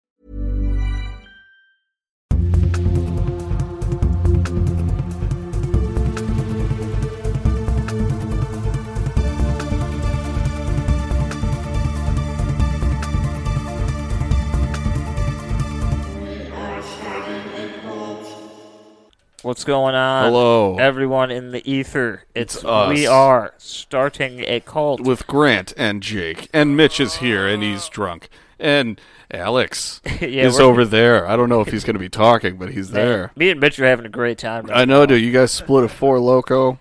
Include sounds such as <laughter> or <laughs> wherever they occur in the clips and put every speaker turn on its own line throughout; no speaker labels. What's going on?
Hello.
everyone in the ether. It's,
It's us.
we are starting a cult.
with Grant and Jake and Mitch is here and he's drunk and Alex
<laughs> Yeah,
is
we're-
over there. I don't know if he's going to be talking, but he's there.
Me and Mitch are having a great time. Right
I know, dude. You guys split a four loco.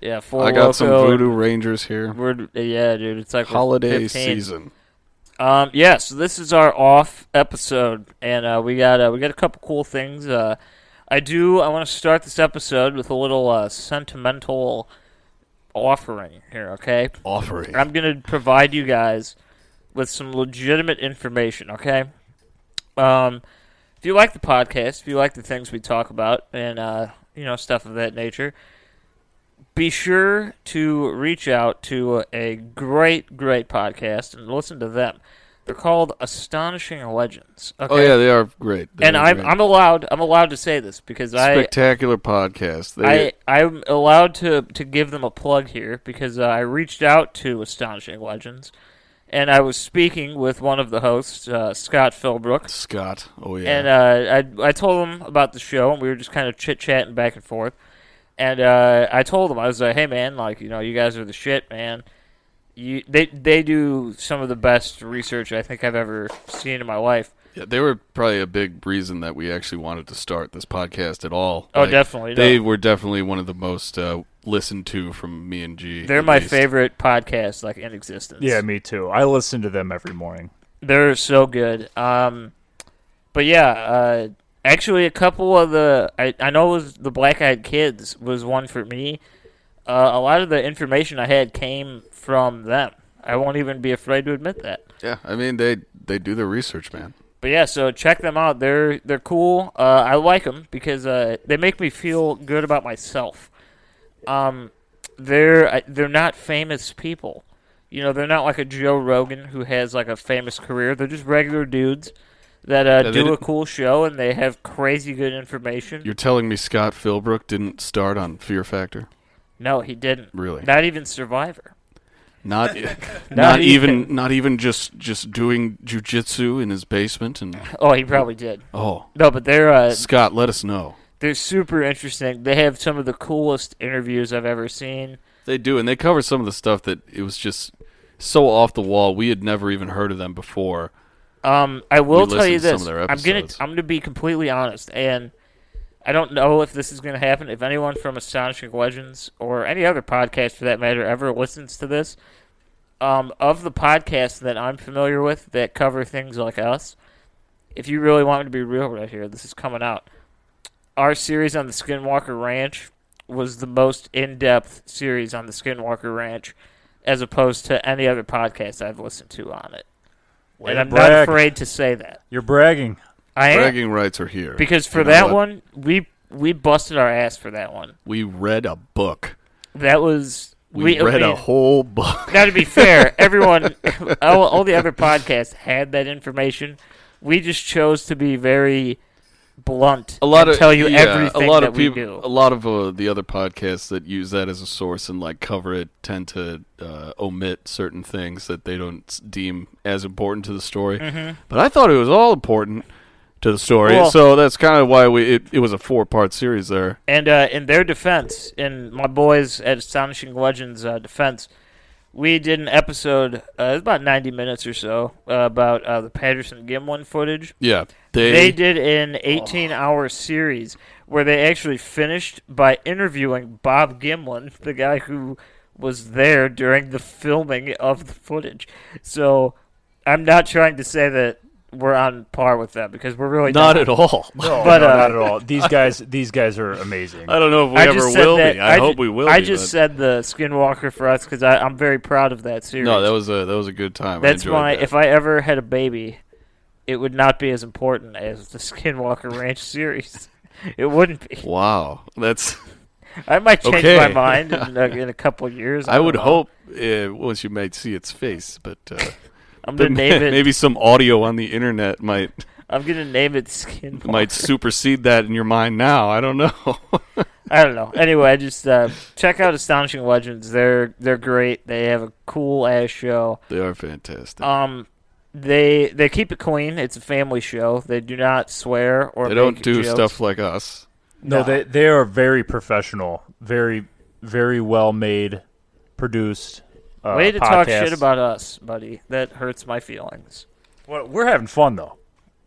Yeah, full.
I got some
loco.
Voodoo Rangers here.
We're, yeah, dude. It's like we're
Holiday
15.
season.
Um, yeah, so this is our off episode, and uh, we got uh, we got a couple cool things. Uh, I do. I want to start this episode with a little uh, sentimental offering here. Okay,
Offering.
I'm gonna provide you guys with some legitimate information. Okay. Um, if you like the podcast, if you like the things we talk about, and uh, you know stuff of that nature, be sure to reach out to a great, great podcast and listen to them. They're called Astonishing Legends. Okay?
Oh yeah, they are great. They
and
are
I'm,
great.
I'm allowed. I'm allowed to say this because I
spectacular podcast. They,
I I'm allowed to to give them a plug here because uh, I reached out to Astonishing Legends, and I was speaking with one of the hosts, uh, Scott Philbrook,
Scott. Oh yeah.
and uh, I I told him about the show, and we were just kind of chit chatting back and forth, and uh, I told him I was like, hey man, like you know you guys are the shit, man. You, they they do some of the best research I think I've ever seen in my life.
Yeah, they were probably a big reason that we actually wanted to start this podcast at all.
Oh, definitely,
They
no.
were definitely one of the most uh, listened to from me and G.
They're
at
my
least.
favorite podcast like in existence.
Yeah, me too. I listen to them every morning.
They're so good. Um, but yeah, uh, actually, a couple of the I, I know it was the Black Eyed Kids was one for me. Uh, a lot of the information I had came from them. I won't even be afraid to admit that.
Yeah, I mean they they do their research, man.
But yeah, so check them out. They're they're cool. Uh, I like them because uh, they make me feel good about myself. Um, they're I- they're not famous people. You know, they're not like a Joe Rogan who has like a famous career. They're just regular dudes that uh,
they
do a
didn't-
cool show and they have crazy good information.
You're telling me Scott Philbrook didn't start on Fear Factor?
no, he didn't.
Really?
Not even Survivor.
Not e, not,
Not
even,
even.
not even just just doing jujitsu in his basement and
Oh, he probably did.
oh
No, but they're uh,
Scott, let us know.
they're super interesting. They have some of the coolest interviews I've ever seen.
They do, and they cover some of the stuff that it was just so off the wall. We had never even heard of them before.
Um, I will
We
tell you
listened to
this.
some of their
I'm gonna
episodes.
I'm gonna be completely honest, and I don't know if this is gonna happen. If anyone from Astonishing Legends or any other podcast for that matter ever listens to this, um, of the podcasts that I'm familiar with that cover things like us, if you really want me to be real right here, this is coming out. Our series on the Skinwalker Ranch was the most in-depth series on the Skinwalker Ranch, as opposed to any other podcast I've listened to on it.
Way
and
to
I'm not
brag.
afraid to say that.
You're bragging.
I am
Bragging rights are here
because for
You know
that
what?
one, we we busted our ass for that one.
we read a book.
That was
We,
I
read a
mean,
whole book.
Now to be fair, everyone, <laughs> all, all the other podcasts had that information. We just chose to be very blunt.
a lot
and
of
tell you
yeah,
everything
a lot
that
of
we
people,
do.
a lot of uh, the other podcasts that use that as a source and like cover it tend to uh, omit certain things that they don't s- deem as important to the story. But I thought it was all important to the story,
Mm-hmm. Well-
so that's kind of why we it, it was a four part series there.
And uh, in their defense, in my boys at Astonishing Legends' uh, defense, we did an episode, uh, it was about 90 minutes or so, uh, about uh, the Patterson Gimlin footage.
Yeah, they, Oh.
They did an 18 hour series where they actually finished by interviewing Bob Gimlin, <laughs> the guy who was there during the filming of the footage. So I'm not trying to say that we're on par with them because we're really
not at all. <laughs>
No,
But,
Oh, no,
uh,
not at <laughs> all. These guys, these guys are amazing.
I don't know if we ever
just said
will
that-
be. I,
ju-
hope we will.
I
be,
just
but-
said the Skinwalker for us because I'm very proud of that series.
no. That was a that was a good time.
That's
I enjoyed
my.
that.
If I ever had a baby, it would not be as important as the <laughs> Skinwalker Ranch series. <laughs> It wouldn't be.
wow, that's.
I might change
Okay.
my mind in
<laughs>
a, in a couple of years.
I
don't
would
know.
hope uh, once you might see its face, but. Uh,
I'm
But
gonna name
<laughs> ma-
it.
Maybe some audio on the internet might
<laughs> I'm gonna name it Skinwalker.
<laughs> might supersede that in your mind now. I
<laughs>
don't know.
I don't know. Anyway, I just uh, check out Astonishing Legends. They're they're great. They have a cool ass show.
they are fantastic.
Um, they they keep it clean. It's a family show. They do not swear or
they don't
make
do
jokes.
stuff like us.
no,
no.
they they are very professional, very very well made, produced. Uh,
Way to talk
podcasts.
shit about us, buddy. That hurts my feelings.
Well, we're having fun though.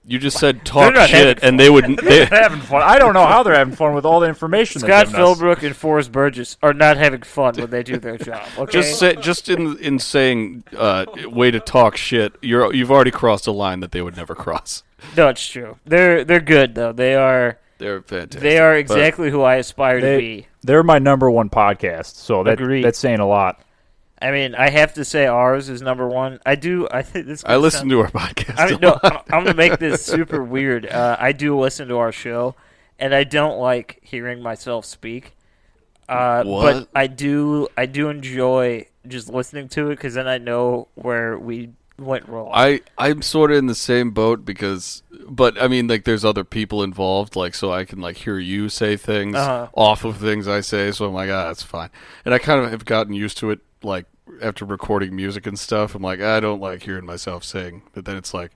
You just said talk
not
shit,
having
and they would.
<laughs>
They, <laughs>
They're having fun. I don't know how they're having fun with all the information. they've
Scott
given us.
Philbrook and Forrest Burgess are not having fun when they do their job. Okay?
<laughs> just say, just in in saying uh, way to talk shit. You're you've already crossed a line that they would never cross.
no, it's true. They're they're good though. They are
They're fantastic.
they are
But
exactly who I aspire to
They,
be.
they're my number one podcast, so that
Agreed.
that's saying a lot.
I mean, I have to say ours is number one. I do. I <laughs> think this.
I listen to our podcast.
I mean, no, I'm I'm gonna make this super weird. Uh, I do listen to our show, and I don't like hearing myself speak. Uh,
What?
But I do. I do enjoy just listening to it because then I know where we went wrong.
I I'm sort of in the same boat because, but I mean, like, there's other people involved, like, so I can like hear you say things
Uh-huh.
off of things I say, so I'm like, ah, that's fine, and I kind of have gotten used to it, like after recording music and stuff, I'm like, I don't like hearing myself sing, but then it's like,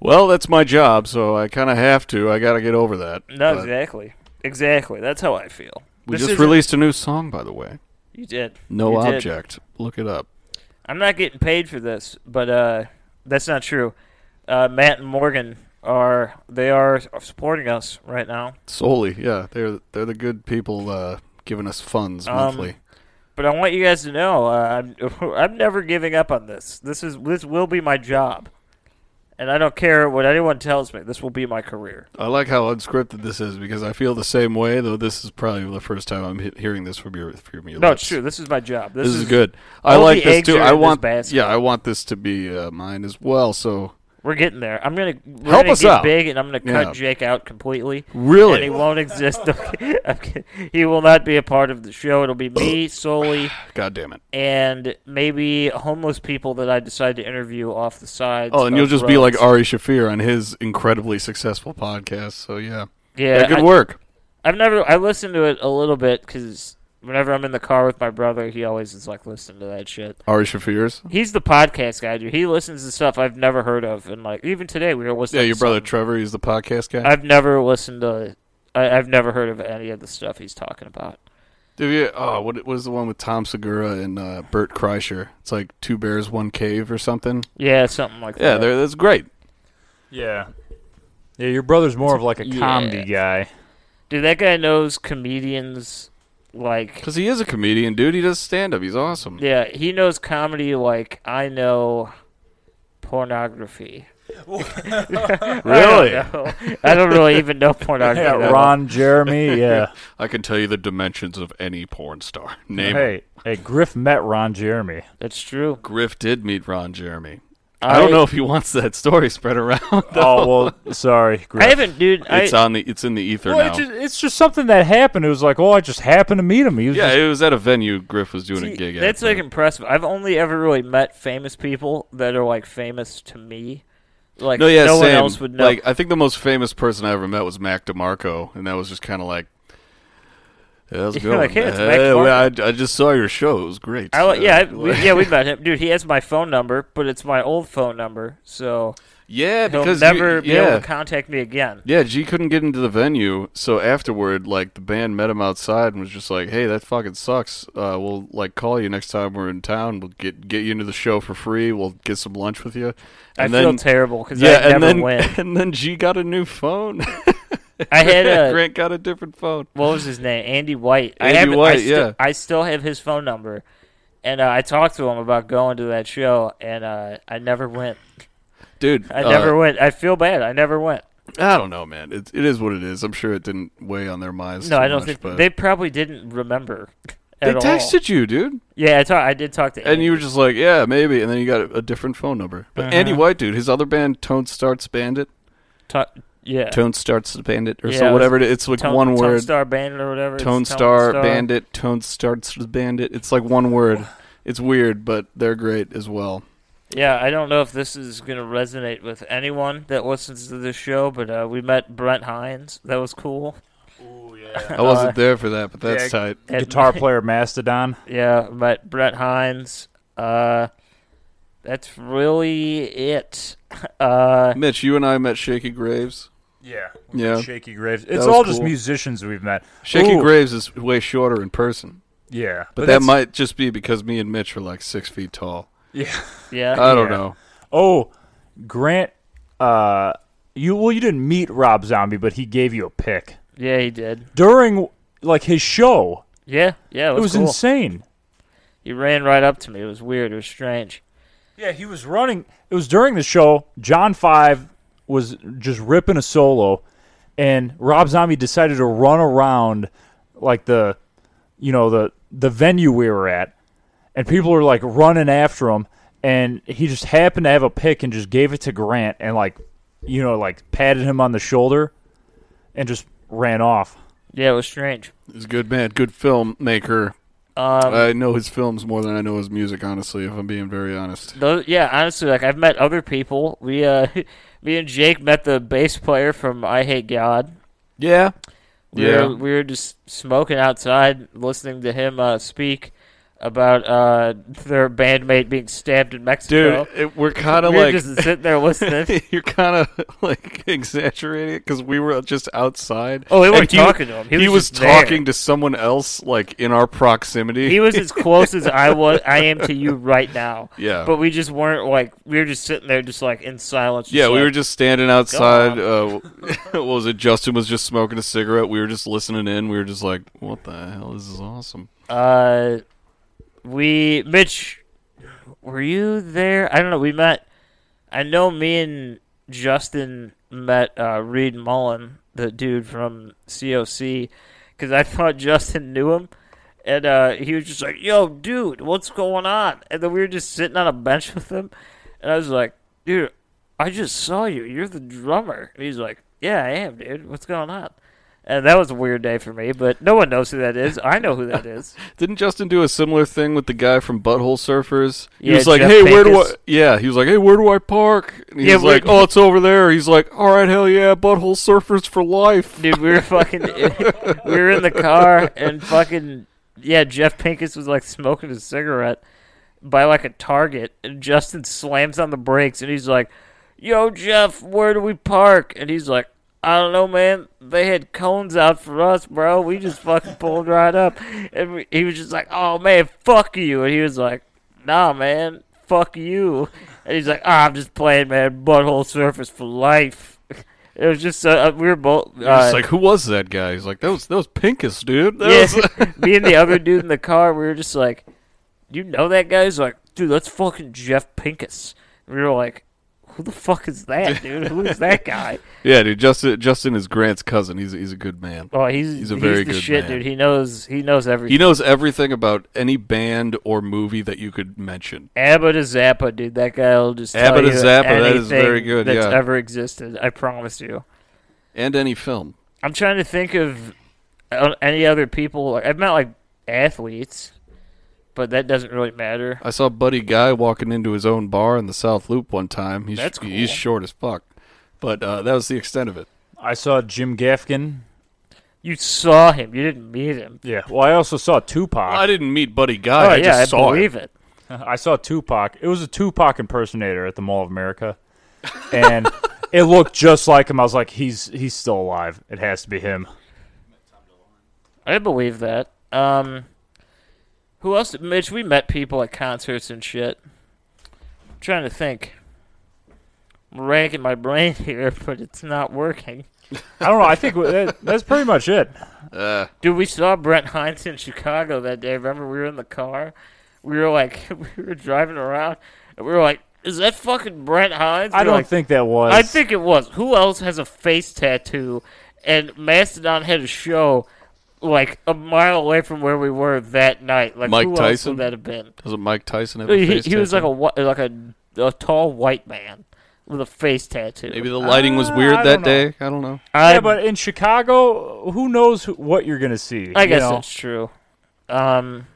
well, that's my job, so I kind of have to, I gotta get over that.
no,
But
exactly, exactly. That's how I feel.
we
This
just
isn't-
released a new song, by the way.
You did.
No
You did.
object. Look it up.
I'm not getting paid for this, but uh, that's not true. Uh, Matt and Morgan are they are supporting us right now.
Solely, yeah, they're they're the good people uh, giving us funds
Um,
monthly.
But I want you guys to know, uh, I'm <laughs> I'm never giving up on this. This is this will be my job, and I don't care what anyone tells me. This will be my career.
I like how unscripted this is because I feel the same way. Though this is probably the first time I'm he- hearing this from your from your
No,
lips.
it's true. This is my job. This,
This, is, good. I
all
like
the
this
eggs
too.
are
I
in this
want
basket.
yeah, I want this to be uh, mine as well. So
We're getting there. I'm gonna we're
Help
gonna
us
get
out.
big, and I'm gonna cut
Yeah.
Jake out completely. And he
really,
won't exist. <laughs> I'm kidding. he will not be a part of the show. It'll be me solely,
God damn it!
and maybe homeless people that I decide to interview off the side.
Oh, and you'll just be like Ari Shafir on his incredibly successful podcast. So yeah,
yeah,
good
I-
work.
I've never. I listen to it a little bit because whenever I'm in the car with my brother, he always is like listening to that shit.
Ari Shafir's.
He's the podcast guy, dude. He listens to stuff I've never heard of, and like even today we were listening.
Yeah, your
to
brother
something.
Trevor. He's the podcast guy.
I've never listened to. I, I've never heard of any of the stuff he's talking about.
Did you, oh, what what is the one with Tom Segura and uh, Bert Kreischer? It's like two bears, one cave, or something.
Yeah, something like
Yeah,
that.
they're that's great.
Yeah, yeah. Your brother's more of like a
Yeah.
comedy guy.
dude. That guy knows comedians like
Because he is a comedian, dude. He does stand up. He's awesome.
Yeah, he knows comedy like I know pornography.
Really?
I don't, know. I don't
<laughs>
really even know pornography.
Yeah,
that well.
Ron Jeremy.
<laughs>
Yeah.
I can tell you the dimensions of any porn star. <laughs> Name it.
hey, hey. Griff met Ron Jeremy.
That's true.
Griff did meet Ron Jeremy. I, don't know if he wants that story spread around. <laughs>
<laughs> Oh well, sorry. Griff.
I haven't, dude.
it's
I,
on the it's in the ether
Well,
now.
it's just, it's just something that happened. It was like, oh, I just happened to meet him. He was
yeah,
just,
it was at a venue Griff was doing
see,
a gig at.
that's like
but-
impressive. I've only ever really met famous people that are like famous to me. Like
no, yeah,
no one
same.
else would know.
Like I think the most famous person I ever met was Mac DeMarco, and that was just kind of like, "Hey, how's it
You're <laughs>
going?
like, "Hey, it's Mac
Hey, well, I, I just saw your show. It was great.
I, li-
<laughs>
yeah, I, we,
like-
yeah, we met him, dude. He has my phone number, but it's my old phone number, so
yeah,
he'll
because you-
never be
yeah.
able to contact me again.
Yeah, G couldn't get into the venue, so afterward, like the band met him outside and was just like, "Hey, that fucking sucks. Uh, we'll like call you next time we're in town. We'll get get you into the show for free. We'll get some lunch with you."
I
And
feel
then,
terrible because
yeah,
I
and
never
then
win.
<laughs> and then G got a new phone.
I
<laughs>
had a
Grant got a different phone.
what was his name? Andy White.
Andy
I have, I
White,
sti-
yeah.
I still have his phone number, and uh, I talked to him about going to that show, and uh, I never went.
Dude,
I
uh,
never went. I feel bad. I never went.
I don't know, man. It, it is what it is. I'm sure it didn't weigh on their minds.
No,
too
I don't
much,
think
but
they probably didn't remember.
They
At
texted
all.
you, dude,
Yeah, I, talk, I did talk to Andy.
and you were just like, "Yeah, maybe," and then you got a, a different phone number. But Andy
Uh-huh.
White, dude, his other band, Tone Starts Bandit,
Ta- yeah.
<laughs> Tone Starts Bandit, or
Yeah, it
so
was
whatever it is. It's like
Tone-
one
Tone
word.
Star Bandit or whatever. It's
Tone Star Bandit, Tone Starts Bandit. It's like one word. It's weird, but they're great as well.
Yeah, I don't know if this is going to resonate with anyone that listens to this show, but uh, we met Brent Hines. That was cool.
I wasn't there for that, but that's
yeah,
tight.
And-
<laughs>
Guitar player Mastodon.
Yeah, met Brent Hines. Uh, that's really it. <laughs> Uh,
Mitch, you and I met Shaky Graves.
Yeah.
Yeah.
Shaky Graves. It's
was
all just
cool.
musicians we've met.
Shaky
Ooh,
Graves is way shorter in person,
Yeah.
but, that
that's-
might just be because me and Mitch are like six feet tall.
Yeah.
yeah.
I don't
Yeah.
know.
Oh, Grant. Uh, you well, you didn't meet Rob Zombie, but he gave you a pick
Yeah, he did.
during like his show.
Yeah, yeah, it
It
was,
was
cool.
insane.
He ran right up to me. It was weird. It was strange.
Yeah, he was running. It was during the show. John Five was just ripping a solo, and Rob Zombie decided to run around like the, you know, the the venue we were at, and people were like running after him, and he just happened to have a pick and just gave it to Grant and like, you know, like patted him on the shoulder, and just ran off.
Yeah, it was strange.
He's a good man, good filmmaker.
Um,
I know his films more than I know his music, honestly, if I'm being very honest.
Those, yeah, honestly, like I've met other people. We, uh, <laughs> me and Jake met the bass player from I Hate God.
Yeah.
We
Yeah.
were, we were just smoking outside, listening to him uh, speak about uh, their bandmate being stabbed in
Dude,
Mexico.
it, we're kind
we
of
were
like.
just sitting there
<laughs>
listening.
You're kind of like <laughs> exaggerating it because we were just outside.
Oh, we weren't
and
talking to him. He
He,
was
was
just there.
talking to someone else, like in our <laughs> proximity.
he was as close as I was. I am to you right now.
Yeah.
but we just weren't like we were just sitting there, just like in silence.
yeah, we
like,
were just standing outside. Uh, <laughs> what was it? Justin was just smoking a cigarette. We were just listening in. We were just like, "What the hell? This is awesome."
Uh, we Mitch, were you there? I don't know. We met. I know me and Justin met uh, Reed Mullen, the dude from COC, because I <laughs> thought Justin knew him, and uh, he was just like, "Yo, dude, what's going on?" And then we were just sitting on a bench with him, and I was like, "Dude, I just saw you. You're the drummer." And he's like, "Yeah, I am, dude. What's going on?" And that was a weird day for me, but no one knows who that is. I know who that is.
Didn't Justin do a similar thing with the guy from Butthole Surfers? He
Yeah,
was like,
Jeff
"Hey, where do I?"
Pincus.
Yeah, he was like, "Hey, where do I park?" And he
Yeah,
was
we're-
like, "Oh, it's over there." He's like, "All right, hell yeah, Butthole Surfers for life."
Dude, we were fucking. <laughs> we were in the car and fucking. Yeah, Jeff Pincus was like smoking a cigarette by like a Target, and Justin slams on the brakes and he's like, Yo, Jeff, where do we park? And he's like, I don't know, man. They had cones out for us, bro. We just fucking pulled right up. And we, he was just like, Oh, man, fuck you. And he was like, Nah, man, fuck you. And he's like, Ah, I'm just playing, man. Butthole surface for life. <laughs> It was just, uh, we were both.
He's
Uh,
like, "Who was that guy?" He's like, "That was that was Pincus, dude." That was- <laughs>
yeah, <laughs> me and the other dude in the car, we were just like, "You know that guy?" He's like, "Dude, that's fucking Jeff Pincus." And we were like, "Who the fuck is that, dude? Who is
<laughs>
that guy?"
Yeah, dude. Justin Justin is Grant's cousin. He's he's a good man.
Oh, he's
He's a very
the
good
shit,
man.
dude. He knows he knows
He
everything.
knows everything about any band or movie that you could mention.
Abba to Zappa, dude. That guy'll just tell
Abba to
you
Zappa, that is
anything
very good,
That's
yeah.
ever existed. I promise you.
And any film.
I'm trying to think of uh, any other people. Like, I've met like athletes, but that doesn't really matter.
I saw Buddy Guy walking into his own bar in the South Loop one time. He's
That's cool.
he's short as fuck, but uh, that was the extent of it.
I saw Jim Gaffigan.
You saw him. You didn't meet him.
Yeah. Well, I also saw Tupac.
I didn't meet Buddy Guy.
oh,
Uh, I
yeah,
just
I
saw
believe
him.
it.
I saw Tupac. It was a Tupac impersonator at the Mall of America, and <laughs> it looked just like him. I was like, he's he's still alive. It has to be him.
I believe that. Um, who else? Mitch, we met people at concerts and shit. I'm trying to think. I'm ranking my brain <laughs> here, but it's not working.
I don't know. I think that, that's pretty
<laughs>
much it.
Dude, we saw Brent Hines in Chicago that day. Remember, we were in the car. We were like, <laughs> we were driving around, and we were like, "Is that fucking Brent Hines?"
I
We're
don't
like,
think that was.
I think it was. Who else has a face tattoo? And Mastodon had a show like a mile away from where we were that night. Like
Mike
who else
Tyson?
would that have been?
Doesn't Mike Tyson have a
He,
face
he was like
tattoo?
a whi- like a, a tall white man with a face tattoo.
Maybe the lighting was
Uh,
weird
I
that
don't know.
day. I don't know.
I,
Yeah, but in Chicago, who knows who, what you're gonna see?
I
you
guess
know?
that's true. Um,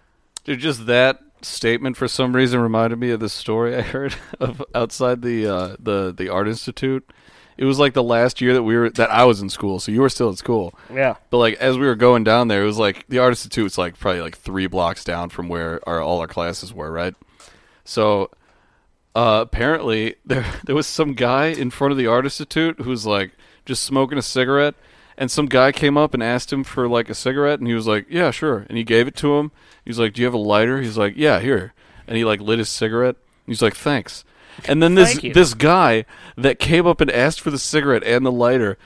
Dude, just that statement for some reason reminded me of this story I heard <laughs> of outside the uh, the the art institute. It was like the last year that we were that I was in school, so you were still at school.
yeah,
But like as we were going down there, it was like the art institute's like probably like three blocks down from where our all our classes were, right? So uh, apparently <laughs> there there was some guy in front of the art institute who's like just smoking a cigarette, and some guy came up and asked him for like a cigarette, and he was like, "Yeah, sure," and he gave it to him. He's like, "Do you have a lighter?" He's like, "Yeah, here," and he like lit his cigarette. He's like, "Thanks." And then this
Thank you.
this guy that came up and asked for the cigarette and the lighter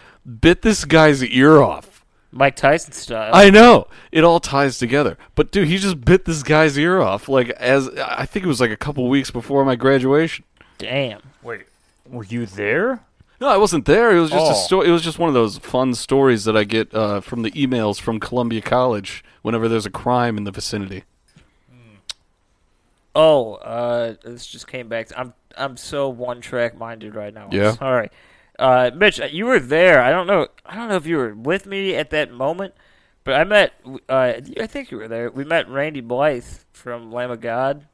bit this guy's ear off.
Mike Tyson style.
I know it all ties together, but dude, he just bit this guy's ear off. Like as I think it was like a couple weeks before my graduation.
Damn.
Wait, were you there?
No, I wasn't there. It was just a
Oh.
story. It was just one of those fun stories that I get uh, from the emails from Columbia College whenever there's a crime in the vicinity.
Oh, uh, this just came back. To, I'm I'm so one track minded right now. I'm
Yeah.
sorry, uh, Mitch, you were there. I don't know. I don't know if you were with me at that moment, but I met. Uh, I think you were there. We met Randy Blythe from Lamb of God.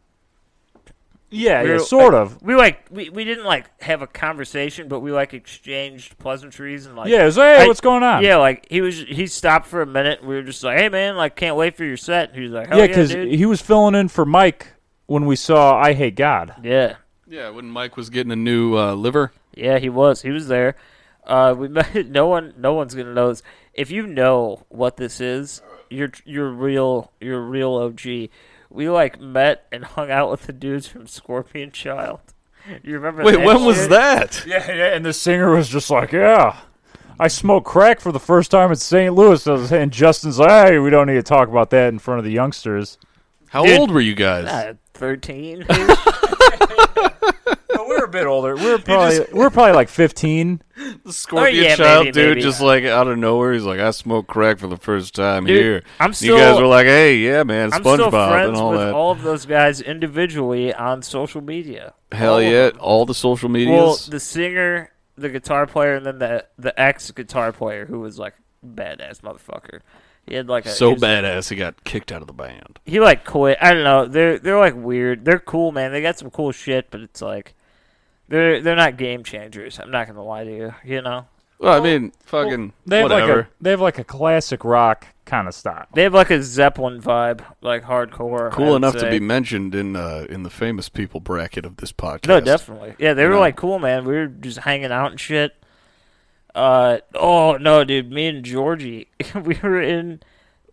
Yeah,
We
yeah,
were-
sort
like,
of.
We like we, we didn't like have a conversation, but we like exchanged pleasantries and like
yeah, it was like, hey,
I-
what's going on?
Yeah, like he was he stopped for a minute. We were just like, hey man, like can't wait for your set. He was like, Hell
yeah,
yeah,
because
dude.
he was filling in for Mike when we saw I Hate God.
yeah.
Yeah, when Mike was getting a new uh, liver.
Yeah, he was. He was there. Uh, we <laughs> met, no one. No one's gonna know this. If you know what this is, you're you're real. You're real OG. We like met and <laughs> hung out with the dudes from Scorpion Child. You remember?
Wait,
that
when was
shit?
that?
Yeah, yeah, and the singer was just like, yeah. I smoked crack for the first time in St. Louis, and Justin's like, "Hey, we don't need to talk about that in front of the youngsters."
How
Dude.
old were you guys?
Uh,
<laughs>
Thirteen.
No, we're a bit older. We're probably we're probably like fifteen.
The Scorpion
Oh, yeah,
Child
maybe,
dude,
maybe.
just like out of nowhere, he's like, "I smoked crack for the first time
Dude,
here."
I'm
And
still-
you guys were like, "Hey, yeah, man,
I'm still
SpongeBob
friends
and all
with
that."
all of those guys individually on social media. Oh.
Hell
All of
yeah! All the social medias.
Well, the singer, the guitar player, and then the the ex guitar player who was like badass motherfucker. He had like a
so
he was-
badass, he got kicked out of the band.
He like quit. I don't know. They're they're like weird. They're cool, man. They got some cool shit, but it's like they're they're not game changers. I'm not gonna lie to you. You know,
Well, I mean, fucking
They have
whatever.
like a they have like a classic rock kind of style.
they have like a Zeppelin vibe, like hardcore. I
cool
would
enough to
say.
be mentioned in uh, in the famous people bracket of this podcast.
No, definitely. Yeah, they were
know?
like cool, man. We were just hanging out and shit. Uh oh no, dude. Me and Georgie, <laughs> we were in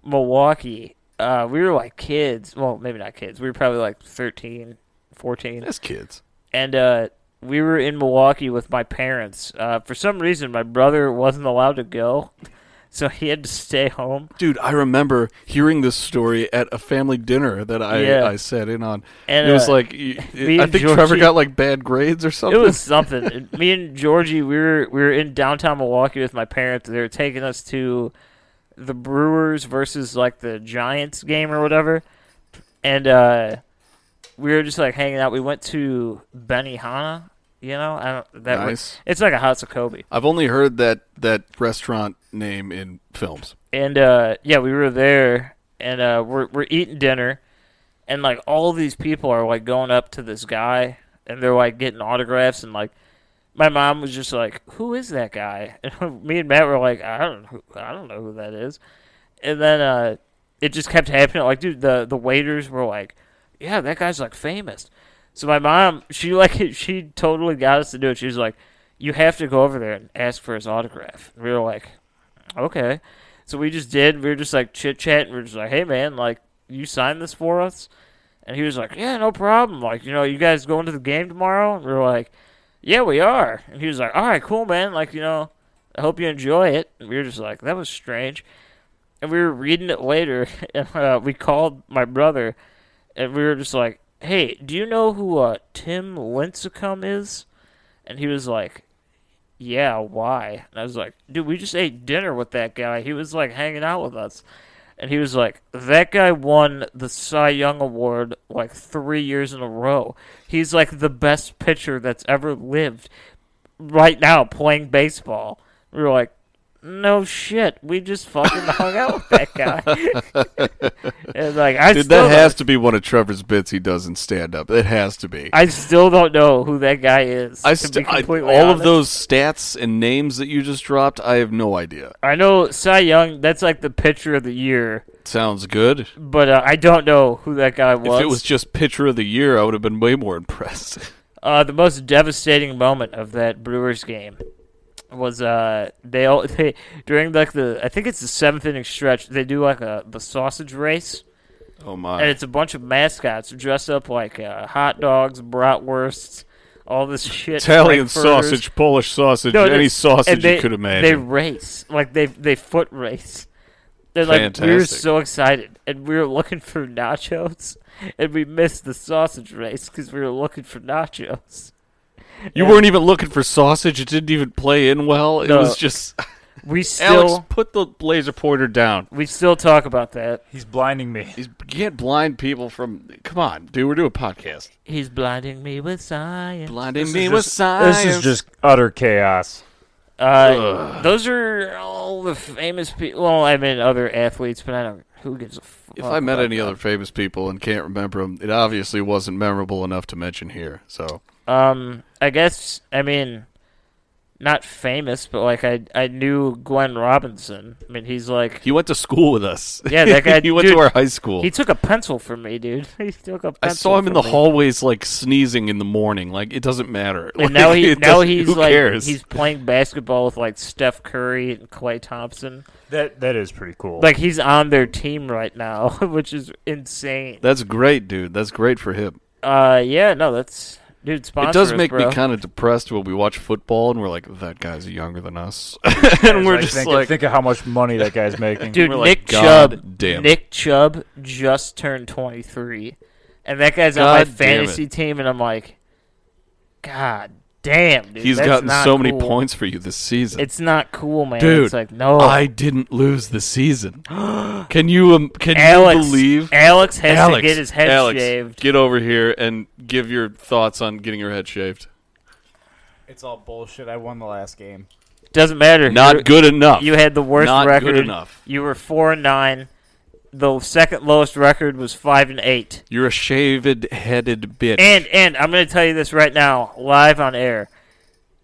Milwaukee. Uh, we were like kids. Well, maybe not kids. We were probably like 13, 14.
That's kids.
and uh, we were in Milwaukee with my parents. Uh, for some reason, my brother wasn't allowed to go, <laughs> so he had to stay home.
Dude, I remember hearing this story at a family dinner that I,
Yeah.
I sat in on.
And,
it was
uh, <laughs>
like y-
me
I
and
think Trevor
Georgie-
got like bad grades or
It
something.
was something. And Me and Georgie, we were we were in downtown Milwaukee with my parents. They were taking us to the Brewers versus like the Giants game or whatever, and uh, we were just like hanging out. We went to Benihana. You know, I don't that was-
Nice.
it's like a house of Kobe.
I've only heard that that restaurant name in films.
and uh, yeah, we were there, and uh, we're we're eating dinner, and like all these people are like going up to this guy and they're like getting autographs and like my mom was just like who is that guy <laughs> and me and matt were like i don't know who- i don't know who that is and then uh it just kept happening like dude the the waiters were like yeah that guy's like famous so my mom she like <laughs> she totally got us to do it she was like you have to go over there and ask for his autograph and we were like okay. So we just did. We were just like chit chat. We were just like, hey man, like you signed this for us, and he was like, yeah, no problem. Like you know, you guys going to the game tomorrow? And we were like, yeah, we are. And he was like, all right, cool, man. Like you know, I hope you enjoy it. And we were just like, that was strange. And we were reading it later, <laughs> and uh, we called my brother, and we were just like, hey, do you know who uh, Tim Lincecum is? And he was like, yeah, why? And I was like, dude, we just ate dinner with that guy. He was like hanging out with us. And he was like, that guy won the Cy Young Award like three years in a row. He's like the best pitcher that's ever lived right now playing baseball. We were like, no shit. We just fucking hung out with that guy. <laughs> and like, I
Dude,
still
that
don't-
has to be one of Trevor's bits he does in stand up. It has to be.
I still don't know who that guy is.
I
to
st-
be
I- all
completely
of
honest.
those stats and names that you just dropped, I have no idea.
I know Cy Young. That's like the pitcher of the year.
Sounds good.
but uh, I don't know who that guy was.
If it was just pitcher of the year, I would have been way more <laughs> impressed.
uh, the most devastating moment of that Brewers game was uh, they all <laughs> they during like the I think it's the seventh inning stretch they do like a the sausage race
oh my!
and it's a bunch of mascots dressed up like uh, hot dogs, bratwursts, all this shit.
Italian
frankfurters.
sausage, Polish sausage,
No,
any
it's-
sausage
and they,
you could
They
imagine.
race like they they foot race. They're like we were
Fantastic.
so excited, and we were looking for nachos, and we missed the sausage race because we were looking for nachos.
you weren't even looking for sausage. It didn't even play in well. It
No.
was just <laughs>
We still
e- Alex. Put the laser pointer down.
we still talk about that.
He's blinding me.
He's, you can't blind people from. Come on, dude. We're doing a podcast.
He's blinding me with science.
Blinding
This
me
is
with
just-
science.
This is just utter chaos.
Uh, those are all the famous people. Well, I mean other athletes, but I don't. Who gives a Oh, fuck?
If I met
about
any
that?
other famous people and can't remember them, it obviously wasn't memorable enough to mention here. So
Um, I guess I mean, not famous, but like I I knew Glenn Robinson. I mean, he's like
he went to school with us.
Yeah, that guy-
<laughs> he went
dude,
to our high school.
he took a pencil from me, dude. <laughs> He took a pencil.
I saw him in
from
the
me.
hallways, like sneezing in the morning. Like it doesn't matter.
And
<laughs>
now
Like,
he
it
now
doesn't-
he's
who
like
cares?
he's playing basketball with like Steph Curry and Clay Thompson.
That that is pretty cool.
Like he's on their team right now, <laughs> which is insane.
That's great, dude. That's great for him.
Uh, yeah, no, that's dude. Sponsor
it does
us,
make
bro.
me kind of depressed when we watch football and we're like, that guy's younger than us. <laughs>
It's
and we're
like,
just
think,
like,
think of how much money that guy's
<laughs>
making.
Dude,
We're
Nick
like, "God
Chubb.
damn it."
Nick Chubb just turned 23, and that guy's on
God
my
damn
fantasy team, and I'm like, God damn, dude.
he's
that's
gotten
not
so many
cool.
points for you this season.
It's not cool, man.
Dude,
it's like no.
I didn't lose
<gasps>
the season. can you um, can
Alex,
you believe?
Alex has
Alex,
to get his head
Alex,
shaved.
Get over here and give your thoughts on getting your head shaved.
It's all bullshit. I won the last game.
Doesn't matter.
Not
You're-
good enough.
You had the worst
Not good
record.
enough.
You were four and nine. The second lowest record was five and eight.
You're a shaved headed bitch.
And and I'm going to tell you this right now, live on air.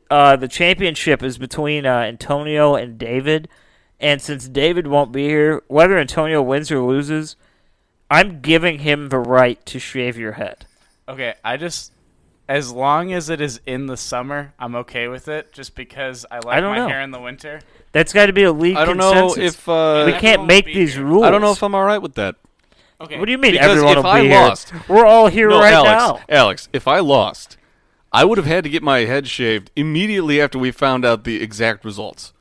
Uh, the championship is between uh, Antonio and David, and since David won't be here, whether Antonio wins or loses, I'm giving him the right to shave your head.
Okay, I just as long as it is in the summer, I'm okay with it. Just because I like
I don't
my
know.
hair in the winter.
That's got to be a league.
I don't know
consensus.
if uh,
we can't
Everyone
make
will be
these
here.
rules.
I don't know if I'm all right with that.
Okay.
What do you mean?
Because
everyone
if
will
I
be here?
lost-
We're all here
no,
right
Alex,
now.
Alex, if I lost, I would have had to get my head shaved immediately after we found out the exact results.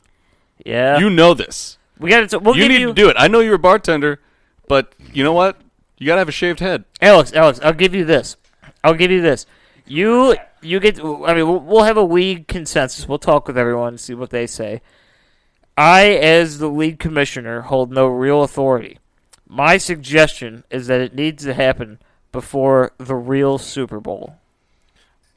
Yeah,
you know this.
we got to. We'll
you
give
need
you
to do it. I know you're a bartender, but you know what? You gotta have a shaved head.
Alex, Alex, I'll give you this. I'll give you this. You you get. I mean, we'll, we'll have a league consensus. We'll talk with everyone and see what they say. I, as the league commissioner, hold no real authority. My suggestion is that it needs to happen before the real Super Bowl.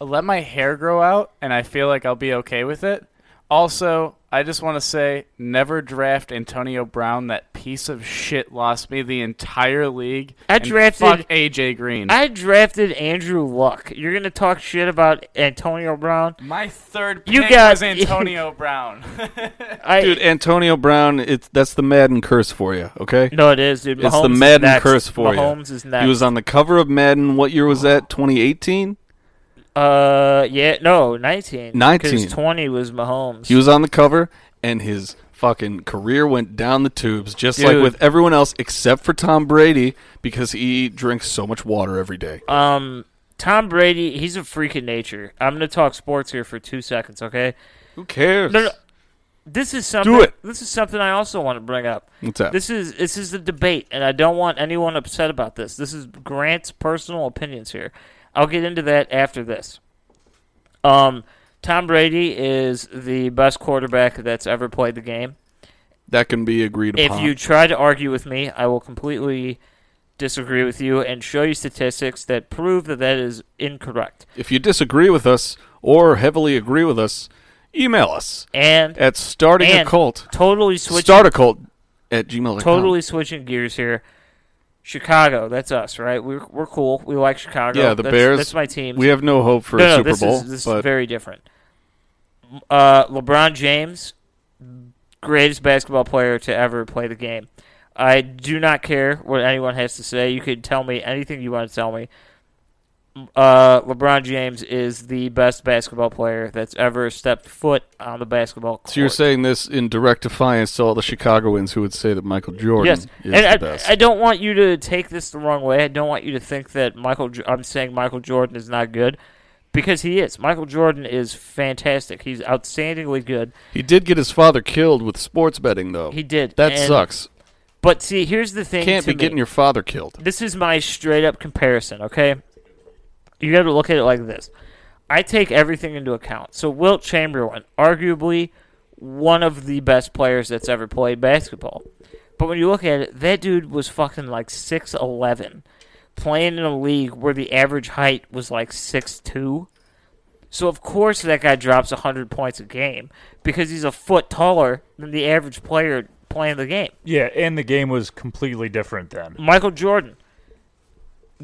I'll let my hair grow out, and I feel like I'll be okay with it. Also, I just want to say, never draft Antonio Brown, that piece of shit lost me the entire league.
I
and
drafted-
fuck AJ Green.
I drafted Andrew Luck. You're gonna talk shit about Antonio Brown.
My third pick
You got-
<laughs> was Antonio <laughs> Brown.
I
Dude, Antonio Brown, it's that's the Madden curse for you, okay?
no, it is. Dude. Mahomes
it's the
is
Madden
next.
curse for you.
Mahomes is next.
He was on the cover of Madden. What year was that? 2018?
uh, yeah, no, nineteen.
19.
Because twenty was Mahomes.
He was on the cover, and his fucking career went down the tubes, just like
Dude.
with everyone else except for Tom Brady, because he drinks so much water every day.
um. Tom Brady, he's a freak of nature. I'm gonna talk sports here for two seconds, okay?
Who cares?
No, no. This is something.
it.
This is something I also want to bring up.
What's up?
This is this is the debate, and I don't want anyone upset about this. This is Grant's personal opinions here. I'll get into that after this. Um, Tom Brady is the best quarterback that's ever played the game.
That can be agreed
If
upon.
you try to argue with me, I will completely disagree with you and show you statistics that prove that that is incorrect.
if you disagree with us or heavily agree with us, email us
And
at starting
and
a cult.
totally switch
Start a cult at gmail.com.
totally switching gears here. Chicago, that's us, right? We're we're cool. We like Chicago.
Yeah, the
That's-
Bears.
That's my team.
We have no hope for
no,
a
no,
Super
this
Bowl,
is this is
but
very different. Uh, LeBron James, greatest basketball player to ever play the game. I do not care what anyone has to say. You could tell me anything you want to tell me. Uh, LeBron James is the best basketball player that's ever stepped foot on the basketball court.
so you're saying this in direct defiance to all the Chicagoans who would say that Michael Jordan
Yes,
is
and
the
I,
best.
I don't want you to take this the wrong way. I don't want you to think that Michael. Jo- I'm saying Michael Jordan is not good because he is. Michael Jordan is fantastic. He's outstandingly good.
he did get his father killed with sports betting, though.
He did.
That
and-
sucks.
But see, here's the thing.
Can't
to
be
me.
getting your father killed.
This is my straight up comparison. Okay, you got to look at it like this. I take everything into account. So Wilt Chamberlain, arguably one of the best players that's ever played basketball. But when you look at it, that dude was fucking like 6'11, playing in a league where the average height was like 6'2. So, of course, that guy drops 100 points a game because he's a foot taller than the average player playing the game.
Yeah, and the game was completely different then.
Michael Jordan,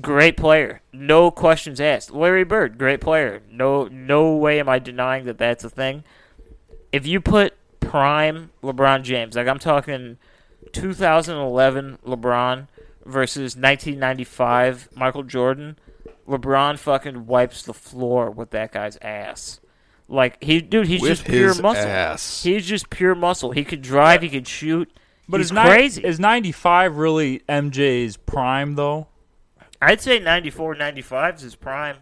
great player, no questions asked. Larry Bird, great player, no no way am I denying that that's a thing. If you put prime LeBron James, like I'm talking 2011 LeBron versus 1995 Michael Jordan, LeBron fucking wipes the floor with that guy's ass. Like he, dude, he's
With
just pure
his
muscle.
ass.
He's just pure muscle. He could drive, he could shoot.
But
he's
is ni-
crazy.
Is 95 really MJ's prime though?
I'd say 94, 95 is his prime.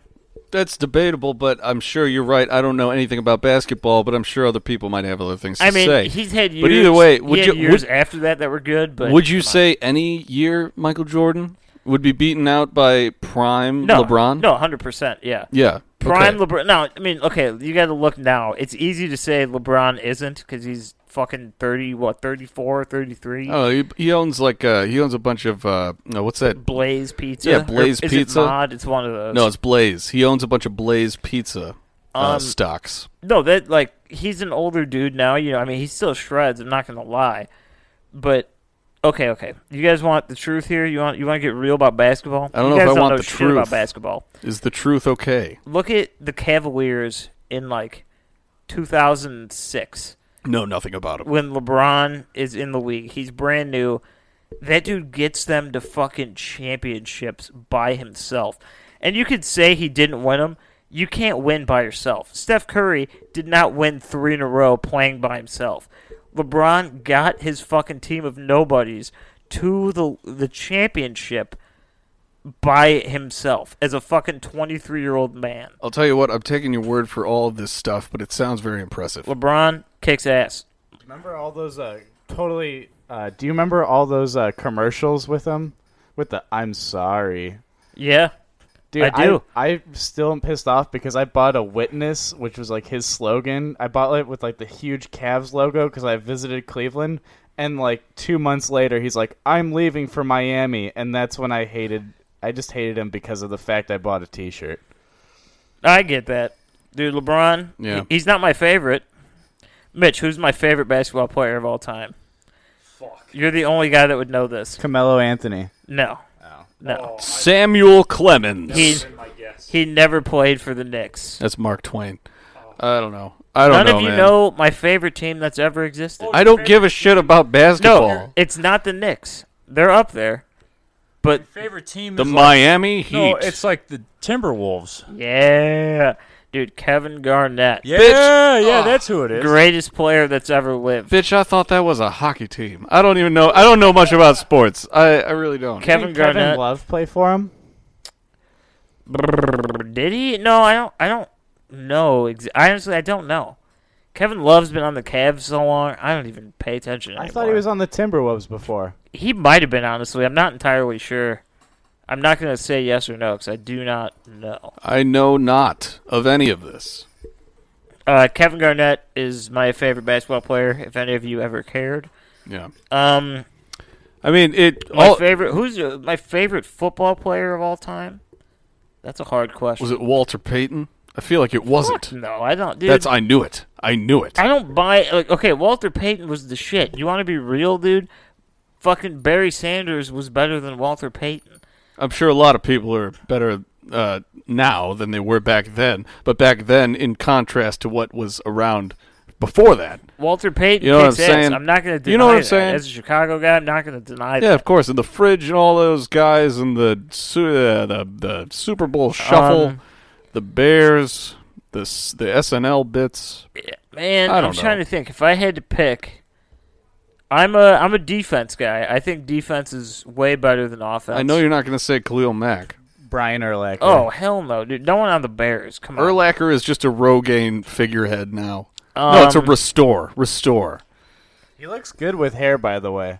That's debatable, but I'm sure you're right. I don't know anything about basketball, but I'm sure other people might have other things to
I mean,
say.
he's had years.
But either way, would
he
you
had years
would,
after that that were good. But
would you
come on.
say any year Michael Jordan would be beaten out by prime
no,
LeBron?
No, hundred percent. Yeah,
Yeah.
prime
okay.
LeBron. No, I mean, okay, you got to look now. It's easy to say LeBron isn't because he's fucking thirty, what, 34, 33?
Oh, he, he owns like uh, he owns a bunch of uh, no, what's that?
Blaze Pizza.
Yeah,
Or
Blaze
is
Pizza.
It mod? It's one of those.
No, it's Blaze. He owns a bunch of Blaze pizza uh,
Um,
stocks.
No, that like he's an older dude now. You know, I mean, he still shreds. I'm not gonna lie, but okay, okay. You guys want the truth here? You want you want to get real about basketball?
I don't
You
know if
guys
I want
know
the
shit about
truth.
basketball.
Is the truth okay?
Look at the Cavaliers in like 2006
No, nothing about him.
when LeBron is in the league. He's brand new. That dude gets them to fucking championships by himself. And you could say he didn't win them. You can't win by yourself. Steph Curry did not win three in a row playing by himself. LeBron got his fucking team of nobodies to the the championship by himself as a fucking 23 year old man.
I'll tell you what. I'm taking your word for all of this stuff, but it sounds very impressive.
LeBron kicks ass.
remember all those uh, totally? Uh, do you remember all those uh, commercials with him? With the I'm sorry,
Yeah.
Dude,
I do.
I, I still am pissed off because I bought a witness, which was like his slogan. I bought it with like the huge Cavs logo because I visited Cleveland, and like two months later, he's like, "I'm leaving for Miami," and that's when I hated. I just hated him because of the fact I bought a T-shirt.
I get that. Dude, LeBron,
Yeah.
he- he's not my favorite. Mitch, who's my favorite basketball player of all time? You're the only guy that would know this.
Camelo Anthony.
No.
Oh.
No.
Samuel Clemens.
He he never played for the Knicks.
That's Mark Twain. I don't know. I don't
None
know.
of you
man.
know my favorite team that's ever existed.
I don't give a shit about
no,
basketball.
it's not the Knicks. They're up there. But
Favorite team
The
is
Miami Heat.
like, No, it's like the Timberwolves.
yeah, dude, Kevin Garnett,
Yeah, yeah, that's who it is.
greatest player that's ever lived.
Bitch, I thought that was a hockey team. I don't even know. I don't know much about sports. I, I really don't.
Kevin
Kevin
Garnett.
Love play for him.
Brrr, Did he? No, I don't. I don't know. Ex- I honestly, I don't know. Kevin Love's been on the Cavs so long. I don't even pay attention.
I
anymore.
thought he was on the Timberwolves before.
He might have been. Honestly, I'm not entirely sure. I'm not gonna say yes or no because I do not know.
I know not of any of this.
Uh, Kevin Garnett is my favorite basketball player. If any of you ever cared,
Yeah.
um,
I mean, it
my
all
favorite. Who's uh, my favorite football player of all time? That's a hard question.
was it Walter Payton? I feel like it
Fuck
wasn't.
No, I don't. Dude,
That's I knew it. I knew it.
I don't buy like okay, Walter Payton was the shit. You want to be real, dude? Fucking Barry Sanders was better than Walter Payton.
I'm sure a lot of people are better uh, now than they were back then, but back then, in contrast to what was around before that,
Walter Payton
You know what
kicks
I'm
ass.
saying?
I'm not going to deny
You know what I'm
that.
saying?
As a Chicago guy, I'm not going to deny
yeah,
that.
of course, and the fridge and all those guys and the su- uh, the the Super Bowl shuffle,
Um,
the Bears, the s- the SNL bits.
Man,
I
I'm
don't know.
trying to think if I had to pick I'm a I'm a defense guy. I think defense is way better than offense.
I know you're not going to say Khalil Mack.
Brian Urlacher.
Oh, hell no, dude. No one on the Bears. Come on.
Erlacher is just a Rogaine figurehead now. no, it's a
Um,
restore, restore.
he looks good with hair, by the way.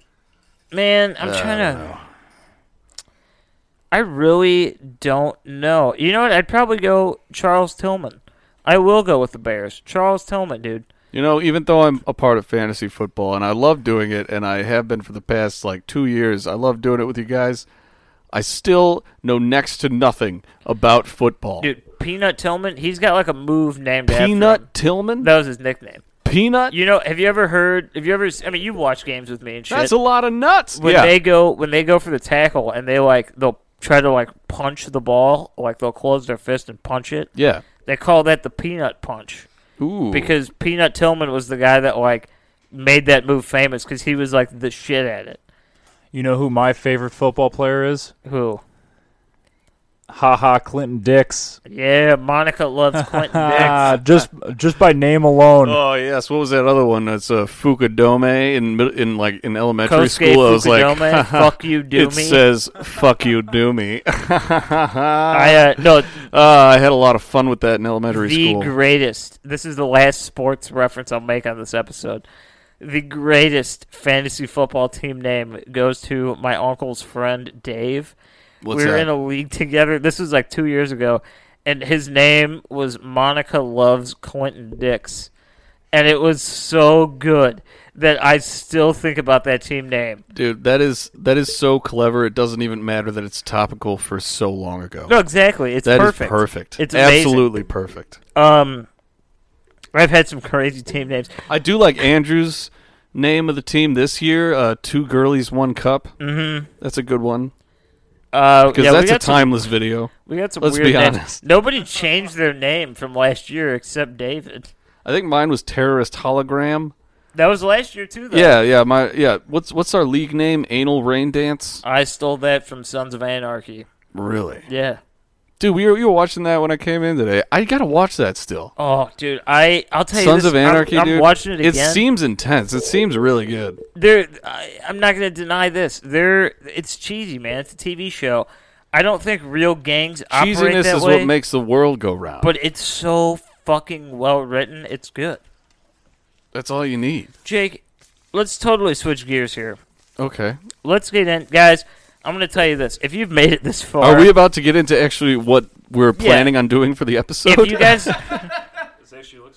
Man, I'm trying to. I really don't know. You know what? I'd probably go Charles Tillman. I will go with the Bears. Charles Tillman, dude.
You know, even though I'm a part of fantasy football and I love doing it, and I have been for the past like two years, I love doing it with you guys. I still know next to nothing about football.
Dude, Peanut Tillman, he's got like a move named after him.
Peanut Tillman,
That was his nickname.
Peanut.
You know, have you ever heard? Have you ever? I mean, you watch games with me and shit.
That's a lot of nuts.
when
yeah,
they go when they go for the tackle and they like they'll try to like punch the ball, like they'll close their fist and punch it.
yeah.
They call that the peanut punch.
Ooh,
because Peanut Tillman was the guy that like made that move famous because he was like the shit at it.
You know who my favorite football player is?
Who?
Ha ha, Clinton Dix.
Yeah, Monica loves Clinton
Ah,
Dix.
just just by name alone.
Oh yes, what was that other one? That's uh, Fukudome in mid- in like in elementary
Kosuke
school. I was like, <laughs>
Fukudome, fuck you, do
it
me.
says "fuck you, do
<laughs>
me."
I uh,
<laughs>
no
Uh, I had a lot of fun with that in elementary
the
school.
greatest. This is the last sports reference I'll make on this episode. The greatest fantasy football team name goes to my uncle's friend Dave.
What's
we were
that?
in a league together. This was like two years ago, and his name was Monica Loves Clinton Dix, and it was so good that I still think about that team name.
Dude, that is that is so clever. It doesn't even matter that it's topical for so long ago.
No, exactly. It's
That is
perfect.
perfect.
It's amazing.
absolutely perfect.
Um, I've had some crazy team names.
I do like Andrew's name of the team this year. Uh, two girlies, one cup. Mm-hmm. That's a good one
Uh,
because
yeah, Mm. we
that's a
got some-
timeless video.
We got some
Let's
weird
be
names.
honest.
Nobody changed their name from last year except David.
I think mine was terrorist hologram.
That was last year too, though.
Yeah, yeah, my yeah. What's what's our league name? Anal rain dance.
I stole that from Sons of Anarchy.
Really,
Yeah.
dude? We were, we were watching that when I came in today. I gotta watch that still.
Oh, dude, I I'll tell you,
Sons
this,
of Anarchy,
I'm, I'm
dude.
watching it
It
again.
seems intense. It seems really good.
there, I, I'm not gonna deny this. There, it's cheesy, man. It's a TV show. I don't think real gangs operate
Cheesiness
that
is
way.
what makes the world go round.
but it's so fucking well written. It's good.
That's all you need.
Jake, let's totally switch gears here.
Okay.
Let's get in, guys. I'm gonna tell you this. If you've made it this far,
Are we about to get into actually what we're planning on doing for the episode?
if you guys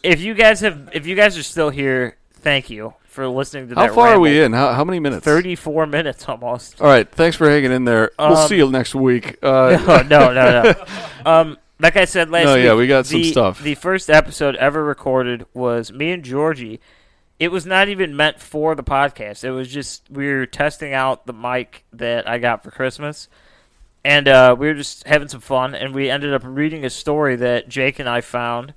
if you guys have if you guys are still here thank you for listening to
<laughs> how
that
far are we
ramble.
in? How, how many minutes?
34 minutes almost
All right. Thanks for hanging in there. we'll
Um,
see you next week. Uh,
oh <laughs> no no no um like i said last
No,
week
yeah, we got some
the-
stuff.
the first episode ever recorded was me and georgie It was not even meant for the podcast. It was just we were testing out the mic that I got for Christmas, and uh, we were just having some fun. And we ended up reading a story that Jake and I found.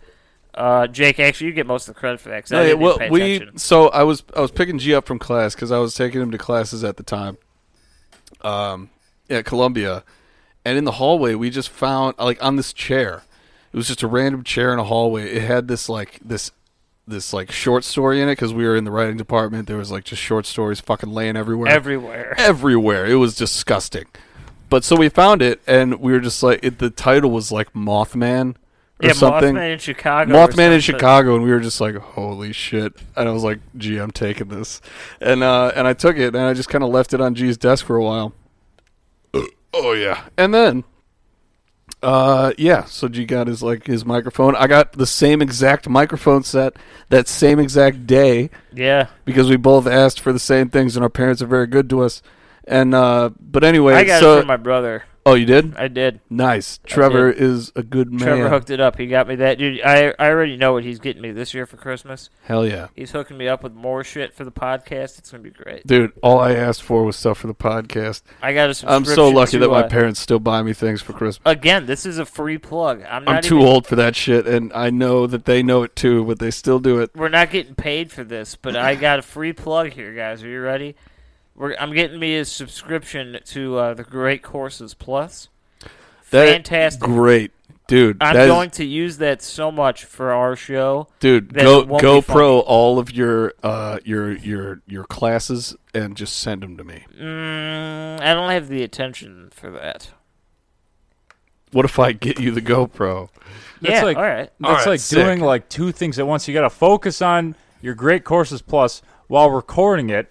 Uh, Jake, actually, you get most of the credit for that. 'cause I
Yeah,
didn't
well,
even pay
we
attention.
so I was I was picking G up from class because I was taking him to classes at the time, um, at Columbia, and in the hallway we just found like on this chair, it was just a random chair in a hallway. It had this like this this like short story in it because we were in the writing department. There was like just short stories fucking laying everywhere <laughs>
everywhere.
everywhere. It was disgusting. But so we found it, and we were just like, it, the title was like Mothman or
yeah,
something.
Mothman in Chicago. or
Mothman in
something.
Chicago, and we were just like, "Holy shit!" And I was like, "Gee, I'm taking this," and uh, and I took it, and I just kind of left it on G's desk for a while. <clears throat> oh yeah, and then, uh, yeah. So G got his like his microphone. I got the same exact microphone set that same exact day
Yeah,
because we both asked for the same things, and our parents are very good to us. And uh, but anyway,
I got
so
it from my brother.
oh, you did
I did.
nice. Trevor is a good man.
Trevor hooked it up. He got me that, dude. I I already know what he's getting me this year for Christmas.
Hell yeah.
He's hooking me up with more shit for the podcast. It's gonna be great.
Dude, all I asked for was stuff for the podcast.
I got a subscription.
I'm so lucky
to,
that my
uh,
parents still buy me things for Christmas.
Again, this is a free plug. I'm not.
I'm too
even-
old for that shit, and I know that they know it too, but they still do it.
We're not getting paid for this, but I got a free plug here, guys. Are you ready? We're, I'm getting me a subscription to uh, the Great Courses Plus.
That-
Fantastic.
Great, dude.
I'm
that is-
going to use that so much for our show.
dude.
that
Go
it won't be
GoPro all of your uh your your your classes and just send them to me.
Mm, I don't have the attention for that.
What if I get you the GoPro?
That's
yeah,
like,
all right.
That's
All right,
like
sick.
doing like two things at once. You got to focus on your great courses plus while recording it.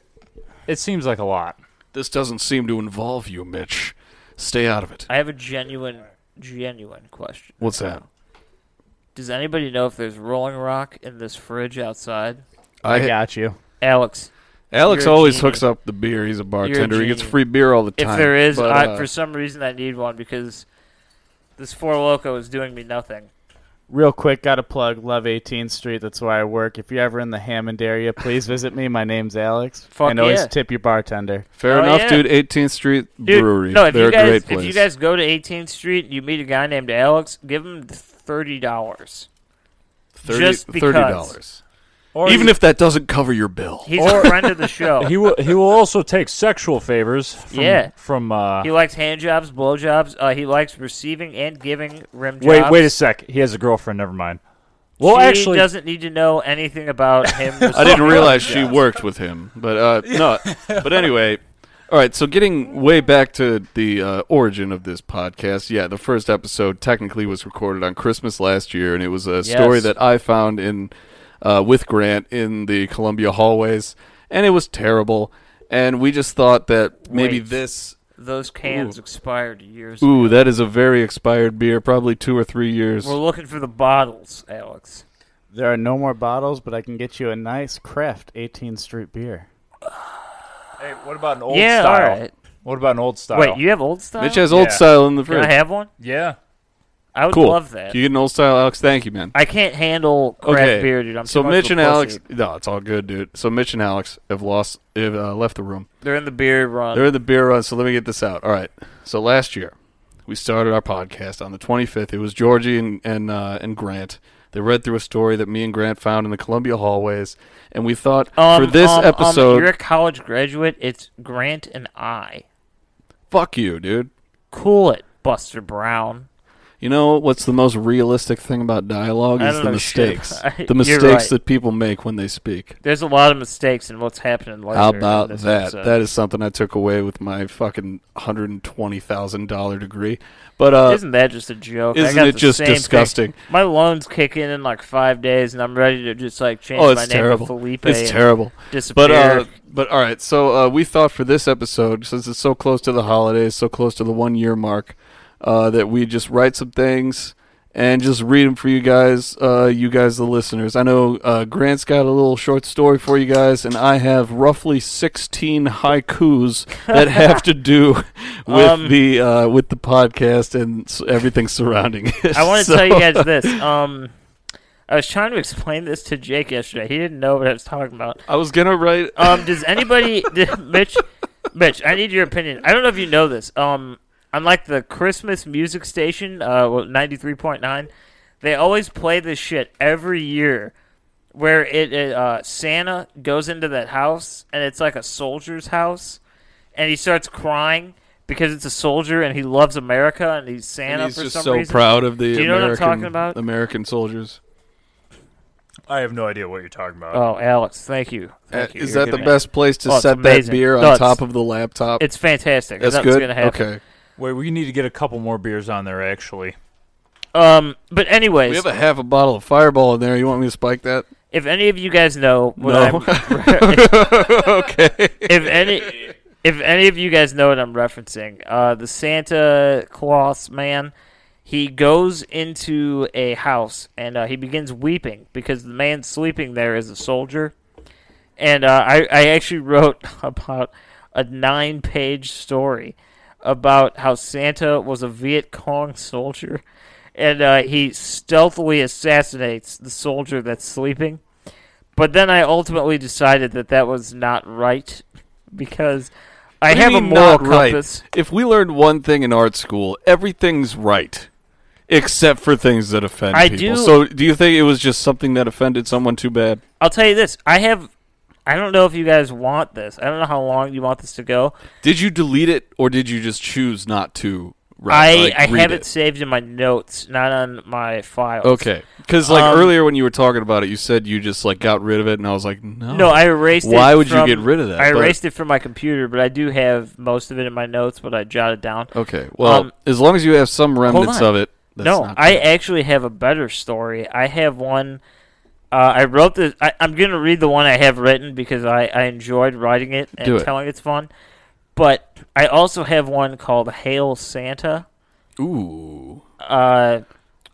It seems like a lot.
This doesn't seem to involve you, Mitch. Stay out of it.
I have a genuine, genuine question.
What's that?
Does anybody know if there's Rolling Rock in this fridge outside?
I got you.
Alex,
Alex
You're a
always
genius.
hooks up the beer. He's a bartender. He gets
genius.
free beer all the
if
time.
there is,
but,
I,
uh,
for some reason I need one because this Four Loco is doing me nothing.
Real quick, got to plug Love 18th Street. That's where I work. If you're ever in the Hammond area, please visit me. My name's Alex.
Fuck
and always
yeah.
tip your bartender.
Fair
Oh,
enough,
yeah.
dude. 18th Street
Dude,
Brewery.
no, if
They're
you guys
a great place.
if you guys go to 18th Street, and you meet a guy named Alex, give him thirty dollars. just because.
$30.
Or
Even
he,
if that doesn't cover your bill.
He's a friend <laughs> of the show.
he will, he will also take sexual favors. From,
Yeah.
From uh,
He likes hand jobs, blow jobs. Uh, he likes receiving and giving rim jobs.
wait, wait a sec. He has a girlfriend. Never mind. Well,
she
actually,
doesn't need to know anything about him.
<laughs> I didn't realize she worked with him, but uh, no. But anyway, all right. So getting way back to the uh, origin of this podcast, yeah, the first episode technically was recorded on Christmas last year, and it was a story
Yes.
that I found in uh, with Grant in the Columbia hallways, and it was terrible. And we just thought that maybe
Wait.
this.
Those cans expired years. ago.
Ooh, that is a very expired beer, probably two or three years.
We're looking for the bottles, Alex.
There are no more bottles, but I can get you a nice craft 18th Street beer.
hey, what about an old
yeah,
style?
all right.
What about an old style?
Wait, you have old style?
Mitch has old
Yeah.
style in the
Can I
fridge.
have one?
yeah.
I would
cool.
love that.
Can you get an old style, Alex? Thank you, man.
I can't handle craft
okay.
beer, dude. I'm
so
too much
Mitch
of a
and Alex.
pussy.
No, it's all good, dude. So Mitch and Alex have lost, have uh, left the room.
They're in the beer run.
They're in the beer run. So let me get this out. All right. So last year, we started our podcast on the 25th. It was Georgie and and uh, and Grant. They read through a story that me and Grant found in the Columbia hallways, and we thought
Um,
for this
um, um,
episode,
you're a college graduate. It's Grant and I.
fuck you, dude.
Cool it, Buster Brown.
You know what's the most realistic thing about dialogue
I
is
don't
the
know shit
mistakes.
about it.
the
<laughs> You're
mistakes
right.
that people make when they speak.
There's a lot of mistakes in what's happening later.
How
in
about
this
that?
episode.
That is something I took away with my fucking hundred and twenty thousand dollar degree. But uh,
Isn't that just a joke? I
isn't
got
it
the
just
same thing.
disgusting?
My loans kick in in like five days, and I'm ready to just like change
oh,
my
it's
name
terrible.
to Felipe.
It's
and
terrible.
Disappear.
But uh, but all right. So uh, we thought for this episode, since it's so close to the holidays, so close to the one year mark, uh, that we just write some things and just read them for you guys, uh, you guys the listeners. I know uh, Grant's got a little short story for you guys, and I have roughly sixteen haikus that have to
<laughs>
do with
Um,
the uh, with <laughs> the podcast and s- everything surrounding it.
I want to
So-
tell you guys this. Um, I was trying to explain this to Jake yesterday. He didn't know what I was talking about.
I was gonna write.
Um, does anybody, <laughs> did- Mitch? Mitch, I need your opinion. I don't know if you know this. Um, unlike the Christmas music station, uh, ninety three point nine, they always play this shit every year, where it, it uh, Santa goes into that house and it's like a soldier's house, and he starts crying because it's a soldier and he loves America and he's Santa
and he's
for
just
some
so
reason.
proud of the
Do you know what I'm
American,
talking about?
American soldiers.
I have no idea what you're talking about.
Oh, Alex, thank you.
Uh,
Thank you.
Is
You're
that the
giving it-
best place to
Oh, it's
set that
amazing.
beer on
No, it's-
top of the laptop?
It's fantastic.
That's
Nothing's
good.
Gonna happen.
Okay,
Wait, we need to get a couple more beers on there, actually.
Um, but anyways,
we have a half a bottle of Fireball in there. You want me to spike that?
if any of you guys know what
No.
I'm,
<laughs> okay.
<laughs> if any, if any of you guys know what I'm referencing, uh, the Santa Claus man, he goes into a house and uh, he begins weeping because the man sleeping there is a soldier, and uh, I I actually wrote <laughs> about a nine page story about how Santa was a Viet Cong soldier. And uh, he stealthily assassinates the soldier that's sleeping. But then I ultimately decided that that was not right because I
What do you
have a
mean
moral
not right?
compass.
If we learned one thing in art school, everything's right. Except for things that offend
I
people.
do-
So, do you think it was just something that offended someone too bad?
I'll tell you this: I have. I don't know if you guys want this. I don't know how long you want this to go.
Did you delete it, or did you just choose not to?
I
Write, like,
I
read
have
it?
it. saved in my notes, not on my files.
Okay, because like
Um,
earlier when you were talking about it, you said you just like got rid of it, and I was like, no,
No, I erased it.
Why would you
from-
get rid of that?
I
But-
erased it from my computer, but I do have most of it in my notes, but I jotted down.
Okay, well,
Um,
as long as you have some remnants
on.
of it, that's
no,
not
I
bad.
actually have a better story. I have one. Uh, I wrote this. I, I'm going to read the one I have written because I, I enjoyed writing it and
Do it.
telling it's fun. But I also have one called Hail Santa.
Ooh,
Uh,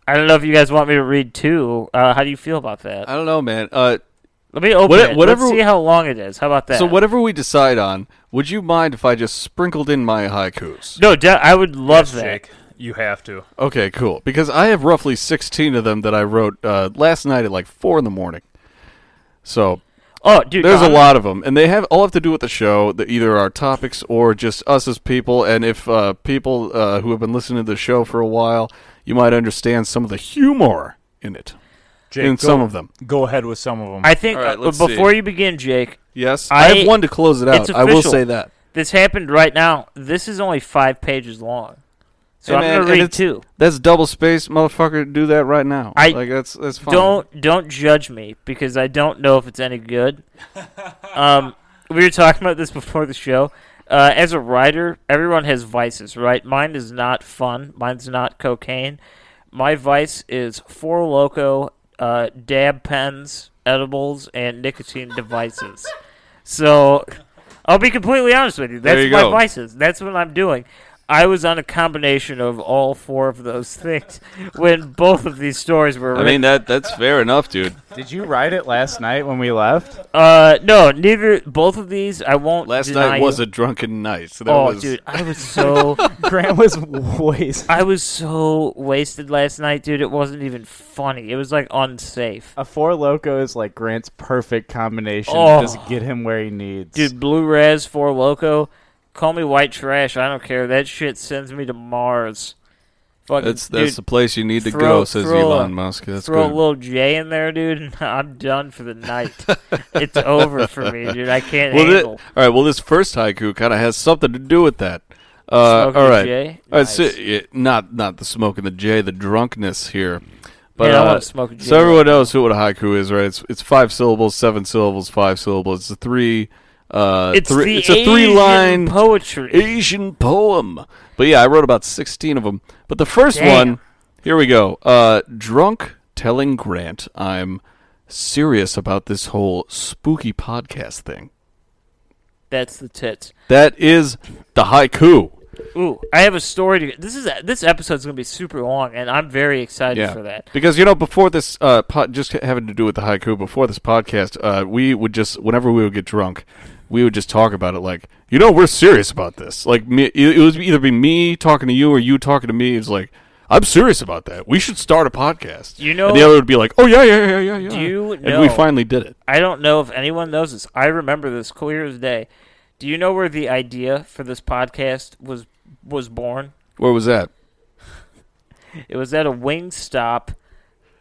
I don't know if you guys want me to read two. Uh, how do you feel about that?
I don't know, man. Uh,
Let me open
What-
it.
whatever-
Let's see how long it is. How about that?
so whatever we decide on, would you mind if I just sprinkled in my haikus?
No, de- I would love that.
you have to.
Okay, cool. Because I have roughly sixteen of them that I wrote uh, last night at like four in the morning. So
Oh, dude,
There's a
I'm-
lot of them, and they have all have to do with the show, the, either our topics or just us as people. And if uh, people uh, who have been listening to the show for a while, you might understand some of the humor in it.
Jake,
In
go-
some of them.
Go ahead with some of them.
I think
All right,
uh,
let's
before
see.
you begin, Jake,
Yes,
I-
I, have one to close it out.
it's
I will
official.
say that.
this happened right now. This is only five pages long, so
Hey,
I'm
man,
going
and
to read
it's-
two.
That's double space, motherfucker. Do that right now.
I
like that's that's fine.
Don't don't judge me because I don't know if it's any good. um, we were talking about this before the show. Uh, as a writer, everyone has vices, right? Mine is not fun. Mine's not cocaine. My vice is four loco, uh, dab pens, edibles, and nicotine devices. So, I'll be completely honest with you. That's
There you
my
go.
vices. That's what I'm doing. I was on a combination of all four of those <laughs> things when both of these stories were
I
written.
mean that that's fair enough, dude.
Did you write it last night when we left?
Uh, no, neither. Both of these, I won't.
Last
deny
night
you.
was a drunken night. So that
Oh,
was,
dude,
<laughs>
I was so
<laughs> Grant was wasted.
I was so wasted last night, dude. It wasn't even funny. It was like unsafe,
A four loco is like Grant's perfect combination
Oh.
to just get him where he needs.
dude. Blue Res Four Loco, call me white trash. I don't care. That shit sends me to Mars. Fucking,
That's that's the
dude,
place you need to
throw-
go, says
throw
Elon
a-
Musk. That's
throw
good.
a little J in there, dude. and <laughs> I'm done for the night. it's over for me, dude. I can't
Well, thi-
handle.
all right. Well, this first haiku kind of has something to do with that. Uh,
Smoking
all
the
right.
J?
All right, so-
Nice.
yeah, not not the smoke and the J, the drunkenness here. But
Man, I
uh,
wanna smoke a J
so
right
everyone knows who what a haiku is, right? It's it's five syllables, seven syllables, five syllables. It's a three. Uh,
it's
three,
the
it's a three
Asian
line
poetry.
Asian poem. But yeah, I wrote about sixteen of them. But the first
Damn.
one, here we go. Uh, drunk telling Grant I'm serious about this whole spooky podcast thing.
That's the tits.
That is the haiku.
Ooh, I have a story to. This is this episode's gonna be super long, and I'm very excited
Yeah,
for that.
because you know, before this, uh, po- just having to do with the haiku. Before this podcast, uh, we would just whenever we would get drunk, we would just talk about it. Like, you know, we're serious about this. Like, me, it, it was either be me talking to you or you talking to me. It's like, I'm serious about that. We should start a podcast.
You know-
and the other would be like, oh yeah, yeah, yeah, yeah, yeah.
Do you
and
know-
we finally did it.
I don't know if anyone knows this. I remember this clear as day. Do you know where the idea for this podcast was was born?
Where was that?
It was at a wing stop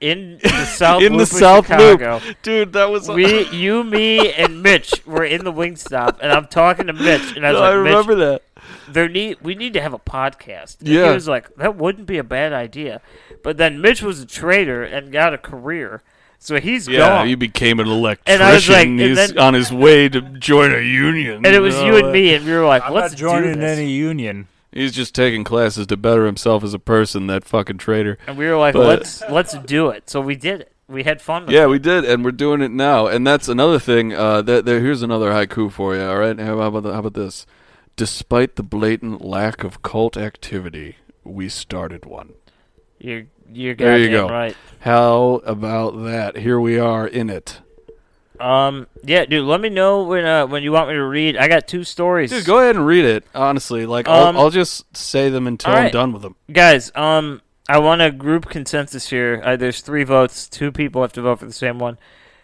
in
<laughs>
the South
In
Loop
the
of
South
Chicago.
Loop, dude. That was
We, you, me, and Mitch were in the wing stop, and I'm talking to Mitch, and I was
No, I
like,
remember
Mitch,
that.
there need we need to have a podcast. And
Yeah.
he was like, that wouldn't be a bad idea. But then Mitch was a traitor and got a career, so he's
Yeah,
gone.
he became an electrician.
And I was like- and
He's
then-
on his way to join a union.
and it was you
know,
and me, and we were like,
I'm
let's
not joining
do this.
any union.
He's just taking classes to better himself as a person. That fucking traitor.
and we were like,
But-
let's let's do it. So we did it. We had fun. With
Yeah,
it.
we did, and we're doing it now. And that's another thing. Uh, that there, here's another haiku for you. All right, how about the, how about this? Despite the blatant lack of cult activity, we started one.
You're you're
There you
goddamn
go.
right.
How about that? Here we are in it.
Um, yeah, dude. Let me know when uh, when you want me to read. I got two stories.
Dude, go ahead and read it. Honestly, like
Um,
I'll, I'll just say them until
all
I'm
right.
done with them.
guys um i want a group consensus here uh, there's three votes two people have to vote for the same one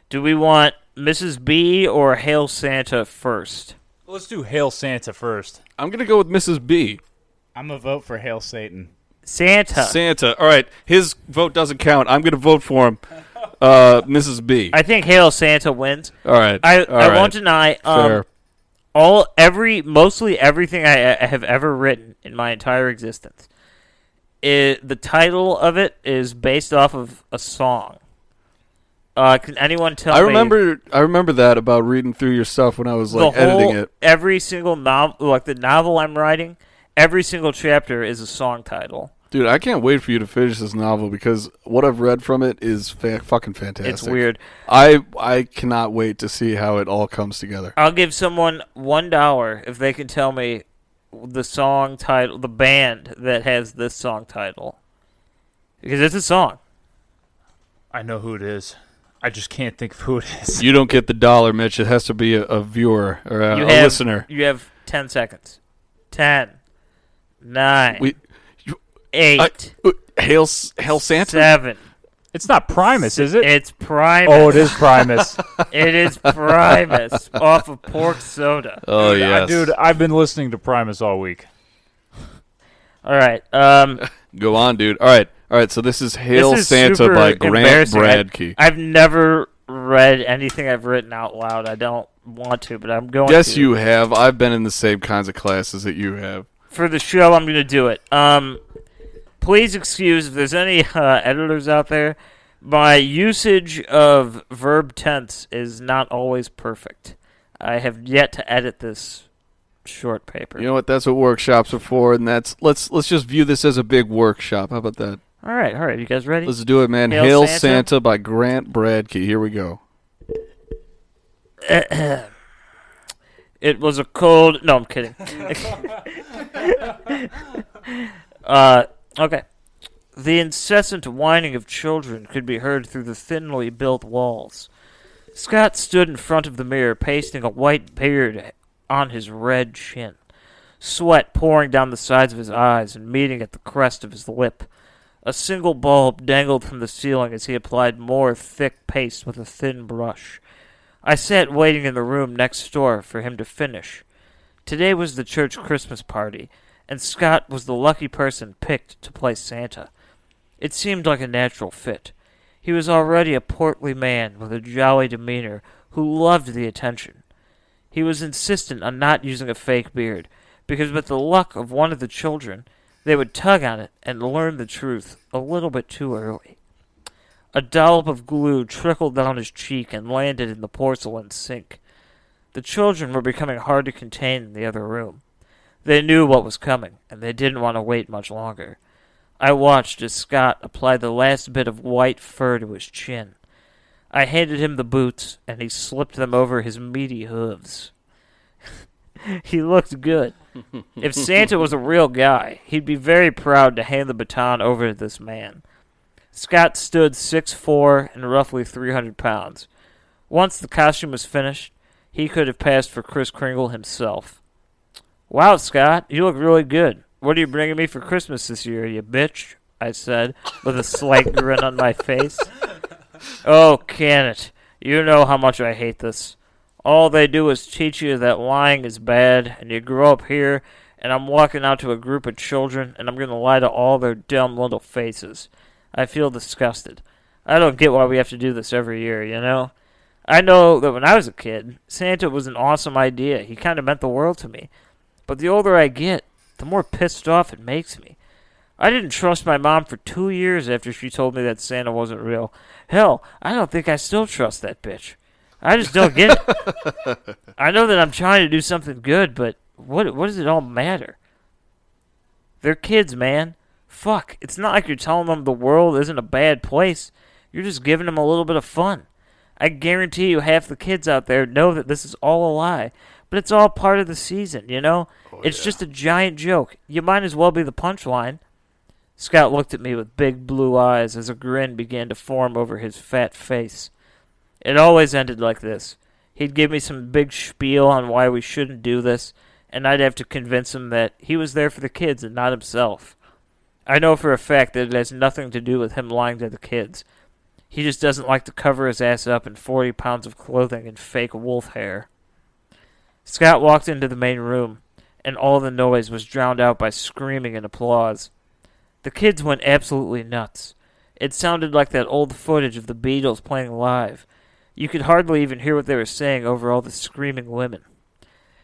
do we want mrs b or hail santa first
Let's do Hail Santa first.
I'm gonna go with Mrs. B.
I'm gonna vote for Hail Satan.
santa
Santa. All right, his vote doesn't count. I'm gonna vote for him. Uh, Mrs. B.
i think hail santa wins
all right.
i,
all
I
right.
won't deny um,
Fair.
all every mostly everything I, I have ever written in my entire existence it, the title of it is based off of a song uh, can anyone tell
I
me
remember I remember that about reading through your stuff when I was like
the
editing
whole,
it.
Every single novel, like the novel I'm writing, every single chapter is a song title.
Dude, I can't wait for you to finish this novel because what I've read from it is fa- fucking fantastic.
It's weird.
I I cannot wait to see how it all comes together.
I'll give someone one dollar if they can tell me the song title, the band that has this song title, because it's a song.
I know who it is. I just can't think of who it is.
You don't get the dollar, Mitch. It has to be a, a viewer or Uh, a,
You
a
have,
listener.
You have ten seconds. Ten, nine,
We
eight,
I, uh, hail S- hail Santa.
seven.
It's not Primus, is it?
It's Primus.
Oh, it is Primus.
It is
<laughs>
Primus off of Pork Soda.
oh
Dude, I-
yes,
dude, I've been listening to Primus all week.
All right. Um.
Go on, dude. All right, all right. So this is hail
This is
Santa
super
by Grant
embarrassing. I-
Bradkey.
I've never read anything I've written out loud. I don't want to, but I'm going
yes,
to.
you have. I've been in the same kinds of classes that you have.
For the show, I'm going to do it. Um, please excuse if there's any uh, editors out there. My usage of verb tense is not always perfect. I have yet to edit this short paper.
You know what? That's what workshops are for, and that's let's let's just view this as a big workshop. How about that?
All right, all right. You guys ready?
Let's do it, man. Hail,
Hail
Santa.
Santa.
by Grant Bradkey. Here we go.
It was a cold. No, I'm kidding. <laughs> uh, okay. The incessant whining of children could be heard through the thinly built walls. Scott stood in front of the mirror, pasting a white beard on his red chin, sweat pouring down the sides of his eyes and meeting at the crest of his lip. A single bulb dangled from the ceiling as he applied more thick paste with a thin brush. I sat waiting in the room next door for him to finish. Today was the church Christmas party, and Scott was the lucky person picked to play Santa. It seemed like a natural fit. He was already a portly man with a jolly demeanor who loved the attention. He was insistent on not using a fake beard, because with the luck of one of the children, they would tug on it and learn the truth a little bit too early. A dollop of glue trickled down his cheek and landed in the porcelain sink. The children were becoming hard to contain in the other room. They knew what was coming, and they didn't want to wait much longer. I watched as Scott applied the last bit of white fur to his chin. I handed him the boots, and he slipped them over his meaty hooves. <laughs> he looked good. If Santa was a real guy, he'd be very proud to hand the baton over to this man. Scott stood 6'4 and roughly 300 pounds. Once the costume was finished, he could have passed for Chris Kringle himself. Wow, Scott, you look really good. What are you bringing me for Christmas this year, you bitch? I said, with a slight <laughs> grin on my face. Oh, can it? You know how much I hate this. All they do is teach you that lying is bad, and you grow up here, and I'm walking out to a group of children, and I'm going to lie to all their dumb little faces. I feel disgusted. I don't get why we have to do this every year, you know? I know that when I was a kid, Santa was an awesome idea. He kind of meant the world to me. But the older I get, the more pissed off it makes me. I didn't trust my mom for two years after she told me that Santa wasn't real. Hell, I don't think I still trust that bitch. I just don't get it. I know that I'm trying to do something good, but what what does it all matter? They're kids, man. Fuck, it's not like you're telling them the world isn't a bad place. You're just giving them a little bit of fun. I guarantee you half the kids out there know that this is all a lie, but it's all part of the season, you know? it's just a giant joke. You might as well be the punchline. Scott looked at me with big blue eyes as a grin began to form over his fat face. It always ended like this. He'd give me some big spiel on why we shouldn't do this, and I'd have to convince him that he was there for the kids and not himself. I know for a fact that it has nothing to do with him lying to the kids. He just doesn't like to cover his ass up in 40 pounds of clothing and fake wolf hair. Scott walked into the main room, and all the noise was drowned out by screaming and applause. The kids went absolutely nuts. It sounded like that old footage of the Beatles playing live. You could hardly even hear what they were saying over all the screaming women.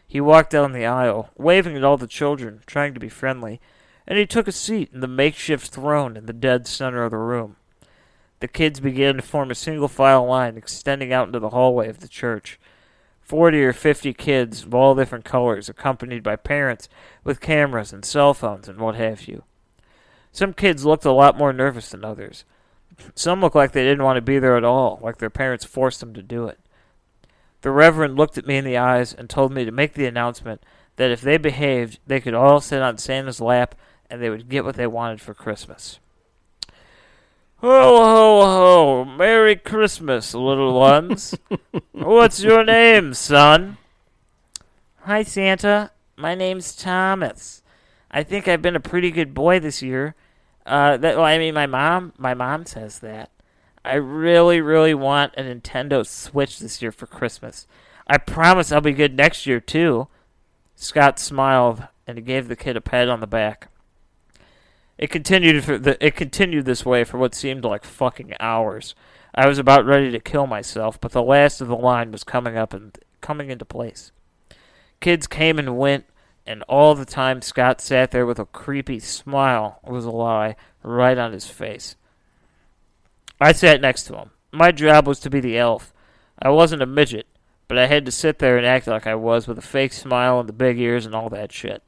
He walked down the aisle, waving at all the children, trying to be friendly, and he took a seat in the makeshift throne in the dead center of the room. The kids began to form a single file line extending out into the hallway of the church. Forty or fifty kids of all different colors, accompanied by parents with cameras and cell phones and what have you. Some kids looked a lot more nervous than others. Some looked like they didn't want to be there at all, like their parents forced them to do it. The Reverend looked at me in the eyes and told me to make the announcement that if they behaved, they could all sit on Santa's lap and they would get what they wanted for Christmas. Ho, ho, ho! Merry Christmas, little ones! What's your name, son? Hi, Santa. My name's Thomas. I think I've been a pretty good boy this year. Uh, that well, I mean, my mom, my mom says that. I really, really want a Nintendo Switch this year for Christmas. I promise I'll be good next year too. Scott smiled and he gave the kid a pat on the back. It continued for the, it continued this way for what seemed like fucking hours. I was about ready to kill myself, but the last of the line was coming up and coming into place. Kids came and went, and all the time Scott sat there with a creepy smile was a lie right on his face. I sat next to him. My job was to be the elf. I wasn't a midget, but I had to sit there and act like I was with a fake smile and the big ears and all that shit.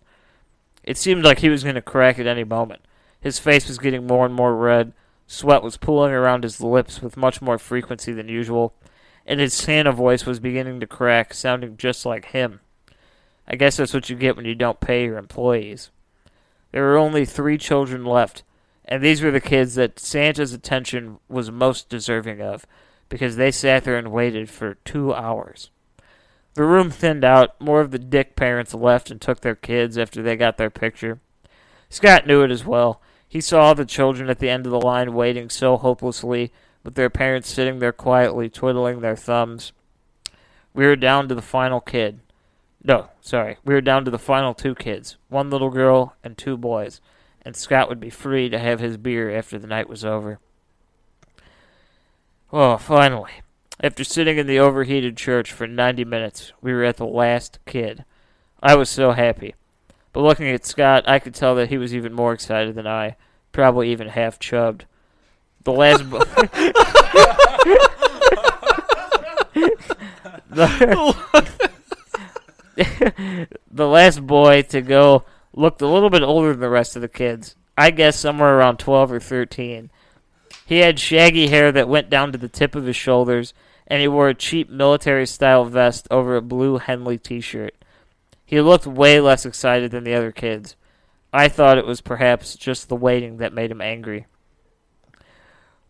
It seemed like he was going to crack at any moment. His face was getting more and more red. Sweat was pooling around his lips with much more frequency than usual, and his Santa voice was beginning to crack, sounding just like him. I guess that's what you get when you don't pay your employees. There were only three children left, and these were the kids that Santa's attention was most deserving of, because they sat there and waited for two hours. The room thinned out, more of the dick parents left and took their kids after they got their picture. Scott knew it as well. He saw the children at the end of the line waiting so hopelessly, with their parents sitting there quietly twiddling their thumbs. We were down to the final kid. No, sorry. We were down to the final two kids one little girl and two boys, and Scott would be free to have his beer after the night was over. Well, finally. After sitting in the overheated church for 90 minutes, we were at the last kid. I was so happy. But looking at Scott, I could tell that he was even more excited than I, probably even half chubbed. The last. Bo- <laughs> The- <laughs> the last boy to go looked a little bit older than the rest of the kids. I guess somewhere around 12 or 13. He had shaggy hair that went down to the tip of his shoulders, and he wore a cheap military style vest over a blue Henley t shirt. He looked way less excited than the other kids. I thought it was perhaps just the waiting that made him angry.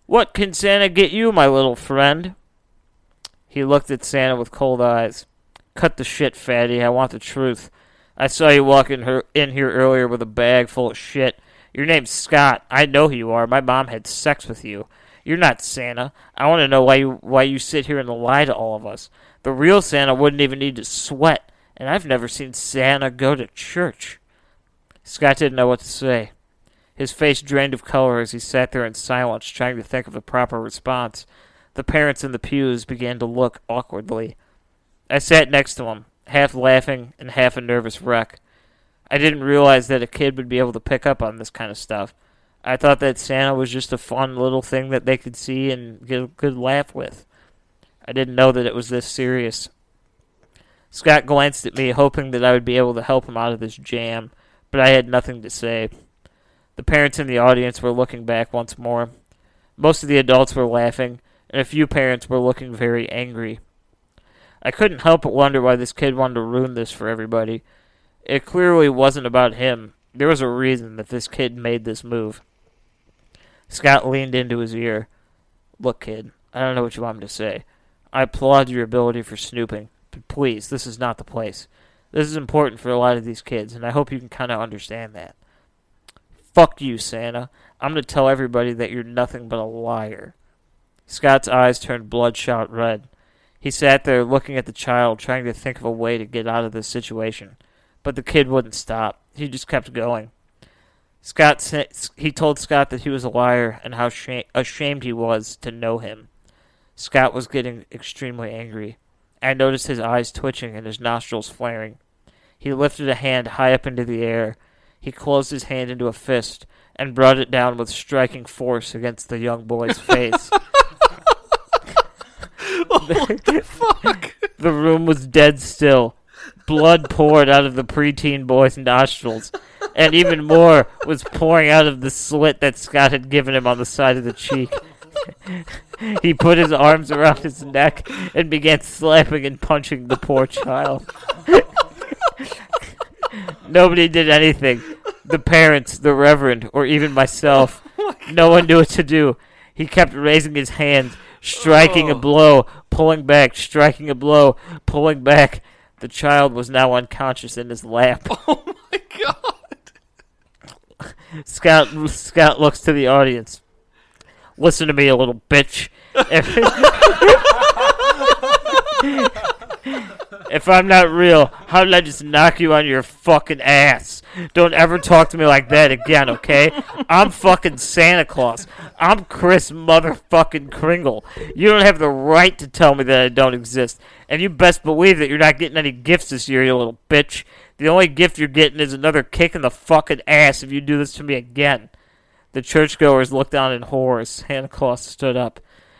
What can Santa get you, my little friend? He looked at Santa with cold eyes. Cut the shit, fatty. I want the truth. I saw you walking her in here earlier with a bag full of shit. Your name's Scott. I know who you are. My mom had sex with you. You're not Santa. I want to know why you why you sit here and lie to all of us. The real Santa wouldn't even need to sweat, and I've never seen Santa go to church. Scott didn't know what to say. His face drained of color as he sat there in silence, trying to think of the proper response. The parents in the pews began to look awkwardly. I sat next to him, half laughing and half a nervous wreck. I didn't realize that a kid would be able to pick up on this kind of stuff. I thought that Santa was just a fun little thing that they could see and get a good laugh with. I didn't know that it was this serious. Scott glanced at me, hoping that I would be able to help him out of this jam, but I had nothing to say. The parents in the audience were looking back once more. Most of the adults were laughing, and a few parents were looking very angry. I couldn't help but wonder why this kid wanted to ruin this for everybody. It clearly wasn't about him. There was a reason that this kid made this move. Scott leaned into his ear. Look, kid, I don't know what you want me to say. I applaud your ability for snooping, but please, this is not the place. This is important for a lot of these kids, and I hope you can kind of understand that. Fuck you, Santa. I'm going to tell everybody that you're nothing but a liar. Scott's eyes turned bloodshot red. He sat there looking at the child, trying to think of a way to get out of this situation. But the kid wouldn't stop. He just kept going. Scott sa- he told Scott that he was a liar and how sha- ashamed he was to know him. Scott was getting extremely angry. I noticed his eyes twitching and his nostrils flaring. He lifted a hand high up into the air. He closed his hand into a fist and brought it down with striking force against the young boy's face. <laughs> The room was dead still. Blood poured out of the preteen boy's nostrils, and even more was pouring out of the slit that Scott had given him on the side of the cheek. <laughs> he put his arms around his neck and began slapping and punching the poor child. Nobody did anything. The parents, the reverend, or
<laughs>
even myself.
Oh
no one knew what to do. He kept raising his hands, striking
Oh.
a blow, pulling back, striking a blow, pulling back. The child was now unconscious in his lap.
<laughs> Oh my god.
Scott Scott looks to the audience. Listen to me, a little
<laughs>
bitch. <laughs> If, if I'm not real, how did I just knock you on your fucking ass? Don't ever talk to me like that again, okay? I'm fucking Santa Claus. I'm Chris motherfucking Kringle. You don't have the right to tell me that I don't exist. And you best believe that you're not getting any gifts this year, you little bitch. The only gift you're getting is another kick in the fucking ass if you do this to me again. The churchgoers looked on in horror as Santa Claus stood up,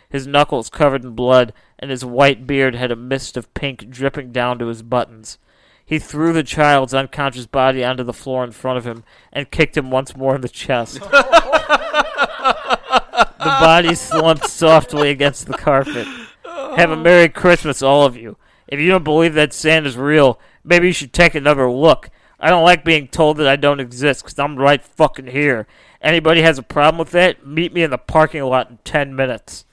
his knuckles covered in blood, and his white beard had a mist of pink dripping down to his buttons. He threw the child's unconscious body onto the floor in front of him and kicked him once more in the chest. the body slumped softly against the carpet. Have a Merry Christmas, all of you. If you don't believe that Santa's real, maybe you should take another look. I don't like being told that I don't exist because I'm right fucking here. Anybody has a problem with that? Meet me in the parking lot in 10 minutes.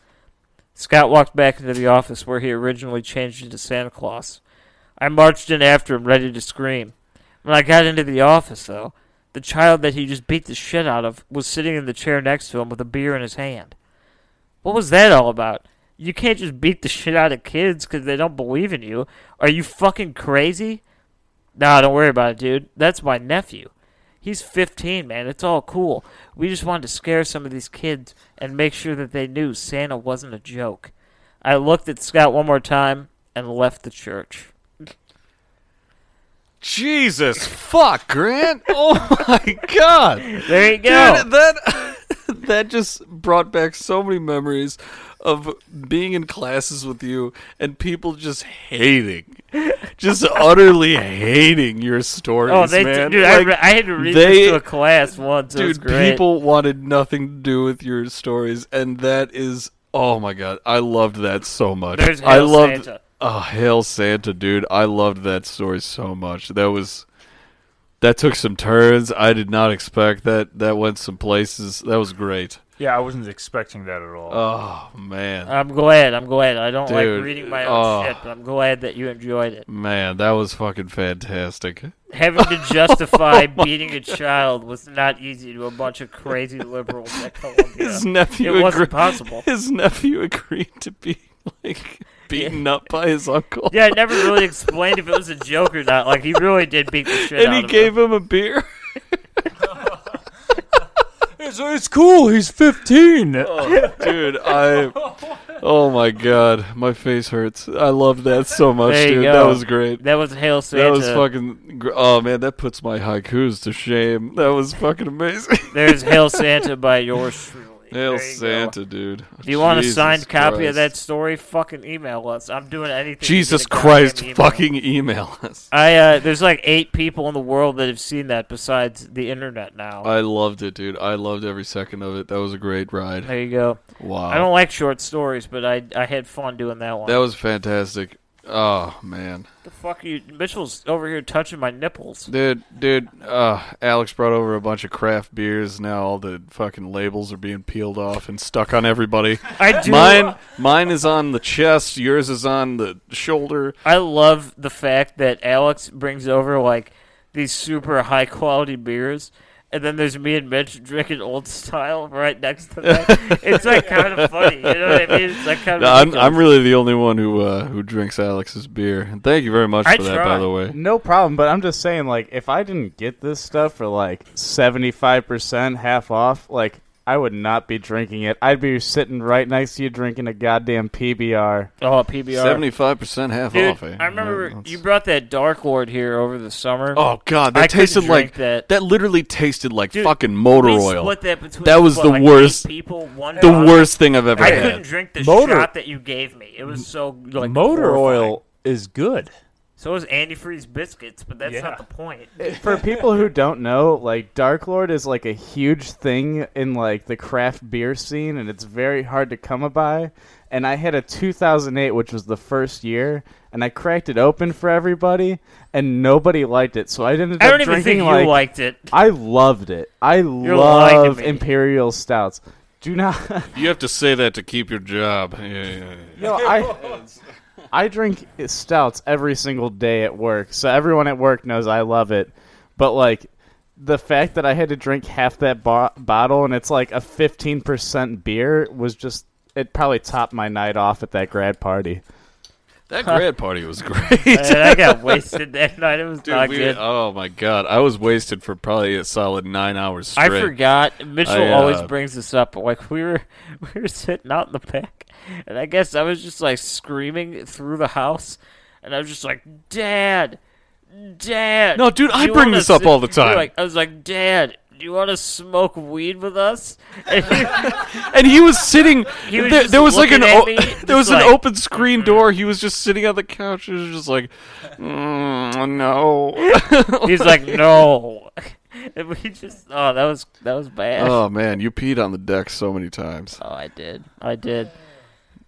Scott walked back into the office where he originally changed into Santa Claus. I marched in after him, ready to scream. When I got into the office, though, the child that he just beat the shit out of was sitting in the chair next to him with a beer in his hand. What was that all about? You can't just beat the shit out of kids because they don't believe in you. Are you fucking crazy? Nah, don't worry about it, dude. That's my nephew. He's 15, man. It's all cool. We just wanted to scare some of these kids and make sure that they knew Santa wasn't a joke. I looked at Scott one more time and left the church.
Jesus fuck, Grant. Oh my god.
There you go.
Dude,
<laughs>
that that just brought back so many memories of being in classes with you and people just hating, just utterly hating your stories,
oh, they
man.
dude, I,
Like,
re- I had to read
they-
this to a class once. it was
dude,
great.
people wanted nothing to do with your stories, and that is oh my god, I loved that so much.
There's
I
Hail
loved
Santa.
oh hail Santa, dude. I loved that story so much. That was that took some turns. I did not expect that. That went some places. That was great.
Yeah, I wasn't expecting that at all.
Oh man,
I'm glad. I'm glad. I don't
Dude,
like reading my own
oh.
shit, but I'm glad that you enjoyed it.
man, that was fucking fantastic.
Having to
<laughs>
justify beating a child was not easy to a bunch of crazy liberals
<laughs>
at Columbia.
His nephew
It wasn't
agree-
possible.
His nephew agreed to be
<laughs>
like beaten up by his uncle.
Yeah, I never really explained if it was a joke or not. Like he really did beat the shit
and
out
he
of
gave
him.
him a beer.
It's, it's cool. He's 15.
dude, I. Oh my god, my face hurts. I loved that so much,
There you
dude.
go.
That was great.
That was hail Santa.
That was fucking. Gr- oh man, that puts my haikus to shame. That was fucking amazing.
There's hail Santa by yours truly.
Hail
<laughs> There you go.
Santa, dude.
If you want a
Jesus
signed copy of that
Christ.
stot- story, fucking email us. I'm doing anything. to
Jesus
get a
Christ,
goddamn email.
fucking email us.
I uh, there's like eight people in the world that have seen that besides the internet now.
I loved it, dude. I loved every second of it. That was a great ride.
there you go.
Wow.
I don't like short stories, but I I had fun doing that one.
that was fantastic. Oh man,
the fuck are you? Mitchell's over here touching my nipples.
dude, dude. Uh, Alex brought over a bunch of craft beers. Now all the fucking labels are being peeled off and stuck on everybody.
<laughs> I do.
Mine, mine is on the chest. Yours is on the shoulder.
I love the fact that Alex brings over like these super high quality beers. And then there's me and Mitch drinking old style right next to
<laughs>
that. it's like kind of funny, you know what I mean? It's like kind of.
No, I'm,
ridiculous.
I'm really the only one who uh, who drinks Alex's beer. And thank you very much
I
for that, by
try.
the way.
No problem, but I'm just saying, like, if I didn't get this stuff for like 75% half off, like, I would not be drinking it. I'd be sitting right next to you drinking a goddamn PBR.
oh PBR.
Seventy-five percent half
Dude,
off. eh?
I remember
Yeah, that's-
you brought that Dark Lord here over the summer.
Oh god,
I
that
couldn't
tasted like
drink that.
literally tasted like
Dude,
fucking motor
we
oil.
Split that between
That was
what,
the
like, eight
worst-
people, one
the
bottle?
worst thing I've ever
I
had.
couldn't drink the
Motor-
shot that you gave me. It was so like
Motor
horrifying.
oil is good.
So was antifreeze biscuits, but that's
Yeah.
not the point. <laughs>
For people who don't know, like, Dark Lord is like a huge thing in like the craft beer scene, and it's very hard to come by. And I had a 2008, which was the first year, and I cracked it open for everybody, and nobody liked it. So I ended up
I don't even
drinking
think you
like
liked
<laughs>
it.
I loved it. I
lying to
love
me.
imperial stouts. Do <laughs> not.
You have to say that to keep your job. Yeah, yeah, yeah.
no, <laughs> I. I drink stouts every single day at work, so everyone at work knows I love it. But like, the fact that I had to drink half that bo- bottle and it's like a fifteen percent beer was just. It probably topped my night off at that grad party.
That grad party was great.
And I got <laughs> wasted that night. It was
<laughs> Dude,
not
we-
good.
oh my god, I was wasted for probably a solid nine hours
I
straight.
forgot. Mitchell
I, uh,
always brings this up. but, Like we were, <laughs> we were sitting out in the back, and I guess I was just like screaming through the house, and I was just like, "Dad, Dad!"
No, dude,
do
I
you
bring
wanna
this up
si-"
all the
You're
time.
Like, I was like, "Dad, do you want to smoke weed with
<laughs>
us?" And he-
And he was sitting.
<laughs> He was
there,
just
there was like an
looking at
o-
me,
<laughs> there was
just like-
an
mm.
open screen door. He was just sitting on the couch. He was just like, mm,
<laughs>
no.
he's like, "No," <laughs> and we just, oh, that was that was bad.
oh man, you peed on the deck so many times.
Oh, I did, I did.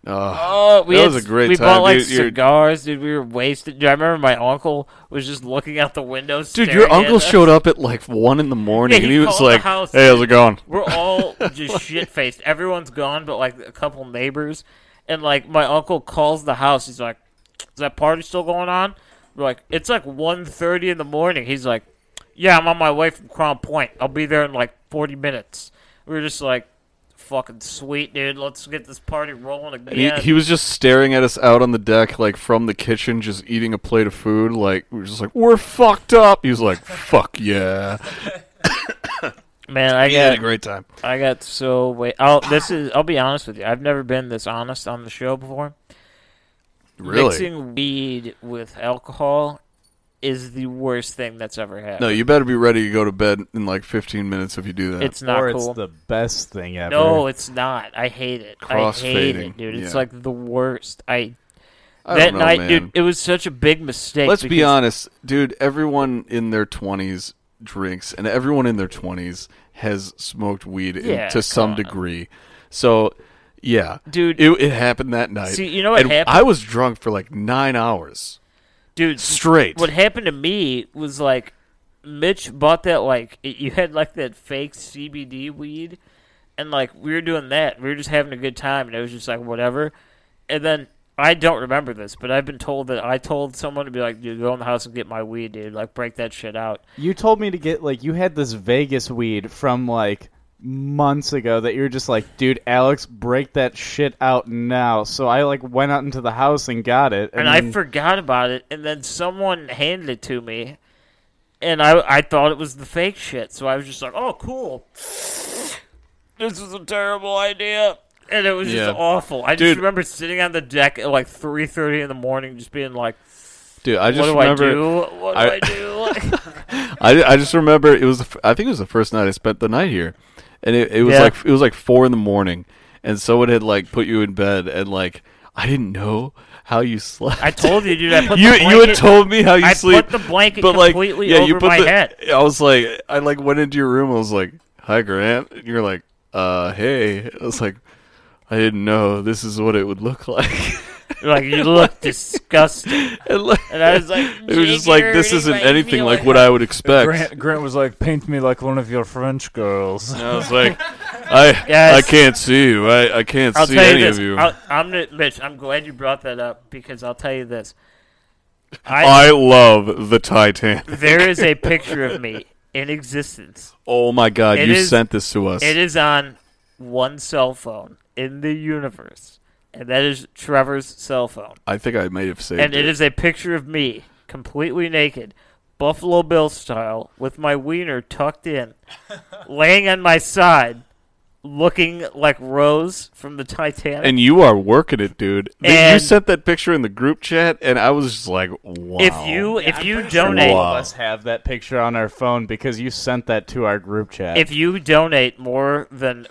Oh,
Oh, we
That
had
was a
c-
great
We
time.
bought like
You- you're-
cigars, dude. We were wasted. Dude, I remember my uncle was just looking out the window.
dude,
staring
your uncle
at us.
showed up at like one in the morning,
Yeah,
and
he
he was
called the
like,
house.
"Hey, how's it going?"
We're
<laughs>
all just shit faced. Everyone's gone, but like a couple neighbors, and like my uncle calls the house. He's like, "Is that party still going on?" We're like, "It's like 1.30 in the morning." He's like, "Yeah, I'm on my way from Crown Point. I'll be there in like forty minutes." We were just like, "Fucking sweet, dude. Let's get this party rolling
And he,
again."
he was just staring at us out on the deck, like from the kitchen, just eating a plate of food. Like we were just like, we're fucked up. He was like,
<laughs>
fuck yeah.
Man, I
He had
got
a great time.
I got so wait. I'll this is. I'll be honest with you. I've never been this honest on the show before.
Really?
Mixing weed with alcohol is the worst thing that's ever happened.
no, you better be ready to go to bed in like 15 minutes if you do that.
it's not
or
cool.
it's the best thing ever.
no, it's not. I hate it. I hate
Crossfading,
it, dude. It's
yeah.
like the worst. I,
I
that
don't know,
night,
man.
dude. It was such a big mistake.
Let's be
because-
honest, dude. Everyone in their 20s drinks, and everyone in their 20s has smoked weed in-
Yeah,
to some
come on.
degree. So, yeah,
Dude.
it, it happened that night.
See, you know what
And
happened?
I was drunk for like nine hours
dude.
straight.
What happened to me was like, Mitch bought that like y- you had like that fake CBD weed, and like we were doing that. We were just having a good time, and it was just like whatever. And then I don't remember this, but I've been told that I told someone to be like, "Dude, go in the house and get my weed, dude. Like, break that shit out."
You told me to get like you had this Vegas weed from like months ago that you were just like, dude, Alex, break that shit out now. So I like went out into the house and got it,
and I forgot about it, and then someone handed it to me, and I I thought it was the fake shit, so I was just like, "Oh, cool, this is a terrible idea," and it was
Yeah.
just awful. I
Dude.
just remember sitting on the deck at like three thirty in the morning, just being like,
dude. I
"What
just
do
remember.
I do? What do I,
I-
do?" <laughs>
I, I just remember it was the, f- I think it was the first night I spent the night here, and it, it was
Yeah.
like it was like four in the morning, and someone had like put you in bed, and like I didn't know how you slept.
I
<laughs>
told you, dude. I put
you
the
you had
blanket-
told me how you
I put
sleep.
the blanket
but like
completely
yeah, you
over
put
my
the,
head.
I was like I like went into your room. I was like, "Hi, Grant," and you're like, "Uh, hey." I was like, "I didn't know this is what it would look <laughs> like."
like you
<laughs>
look disgusting,
and, like,
and I was like,
it was just like this
"Jigger,
isn't
anybody
anything
feel
like what I would expect.
Grant, Grant was like, paint me like one of your French girls.
And I was like, I
<laughs> Yes.
I can't see you. I, I can't
I'll
see
tell you
any
this.
of you.
I'll, I'm gonna, Mitch. I'm glad you brought that up because I'll tell you this. I,
I love the Titanic.
there is a picture of me in existence.
Oh my god,
It
you
is-
sent this to us.
It is on one cell phone in the universe, and that is Trevor's cell phone.
I think I may have saved
And
it.
it is a picture of me completely naked, Buffalo Bill style, with my wiener tucked in, laying on my side, looking like Rose from the Titanic.
and you are working it, dude. Th- you
And-
sent that picture in the group chat, and I was just like, wow.
if you if you donate
all
Wow.
of us have that picture on our phone because you sent that to our group chat.
if you donate more than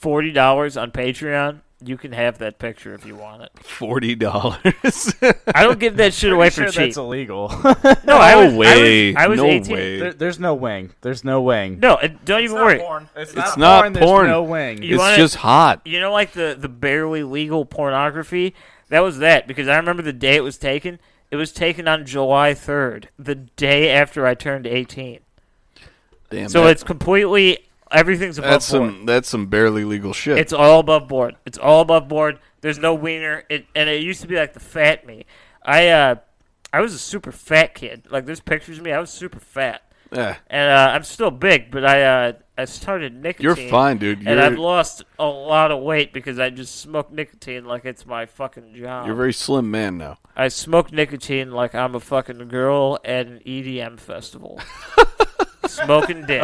forty dollars on Patreon, you can have that picture if you want it.
forty dollars,
I don't give
<laughs>
that shit away
Pretty
for
sure
cheap.
that's illegal. <laughs>
no, <laughs>
<laughs>
I was, I was-
way.
I was,
no
18.
way.
there, there's no wing. There's no wing.
No, and don't even worry.
it's
It's not porn.
There's no wing.
You
it's
wanna-
just hot.
You know, like the the barely legal pornography. That was that because I remember the day it was taken. It was taken on July third, the day after I turned eighteen.
Damn.
So
that-
it's completely everything's above
that's
board.
some that's some barely legal
<laughs>
shit.
It's all above board. It's all above board. There's no wiener. It and it used to be like the fat me. I uh, I was a super fat kid. Like there's pictures of me. I was super fat,
Eh,
and uh, I'm still big, but I uh, I started nicotine.
you're fine, dude. You're,
And I've lost a lot of weight because I just smoke nicotine like it's my fucking job.
you're a very slim man now.
I smoke nicotine like I'm a fucking girl at an EDM
<laughs>
festival. Smoking dick.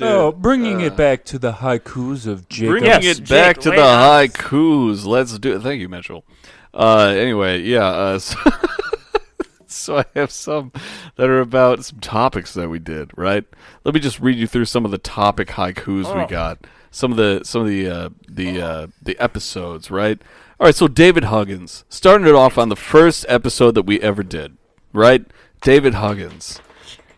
Oh, bringing it back to the haikus of Jacob.
Uh, Bringing
Yes,
it back
Jake,
to the
lay it on us.
haikus. Let's do it. Thank you, Mitchell. Uh, anyway, yeah. Uh, <laughs> so, so I have some that are about some topics that we did. Right. Let me just read you through some of the topic haikus we
Oh.
got. Some of the some of the uh, the uh, the episodes. Right. All right. So David Huggins starting it off on the first episode that we ever did. Right. David Huggins.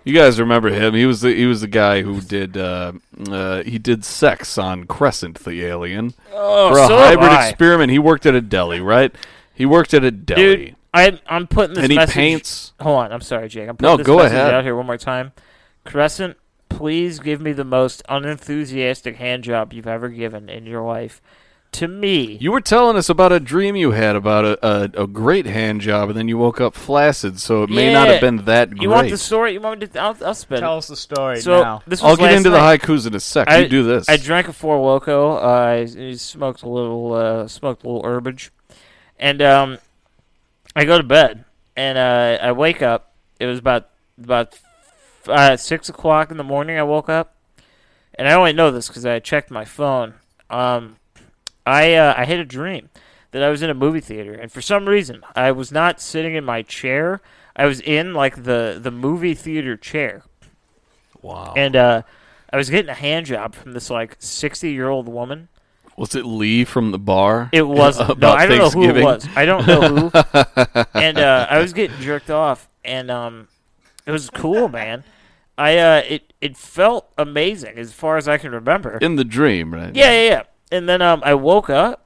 You guys remember him? He was the he was the guy who did uh, uh, he did sex on Crescent the Alien
<laughs> Oh,
for a
so have
hybrid
I.
experiment. He worked at a deli, right? He worked at a deli.
Dude, I, I'm putting this
And he
message-
paints-
Hold on, I'm sorry, Jake. I'm putting
No,
this
go
message
ahead.
out here one more time. Crescent, please give me the most unenthusiastic hand job you've ever given in your life. To me,
You were telling us about a dream you had about a, a, a great hand job, and then you woke up flaccid, so it may not
Yeah.
have been that great.
you want the story? You want me to? I'll, I'll spin
Tell
it.
us the story
so
now.
this was
I'll get
last
into
night.
the haikus in a sec.
I,
you do this.
I drank a four loco. Uh, I smoked a little, uh, smoked a little herbage, and um, I go to bed and uh, I wake up. It was about about uh, six o'clock in the morning. I woke up, and I only know this because I checked my phone. Um, I uh, I had a dream that I was in a movie theater, and for some reason I was not sitting in my chair. I was in like the the movie theater chair,
wow.
and uh, I was getting a hand job from this like sixty year old woman.
was it Lee from the bar? <laughs>
It wasn't. no,
About
I don't know who it
Thanksgiving?
was. I don't know who.
<laughs>
and uh, I was getting jerked off, and um, it was cool, man. I uh, it it felt amazing as far as I can remember.
in the dream, right?
Yeah, yeah, yeah. And then um, I woke up,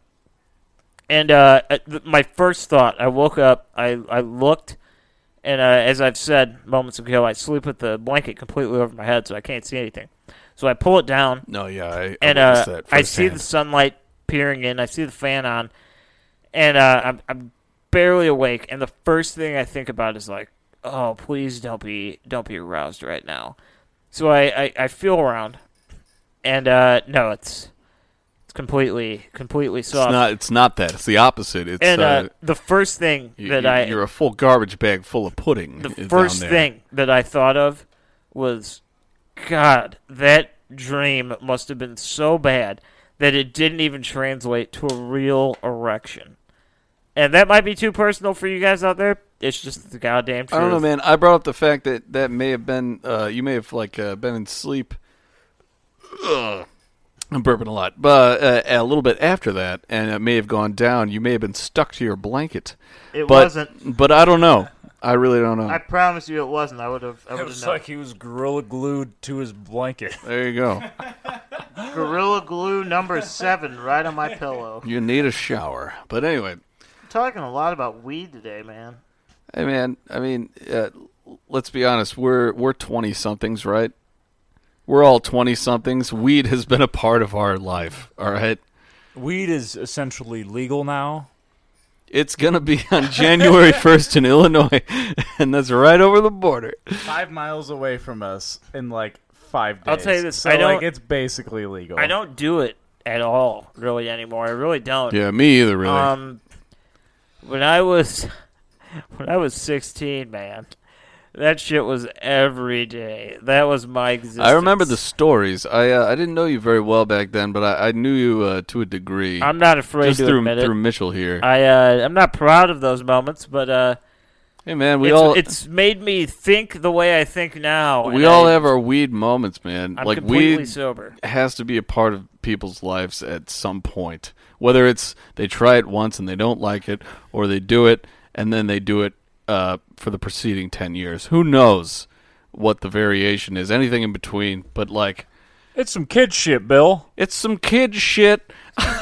and uh, uh, th- my first thought, I woke up, I, I looked, and uh, as I've said moments ago, I sleep with the blanket completely over my head, so I can't see anything. So I pull it down
No, yeah, I,
and
I
uh,
noticed that
I see the
firsthand.
sunlight peering in. I see the fan on, and uh, I'm I'm barely awake. And the first thing I think about is like, oh, please don't be don't be aroused right now. So I I, I feel around, and uh, no, it's it's completely completely
It's
soft.
not. It's not that. It's the opposite. It's
and uh,
uh,
the first thing
you,
that
you-
I
you're a full garbage bag full of pudding.
the
down
first
there.
thing that I thought of was, God, that dream must have been so bad that it didn't even translate to a real erection. And that might be too personal for you guys out there. It's just the goddamn truth.
I don't know,
man, I brought up the fact that that may have been uh, you may have like uh, been in sleep. Ugh. I'm burping a lot, but uh, a little bit after that, and it may have gone down. You may have been stuck to your blanket.
It
but,
wasn't.
But I don't know. I really don't know.
I promise you, it wasn't. I would have. I
It
would
was
have
like he was gorilla glued to his blanket.
there you go.
Gorilla Glue number seven, right on
<laughs>
my pillow.
You need a shower. But anyway,
I'm talking a lot about weed today, man.
hey man, I mean, uh, let's be honest. We're we're twenty somethings, right? We're all twenty somethings. Weed has been a part of our life. All right.
Weed is essentially legal now.
It's gonna be
<laughs>
on January first in Illinois, <laughs> and that's right over the border.
five miles away from us in like five days.
I'll tell you this,
So
I
like
don't-
it's basically legal.
I don't do it at all, really, anymore. I really don't.
Yeah, me either. Really.
Um, when I was <laughs> when I was 16, man, that shit was every day. That was my existence.
I remember the stories. I uh, I didn't know you very well back then, but I, I knew you uh, to a degree.
I'm not afraid
just
to
through
admit it.
through Mitchell here.
I uh, I'm not proud of those moments, but uh,
hey man, we
it's,
all
it's made me think the way I think now.
we
and
all
I,
have our weed moments, man.
I'm
like
completely
weed
sober.
has to be a part of people's lives at some point. Whether it's they try it once and they don't like it, or they do it and then they do it uh, for the preceding 10 years. Who knows what the variation is, anything in between, but like,
It's some kid shit, Bill.
it's some kid shit.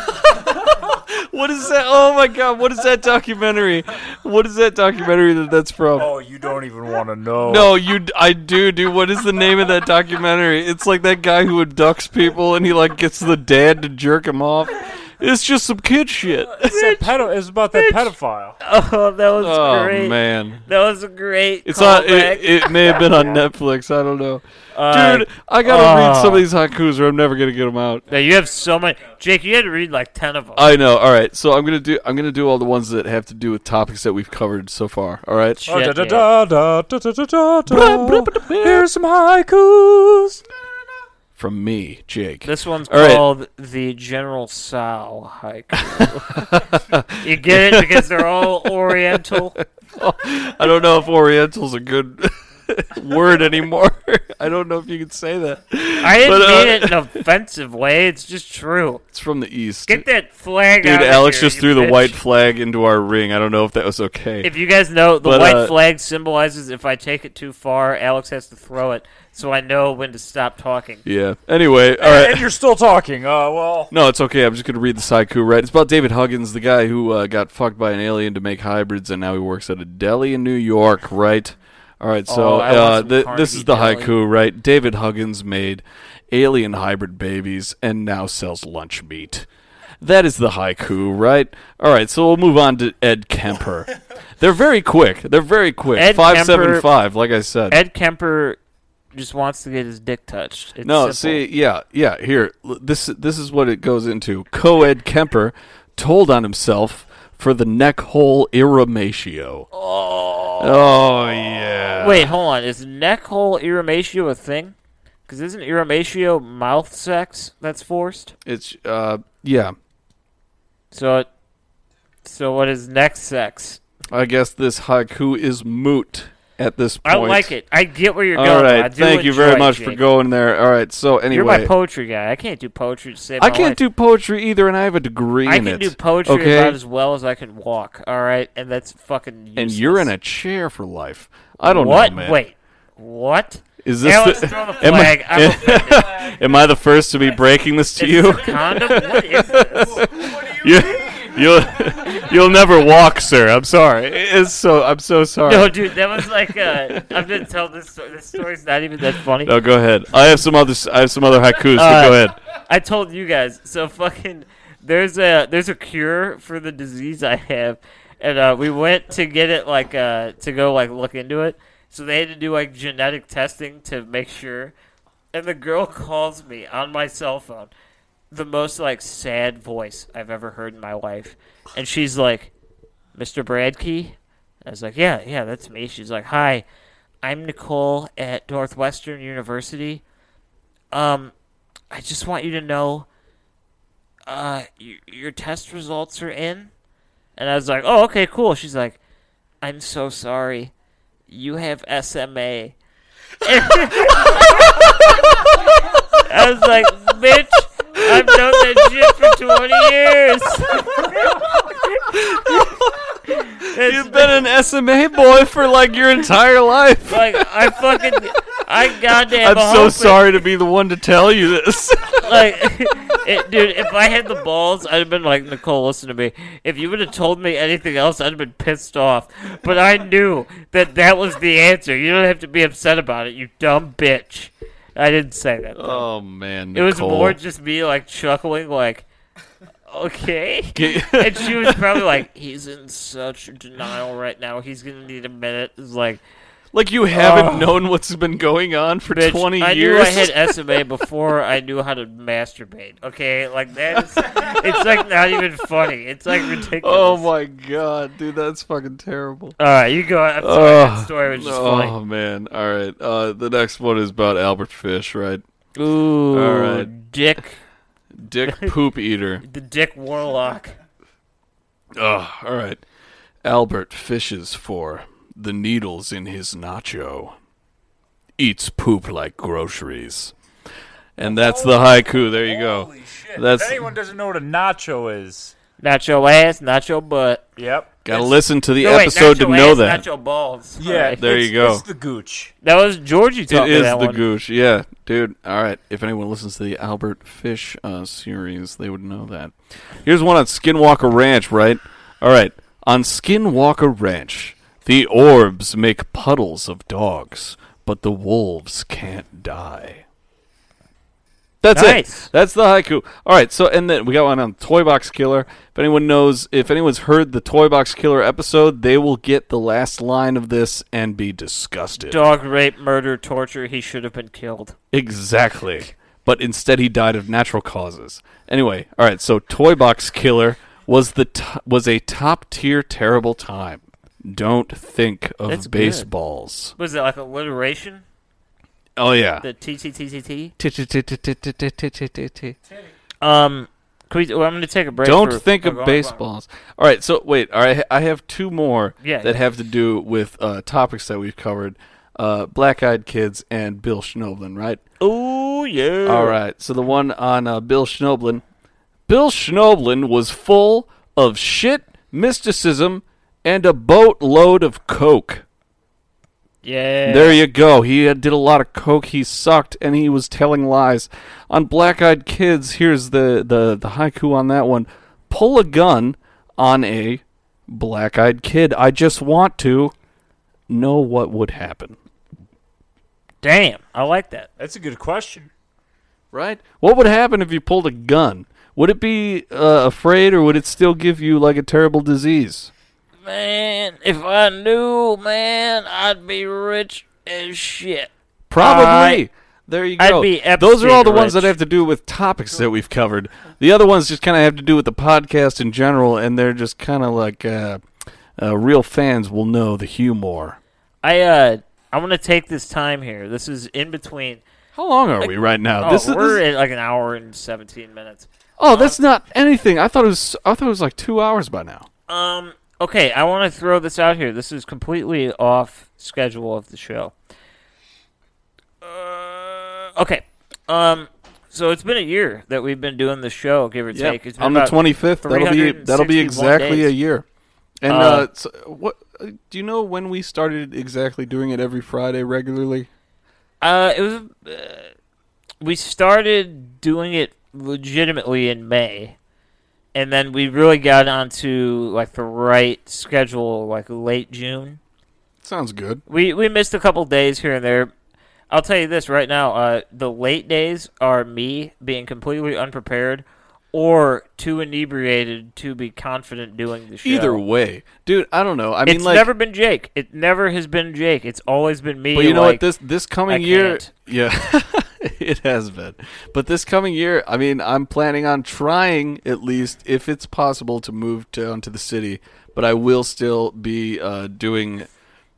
<laughs> what is that? Oh my god, what is that documentary? What is that documentary that that's from?
Oh, you don't even want to know.
No, you. d- I do, dude. What is the name of that documentary? It's like that guy who abducts people and he like gets the dad to jerk him off. It's just some kid
<laughs>
shit.
It's, that pedo- it's about that pedophile.
Oh, that was
<laughs> Oh
great.
man,
That was a great.
it's on.
callback.
It, it may have been on Netflix. I don't know,
Uh,
dude. I gotta read
uh.
some of these haikus or I'm never gonna get them out.
now you have so many, Jake. You had to read like ten of them.
I know. All right, so I'm gonna do. I'm gonna do all the ones that have to do with topics that we've covered so far. All right.
Shit,
Oh, da, da,
yeah.
da, da, da, da,
Blah,
da,
blah,
da,
blah,
da. Here's some haikus.
From me, Jake.
This one's
All right.
called the General Sal
<laughs>
hike. you get it because they're all Oriental.
<laughs> I don't know if Oriental's a good <laughs> word anymore. <laughs> I don't know if you can say that.
I didn't
But, uh,
mean it in an offensive way. It's just true.
It's from the east.
Get that flag
Dude,
out of
Alex
here,
just
you
threw the
bitch.
white flag into our ring. I don't know if that was okay.
If you guys know, the
But,
white
uh,
flag symbolizes if I take it too far, Alex has to throw it, so I know when to stop talking.
yeah. Anyway, all
And
right.
you're still talking. Uh, well,
No, it's okay. I'm just gonna read the haiku. Right? It's about David Huggins, the guy who uh, got fucked by an alien to make hybrids, and now he works at a deli in New York. Right? All right. So
Oh, I want
uh,
some
th-
Carnegie
this is the
deli.
haiku, right? David Huggins made alien hybrid babies and now sells lunch meat. That is the haiku, right? All right, so we'll move on to Ed
<laughs>
Kemper. They're very quick. They're very quick.
Ed
five seven
Kemper-
five, like I said.
Ed Kemper just wants to get his dick touched. It's
No,
simple.
see, yeah, yeah. Here, l- this this is what it goes into. Co-ed Kemper told on himself for the neck hole irimatio. Oh, yeah.
Wait, hold on. Is neck hole irimatio a thing? Because isn't irimatio mouth sex that's forced?
It's uh, yeah.
So, it, so what is neck sex?
I guess this haiku is moot at this point.
I like it. I get where you're
All
going.
right,
I do
thank you
enjoy
very
it,
much for
Jake.
going there. All right, so anyway,
You're my poetry guy. I can't do poetry to save my
I can't
life.
do poetry either, and I have a degree
I
in
can
it.
do poetry
okay?
about as well as I can walk. All right, and that's fucking. Useless.
and you're in a chair for life. I don't
what?
know, man.
Wait, what?
Is this
Alex,
the-
throw the
am I-
flag.
<laughs>
I'm <laughs>
Am I the first to be breaking this to
Is this
you? <laughs>
a condom? What is this?
you You'll you'll never walk, sir. I'm sorry. It's so I'm so sorry.
No, dude, that was like uh, I'm gonna tell this story. This story's not even that funny.
No, go ahead. I have some other I have some other haikus. but
Uh,
go ahead.
<laughs> I told you guys. So fucking there's a there's a cure for the disease I have, and uh, we went to get it like uh, to go like look into it. So they had to do like genetic testing to make sure. And the girl <laughs> calls me on my cell phone, the most like sad voice I've ever heard in my life, and she's like, "Mr. Bradkey," I was like, "Yeah, yeah, that's me." She's like, "Hi." I'm Nicole at Northwestern University. Um, I just want you to know uh, your, your test results are in. And I was like, oh, okay, cool. She's like, I'm so sorry. You have SMA. <laughs> I was like, bitch, I've known that shit for 20 years. <laughs>
You've been an SMA boy for like your entire life.
Like, I fucking, I goddamn
I'm so
hope it-
sorry to be the one to tell you
<laughs>
this.
like, it, dude, if I had the balls, I'd have been like, Nicole, listen to me. If you would have told me anything else, I'd have been pissed off. But I knew that that was the answer. You don't have to be upset about it, you dumb bitch. I didn't say that. though.
oh man,
it was
Nicole.
more just me like chuckling, like,
<laughs>
okay.
Get-
and she was probably like, he's in such denial right now. He's gonna need a minute. It's like,
Like you haven't known what's been going on for
Oh. bitch,
20
I
years.
knew I
<laughs>
had SMA before I knew how to masturbate. Okay, like that is, it's like not even funny. It's like ridiculous.
oh my god, dude, that's fucking terrible.
All right, you go. I'm sorry, that story was just
Oh man. All right. Uh, the next one is about Albert Fish, right?
funny. Ooh,
All right.
Dick, <laughs>
Dick poop eater.
the Dick Warlock.
Ugh, all right. Albert fishes for the needles in his nacho. Eats poop like groceries. And that's the haiku. There you go. That's
If anyone doesn't know what a nacho is,
Not your ass, not your butt.
yep.
gotta listen to the
No, wait,
episode
not
to
your
know
ass,
that.
Not your balls.
Yeah,
Alright.
There you
it's-
go.
It's the gooch.
that was Georgie
It
talking
is
that
the
one.
goosh, yeah, dude. All right, if anyone listens to the Albert Fish uh, series, they would know that. Here's one on Skinwalker Ranch, right? All right, on Skinwalker Ranch, the orbs make puddles of dogs, but the wolves can't die. That's
Nice.
it. That's the haiku. All right, so and then we got one on Toy Box Killer. If anyone knows, if anyone's heard the Toy Box Killer episode, they will get the last line of this and be disgusted.
Dog rape, murder, torture. He should have been killed.
Exactly. But instead, he died of natural causes. Anyway, all right. So, Toy Box Killer was the t- was a top tier terrible time. Don't think of
That's good.
baseballs.
Was it like alliteration?
Oh yeah.
The T T T T T.
Don't
Um, can we, well, I'm gonna take a break. for-
think
oh,
of
go on, go on.
baseballs. All right. So wait. All right. I have two more
Yeah,
that
yeah.
have to do with uh, topics that we've covered: uh, Black Eyed Kids and Bill Schnoblin. Right.
Ooh yeah.
All right. So the one on uh, Bill Schnoblin. Bill Schnoblin was full of shit, mysticism, and a boatload of coke.
Yeah.
There you go. He had- did a lot of coke. He sucked, and he was telling lies. On Black Eyed Kids, here's the, the, the haiku on that one. Pull a gun on a black eyed kid. I just want to know what would happen.
Damn, I like that.
That's a good question.
Right? What would happen if you pulled a gun? Would it be uh, afraid, or would it still give you like a terrible disease?
Man, if I knew, man, I'd be rich as shit.
Probably. there you
I'd
go.
be
Those are all the
Epstein
ones that
rich.
have to do with topics that we've covered. The other ones just kind of have to do with the podcast in general, and they're just kind of like uh, uh, real fans will know the humor.
I uh, I'm gonna take this time here. This is in between.
How long are we right now?
Oh,
this is
we're at
this-
like an hour and seventeen minutes.
oh, that's not anything. I thought it was. I thought it was like two hours by now.
Um, okay, I want to throw this out here. This is completely off schedule of the show. Uh, okay, um, so it's been a year that we've been doing the show, give or take. It's been
on the
about-
twenty fifth. That'll be that'll be
361
exactly
days.
a year. And
Uh,
uh, so what uh, do you know when we started exactly doing it every Friday regularly?
Uh, it was. Uh, we started doing it legitimately in May, and then we really got onto like the right schedule, like late June.
Sounds good.
We we missed a couple days here and there. I'll tell you this right now: uh, the late days are me being completely unprepared or too inebriated to be confident doing the show.
Either way, dude, I don't know. I mean,
it's
like,
never been Jake. It never has been Jake. It's always been me.
but you know
like,
what? This this coming
I
year,
can't.
yeah, <laughs> it has been. But this coming year, I mean, I'm planning on trying at least, if it's possible, to move down to the city. But I will still be uh, doing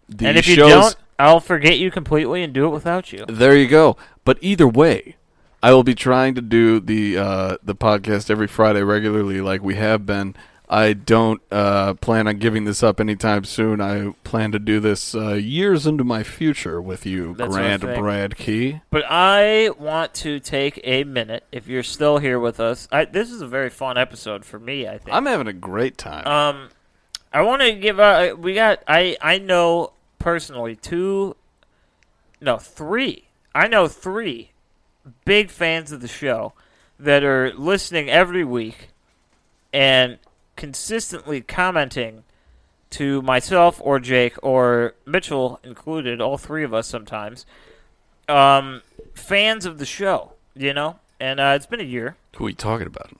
the
and if
shows.
you don't, I'll forget you completely and do it without you.
There you go. But either way, I will be trying to do the uh, the podcast every Friday regularly, like we have been. I don't uh, plan on giving this up anytime soon. I plan to do this uh, years into my future with you,
That's what I
Grand
think.
Brad Key.
But I want to take a minute. If you're still here with us, I, this is a very fun episode for me. I think.
I'm having a great time.
um, I want to give. Uh, we got. I I know personally two, no three. I know three big fans of the show that are listening every week and consistently commenting to myself or Jake or Mitchell included, all three of us sometimes, um, fans of the show, you know? And uh, it's been a year.
Who are we talking about?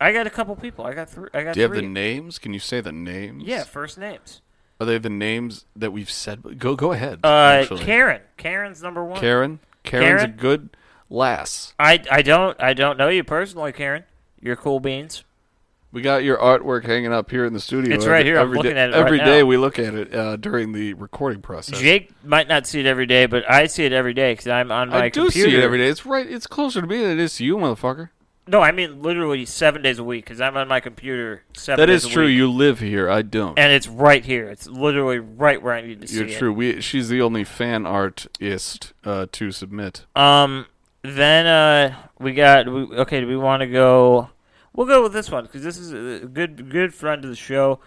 I got a couple people. I got three. I got
Do you have
three.
the names? Can you say the names?
yeah, first names.
Are they the names that we've said? Go go ahead.
Uh,
actually.
Karen. Karen's number one.
Karen. Karen's
Karen?
a good lass.
I, I don't I don't know you personally, Karen. You're cool beans.
We got your artwork hanging up here in the studio.
It's right here. I'm
every
looking
day-
at it
every
right
day
now.
we look at it uh, during the recording process.
Jake might not see it every day, but I see it every day because I'm on my
I do
computer.
see it every day. It's right. It's closer to me than it is to you, motherfucker.
No, I mean literally seven days a week because I'm on my computer seven.
That
days
is
a
true.
week.
You live here. I don't.
and it's right here. It's literally right where I need to
You're
see
true. We. She's the only fan artist uh, to submit.
it. Um, then uh, we got we, okay. Do we want to go? We'll go with this one because this is a good good friend of the show,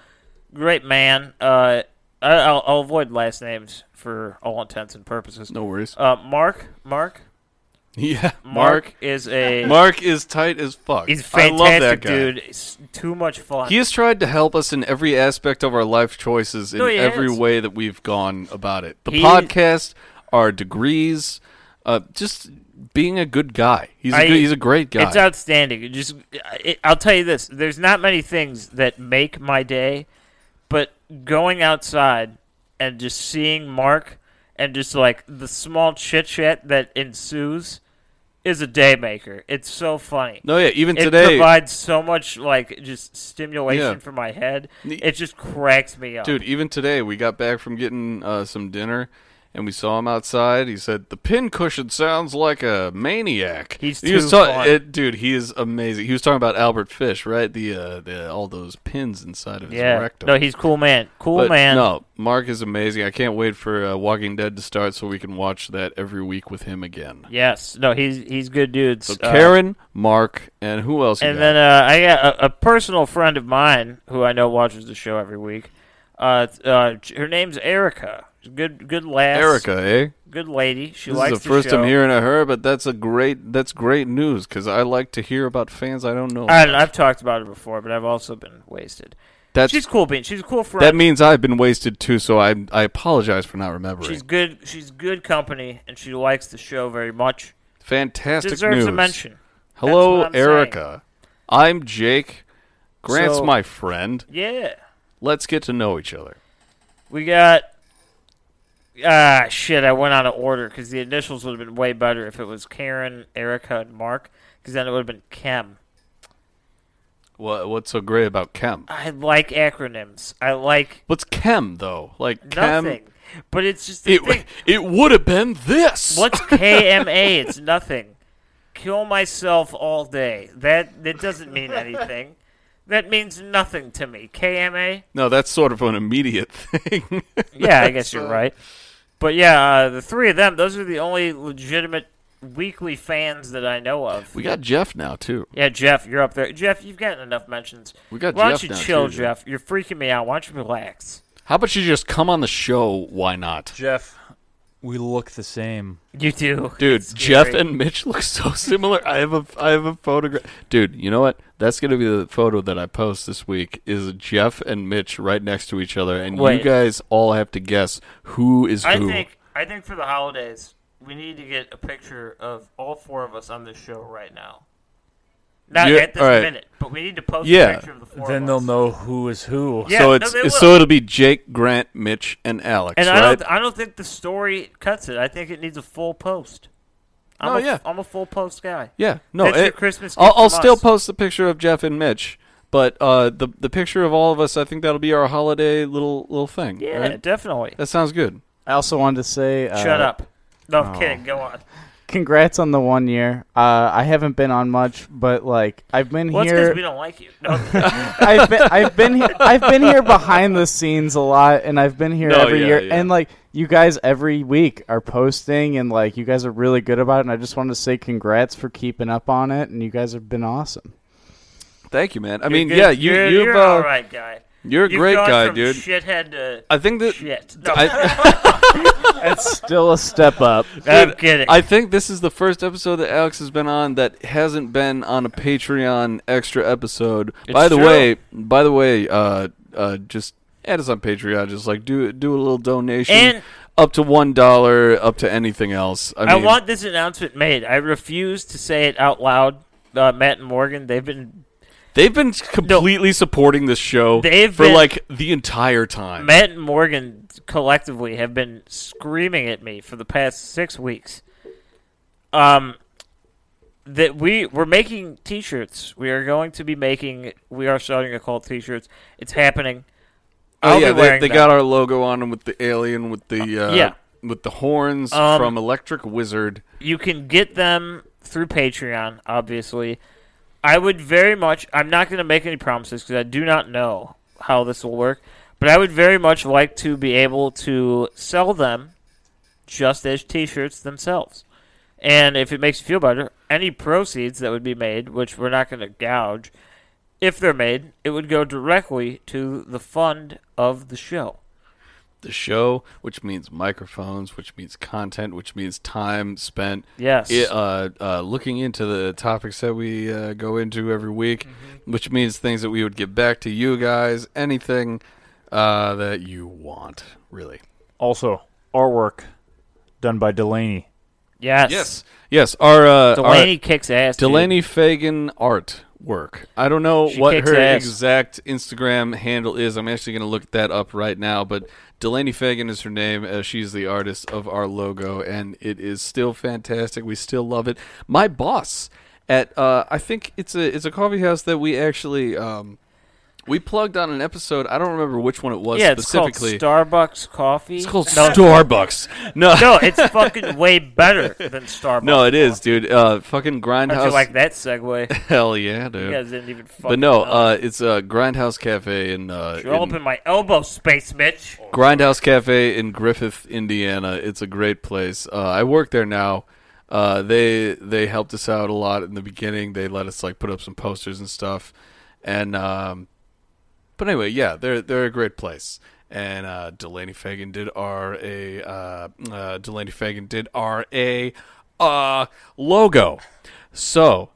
great man. Uh, I, I'll, I'll avoid last names for all intents and purposes.
No worries.
Uh, Mark, Mark,
<laughs> yeah,
Mark
Mark.
is a
Mark is tight as fuck.
he's a
I love
fantastic
that guy.
dude. It's too much fun.
He has tried to help us in every aspect of our life choices in
No, he
every
has.
way that we've gone about it. The
He-
podcast, our degrees, uh, just being a good guy. He's a
I-
good, he's a great guy.
It's outstanding. It just, it, I'll tell you this: there's not many things that make my day, but going outside and just seeing Mark and just like the small chit chat that ensues is a day maker. It's so funny.
no, yeah, even
It
today,
provides so much like just stimulation
Yeah.
for my head.
The-
It just cracks me up.
dude. Even today, we got back from getting uh, some dinner. And we saw him outside. He said, "The pincushion sounds like a maniac."
He's
he was
too
ta-
fun.
it- dude. He is amazing. He was talking about Albert Fish, right? The uh, the all those pins inside of his
yeah.
rectum.
No, he's cool man. Cool
But
man.
No, Mark is amazing. I can't wait for uh, Walking Dead to start so we can watch that every week with him again.
Yes. No, he's he's good dudes.
So
Uh,
Karen, Mark, and who else? you
And
got?
then uh, I got a, a personal friend of mine who I know watches the show every week. Uh, th- uh, j- her name's Erica. She's a Good, good lass.
Erica, eh?
good lady. She
this
likes
is the first
show.
I'm hearing of her, but that's a great that's great news because I like to hear about fans I don't know.
I, I've talked about her before, but I've also been wasted.
that's
she's cool, being she's a cool friend.
that means I've been wasted too, so I I apologize for not remembering.
she's good. She's good company, and she likes the show very much.
Fantastic
Deserves
news.
a mention.
Hello,
That's what I'm
Erica. I'm Jake. Grant's
So-
my friend.
Yeah,
Let's get to know each other.
we got. Ah, shit! I went out of order because the initials would have been way better if it was Karen, Erica, and Mark. Because then it would have been Kem.
What, what's so great about Chem?
I like acronyms. I like
What's chem though? Like chem.
nothing. But it's just the
<laughs>
thing.
It it would have been this.
What's KMA? it's nothing. Kill myself all day. That that doesn't mean anything. That means nothing to me. KMA?
No, that's sort of an immediate thing. <laughs>
Yeah, I guess
uh,
you're right. But yeah, uh, the three of them, those are the only legitimate weekly fans that I know of.
we got Jeff now too.
Yeah, Jeff, you're up there. Jeff, you've gotten enough mentions.
We got
Why don't
Jeff
you
down
chill,
too, dude.
Jeff? You're freaking me out. Why don't you relax?
How about you just come on the show? Why not?
Jeff, We look the same.
You do,
Dude, Jeff
scary.
and Mitch look so similar. I have a I have a photograph. Dude, you know what? That's gonna be the photo that I post this week. Is Jeff and Mitch right next to each other, and
Wait.
you guys all have to guess who is
I
who.
think I think for the holidays we need to get a picture of all four of us on this show right now. Not
Yeah,
at this
all right.
minute, but we need to post
Yeah.
a picture of the four.
Then
of
they'll
us.
know who is who.
Yeah,
so
no,
it's
they will.
so it'll be Jake, Grant, Mitch, and Alex,
and I
right?
don't I don't think the story cuts it. I think it needs a full post. I'm
Oh,
a,
yeah.
I'm a full post guy.
yeah, no,
That's your
it-
Christmas
I'll,
gift
I'll
from
still
us.
post the picture of Jeff and Mitch, but uh, the the picture of all of us. I think that'll be our holiday little little thing.
Yeah,
right?
definitely.
that sounds good.
I also wanted to say, uh,
Shut up. No, I'm kidding. Go
<laughs>
on.
Congrats on the one year. Uh, I haven't been on much, but like I've been
Well, it's because we
here.
don't like you.
<laughs>
No,
I've been, I've
<laughs>
been, he- I've been here behind the scenes a lot, and I've been here
No,
every
yeah,
year.
yeah.
And like you guys, every week are posting, and like you guys are really good about it. And I just wanted to say congrats for keeping up on it, and you guys have been awesome.
Thank you, man. I
You're
mean,
good-
yeah, you
you're,
you've
you're
uh,
all right, guy.
you're a
You've
great
gone
guy,
from
dude.
Shithead to
I think that
shit. No,
<laughs> I,
It's still a step up.
I'm kidding.
I think this is the first episode that Alex has been on that hasn't been on a Patreon extra episode. by the
true.
way, by the way, uh, uh, just add us on Patreon. Just like do do a little donation,
And-
up to one dollar, up to anything else. I,
I
mean,
want this announcement made. I refuse to say it out loud. Uh, Matt and Morgan, they've been
they've been completely supporting this show
They've
for
been-
like the entire time.
Matt and Morgan collectively have been screaming at me for the past six weeks. Um, that we we're making T-shirts. We are going to be making. We are starting a cult T-shirts. It's happening.
Oh
I'll
yeah,
be
they,
wearing
they
them.
got our logo on them with the alien with the uh,
yeah.
with the horns
Um,
from Electric Wizard.
you can get them through Patreon, obviously. I would very much, I'm not going to make any promises because I do not know how this will work, but I would very much like to be able to sell them just as t shirts themselves. And if it makes you feel better, any proceeds that would be made, which we're not going to gouge, if they're made, it would go directly to the fund of the show.
the show, which means microphones, which means content, which means time spent
Yes.
i- uh, uh, looking into the topics that we uh, go into every week,
Mm-hmm.
which means things that we would get back to you guys, anything uh, that you want, really.
Also, artwork done by Delaney.
Yes.
Yes. Our, uh,
Delaney
our
kicks ass. dude.
Delaney Fagan art work. I don't know
She
what
kicks
her
ass.
exact Instagram handle is. I'm actually going to look that up right now. But Delaney Fagan is her name. Uh, she's the artist of our logo, and it is still fantastic. We still love it. My boss at uh, I think it's a it's a coffee house that we actually um, we plugged on an episode. I don't remember which one it was
yeah, it's called
specifically.
Starbucks coffee.
it's called
no,
Starbucks. No,
no, it's fucking way better than Starbucks.
<laughs> no, it is, dude. Uh, fucking
Don't you
grindhouse.
like that segue?
Hell yeah, dude.
You guys didn't even fucking.
But no,
know.
uh, it's uh, Grindhouse Cafe in, uh,
you're all up
in-
in my elbow space, Mitch.
Grindhouse Cafe in Griffith, Indiana. It's a great place. Uh, I work there now. Uh, they they helped us out a lot in the beginning. They let us like put up some posters and stuff. And um, but anyway, yeah, they're they're a great place. And uh, Delaney Fagan did our a uh, uh, Delaney Fagan did our a uh, logo. So,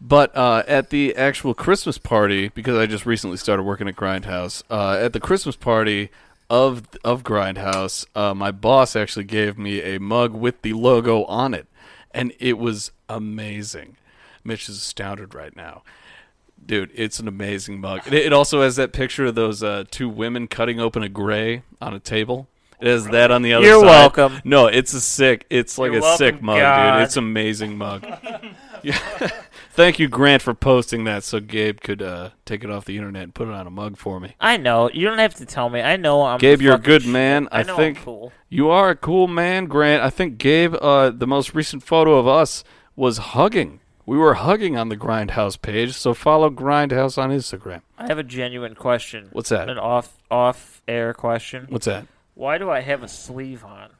but uh, at the actual Christmas party, because I just recently started working at Grindhouse, uh, at the Christmas party of of Grindhouse, uh, my boss actually gave me a mug with the logo on it, and it was amazing. Mitch is astounded right now. Dude, it's an amazing mug. It, it also has that picture of those uh, two women cutting open a gray on a table. It has that on the other
You're
side.
welcome.
No, it's a sick. It's like
You're
a
welcome,
sick mug,
God.
dude. It's an amazing mug. <laughs> Yeah. Thank you, Grant, for posting that so Gabe could uh, take it off the internet and put it on a mug for me.
I know you don't have to tell me. I know I'm.
Gabe, you're a
fucking
good
shit.
man.
I,
I,
know
think
I'm cool.
you are a cool man, Grant. I think Gabe, uh, the most recent photo of us was hugging. We were hugging on the Grindhouse page, so follow Grindhouse on Instagram.
I have a genuine question.
What's that?
An off off air question.
What's that?
Why do I have a sleeve on?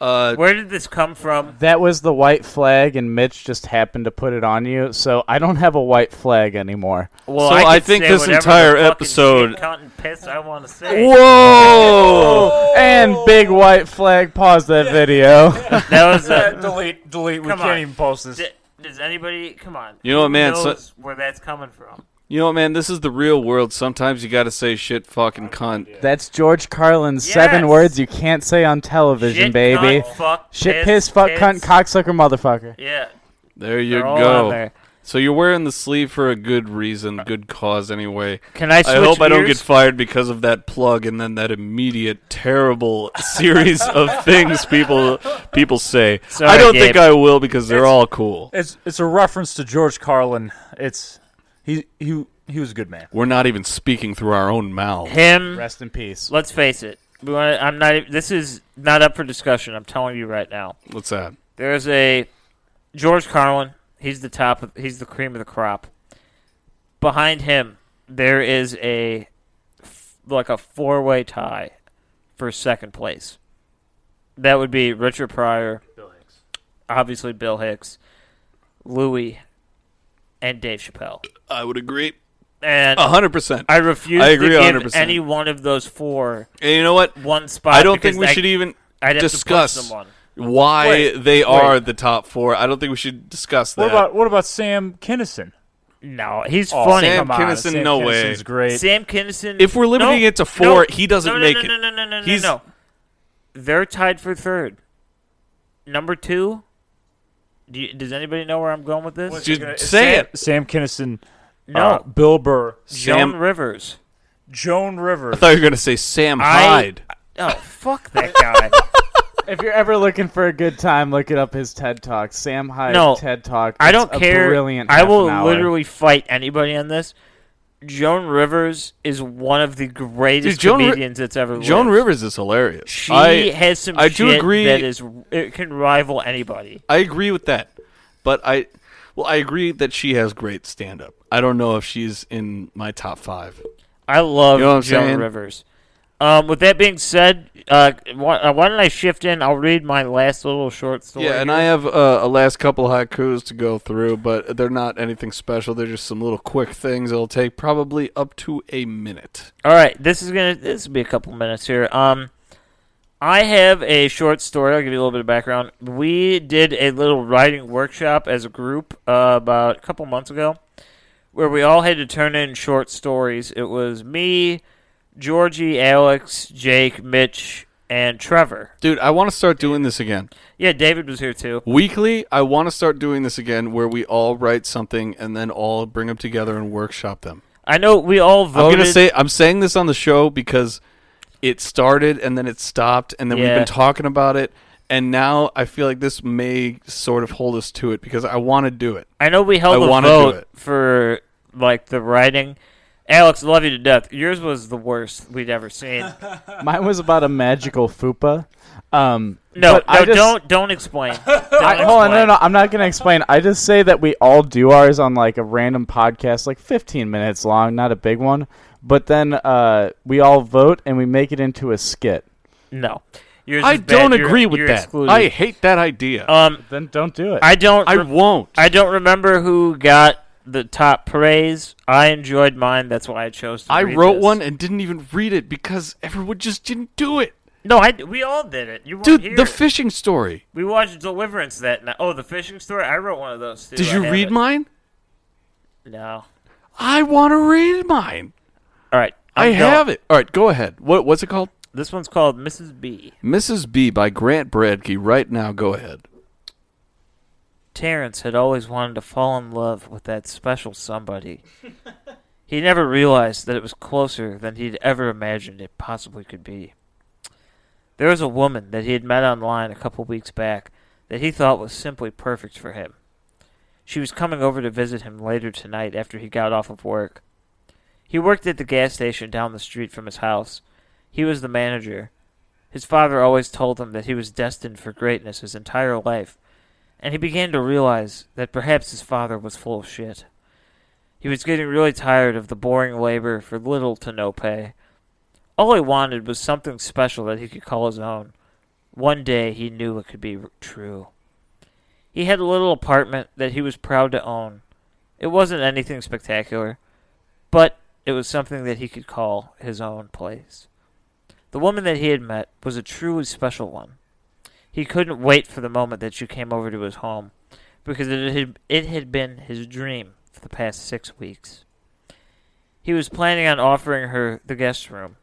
Uh,
Where did this come from?
That was the white flag, and Mitch just happened to put it on you. So I don't have a white flag anymore.
Well,
So
I,
I
could
think
say
this
whatever the
entire
fucking
episode-
shit, cunt, and piss I want to say.
whoa!
<laughs>
And big white flag. Pause that video.
<laughs> That was
<laughs>
a,
delete, delete. We
Come
can't
on.
even post this.
D- does anybody? Come on.
You know what, man,
Who
so-
knows where that's coming from?
You know, what, man, this is the real world. Sometimes you got to say shit, fucking cunt.
That's George Carlin's
Yes.
seven words you can't say on television,
Shit,
baby.
cunt, fuck,
Shit, piss, fuck, cunt, cocksucker, motherfucker.
Yeah,
There you
they're all on
go.
there.
So you're wearing the sleeve for a good reason, good cause, anyway.
Can I?
I
Switch
hope I don't get
gears?
fired because of that plug and then that immediate terrible series
<laughs>
of things people people say.
Sorry,
I don't
Gabe.
think I will because they're all cool.
It's it's a reference to George Carlin. It's he he he was a good man.
We're not even speaking through our own mouth.
him.
Rest in peace.
Let's face it. We want. I'm not. e- This is not up for discussion. I'm telling you right now.
What's that?
There's a George Carlin. He's the top. Of, he's the cream of the crop. Behind him, there is a f- like a four-way tie for second place. That would be Richard Pryor, obviously Bill Hicks, Louis, and Dave Chappelle.
I would agree.
And
hundred percent.
I refuse
Uh-huh. I agree
to give
100%.
any one of those four
And you know what?
one spot.
I don't
because
think we
I-
should even
I'd have to put
discuss
someone.
why
Wait,
they are
wait.
the top four. I don't think we should discuss that.
What about what about Sam Kinison?
No, he's
Oh,
funny.
Sam
come on,
Kinison,
Sam
no
Kinison's
way.
Great.
Sam Kinison.
If we're limiting
No,
it to four,
no,
he doesn't
no, no,
make
no,
it.
No, no, no, no,
He's-
no, no. They're tied for third. Number two. Do you, does anybody know where I'm going with this?
Just
Gonna-
say
Sam,
it.
Sam Kinison.
No.
uh, Bill Burr.
Joan
Sam-
Rivers.
Joan Rivers.
I thought you were gonna say Sam
I-
Hyde.
Oh, fuck that
<laughs>
guy.
If you're ever looking for a good time, look it up his TED Talk. Sam Hyde
No,
TED Talk.
I
It's
don't
a
care.
Brilliant.
I
half
will
an hour.
literally fight anybody on this. Joan Rivers is one of the greatest
Dude, Joan Ri-
comedians that's ever
Joan
lived.
Rivers is hilarious.
She
I-
has some
I
shit
do agree-
that is it can rival anybody.
I agree with that, but I, well, I agree that she has great stand up. I don't know if she's in my top five.
I love
You know what I'm
Joan
saying?
Rivers. Um, with that being said, uh, why, uh, why don't I shift in? I'll read my last little short story.
yeah, and
here.
I have uh, a last couple haikus to go through, but they're not anything special. They're just some little quick things. It'll take probably up to a minute.
All right, this is gonna this will be a couple minutes here. Um, I have a short story. I'll give you a little bit of background. We did a little writing workshop as a group uh, about a couple months ago, where we all had to turn in short stories. It was me, Georgie, Alex, Jake, Mitch, and Trevor.
Dude, I want to start doing this again.
Yeah, David was here too.
Weekly, I want to start doing this again where we all write something and then all bring them together and workshop them.
I know we all
I'm
voted.
gonna say I'm saying this on the show because it started and then it stopped and then we've
Yeah.
been talking about it and now I feel like this may sort of hold us to it because I want to do it.
I know we
I
held a
wanna do
vote
it.
for like the writing. Alex, love you to death. Yours was the worst we'd ever seen.
Mine was about a magical fupa. Um,
No,
but
no,
I just-
don't don't explain. Don't
I, hold on, no,
explain.
no, I'm not gonna explain. I just say that we all do ours on like a random podcast, like 15 minutes long, not a big one. But then uh, we all vote and we make it into a skit.
No. Yours
I
is bad.
don't
You're-
agree with
you're
that.
excluded.
I hate that idea.
um
Then don't do it.
I don't
I
re-
won't.
I don't remember who got the top praise. I enjoyed mine. That's why I chose to
I
read
wrote
this.
one and didn't even read it because everyone just didn't do it.
No, I we all did it. You weren't
Dude,
here.
the fishing story.
we watched Deliverance that night. Oh, the fishing story. I wrote one of those too.
Did
I
you
have
read
it.
mine?
No.
I want to read mine.
All right.
i
I'm done.
have it. All right, go ahead. What what's it called?
This one's called Mrs. B.
Mrs. B by Grant Bradke. Right now, go ahead.
Terrence had always wanted to fall in love with that special somebody. he never realized that it was closer than he'd ever imagined it possibly could be. There was a woman that he had met online a couple weeks back that he thought was simply perfect for him. She was coming over to visit him later tonight after he got off of work. He worked at the gas station down the street from his house. He was the manager. His father always told him that he was destined for greatness his entire life, and he began to realize that perhaps his father was full of shit. He was getting really tired of the boring labor for little to no pay. All he wanted was something special that he could call his own, One day he knew it could be r- true. He had a little apartment that he was proud to own. It wasn't anything spectacular, but it was something that he could call his own place. The woman that he had met was a truly special one. He couldn't wait for the moment that she came over to his home, because it had, it had been his dream for the past six weeks. He was planning on offering her the guest room,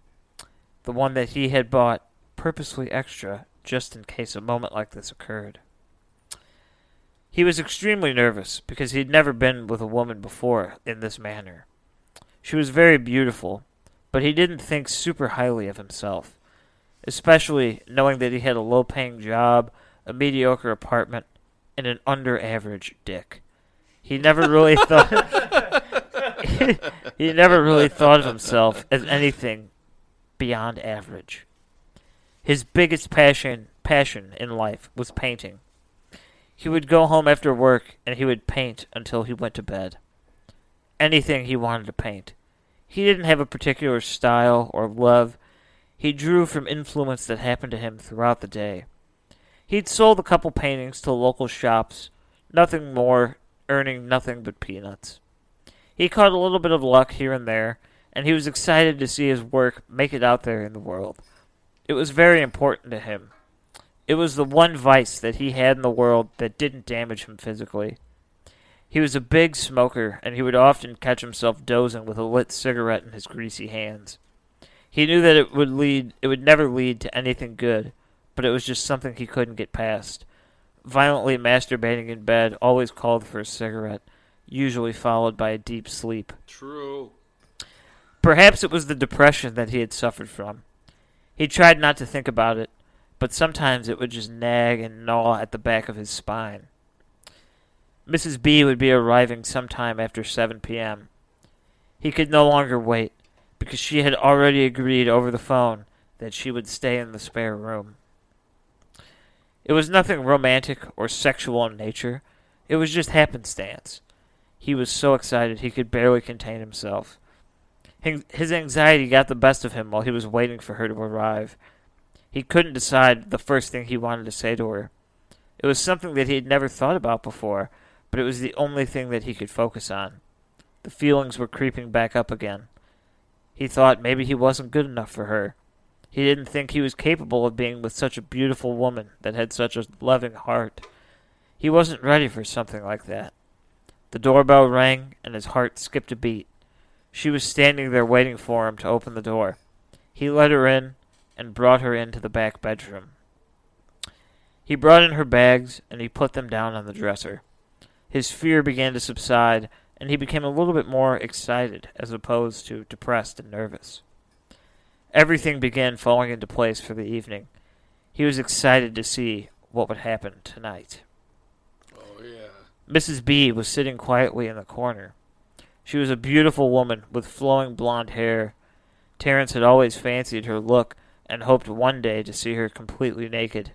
the one that he had bought purposely extra just in case a moment like this occurred. He was extremely nervous because he had never been with a woman before in this manner. She was very beautiful, but he didn't think super highly of himself, especially knowing that he had a low paying job, a mediocre apartment, and an under average dick. He never really thought he never really thought of himself as anything beyond average. His biggest passion passion in life was painting. He would go home after work and he would paint until he went to bed. Anything he wanted to paint. He didn't have a particular style or love. He drew from influence that happened to him throughout the day. He'd sold a couple paintings to local shops, nothing more, earning nothing but peanuts. He caught a little bit of luck here and there, and he was excited to see his work make it out there in the world. It was very important to him. It was the one vice that he had in the world that didn't damage him physically. He was a big smoker, and he would often catch himself dozing with a lit cigarette in his greasy hands. He knew that it would lead it would never lead to anything good, but it was just something he couldn't get past. Violently masturbating in bed always called for a cigarette, usually followed by a deep sleep.
True.
Perhaps it was the depression that he had suffered from. He tried not to think about it, but sometimes it would just nag and gnaw at the back of his spine. Mrs. B would be arriving sometime after 7 p.m. He could no longer wait, because she had already agreed over the phone that she would stay in the spare room. It was nothing romantic or sexual in nature, it was just happenstance. He was so excited he could barely contain himself. His his anxiety got the best of him while he was waiting for her to arrive. He couldn't decide the first thing he wanted to say to her. It was something that he had never thought about before, but it was the only thing that he could focus on. The feelings were creeping back up again. He thought maybe he wasn't good enough for her. He didn't think he was capable of being with such a beautiful woman that had such a loving heart. He wasn't ready for something like that. The doorbell rang, and his heart skipped a beat. She was standing there waiting for him to open the door. He let her in and brought her into the back bedroom. He brought in her bags and he put them down on the dresser. His fear began to subside and he became a little bit more excited as opposed to depressed and nervous. Everything began falling into place for the evening. He was excited to see what would happen tonight.
Oh yeah.
Mrs. B was sitting quietly in the corner. She was a beautiful woman with flowing blonde hair. Terence had always fancied her look and hoped one day to see her completely naked.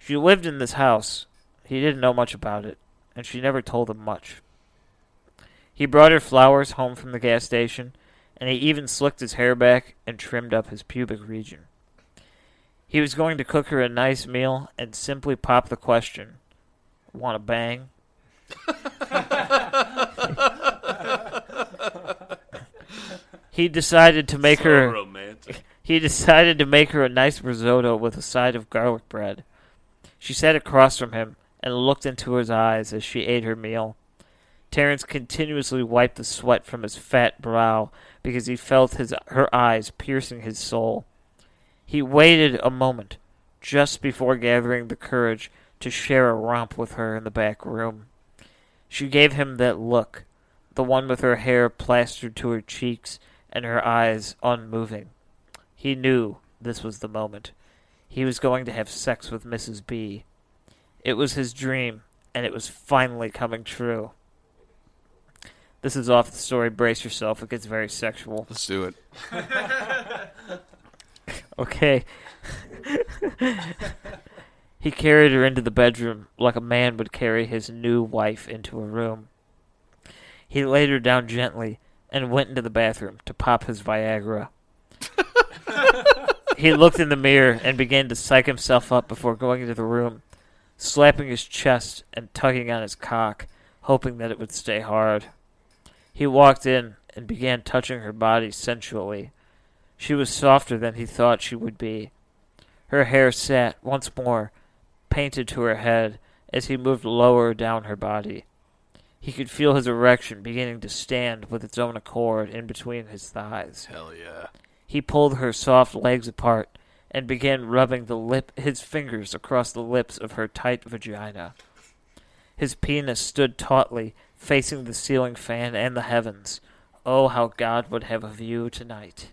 She lived in this house. He didn't know much about it, and she never told him much. He brought her flowers home from the gas station, and he even slicked his hair back and trimmed up his pubic region. He was going to cook her a nice meal and simply pop the question, Want a bang? He decided to make
So
her
romantic.
<laughs> he decided to make her a nice risotto with a side of garlic bread. She sat across from him and looked into his eyes as she ate her meal. Terence continuously wiped the sweat from his fat brow because he felt his her eyes piercing his soul. He waited a moment just before gathering the courage to share a romp with her in the back room. She gave him that look, the one with her hair plastered to her cheeks and her eyes unmoving. He knew this was the moment. He was going to have sex with Mrs. B. It was his dream, and it was finally coming true. This is off the story. Brace yourself. It gets very sexual.
Let's do it.
Okay. he carried her into the bedroom like a man would carry his new wife into a room. He laid her down gently and went into the bathroom to pop his Viagra. He looked in the mirror and began to psych himself up before going into the room, slapping his chest and tugging on his cock, hoping that it would stay hard. He walked in and began touching her body sensually. She was softer than he thought she would be. Her hair sat, once more, painted to her head as he moved lower down her body. He could feel his erection beginning to stand with its own accord in between his thighs.
Hell yeah.
He pulled her soft legs apart and began rubbing the lip his fingers across the lips of her tight vagina. His penis stood tautly, facing the ceiling fan and the heavens. Oh, how God would have a view tonight.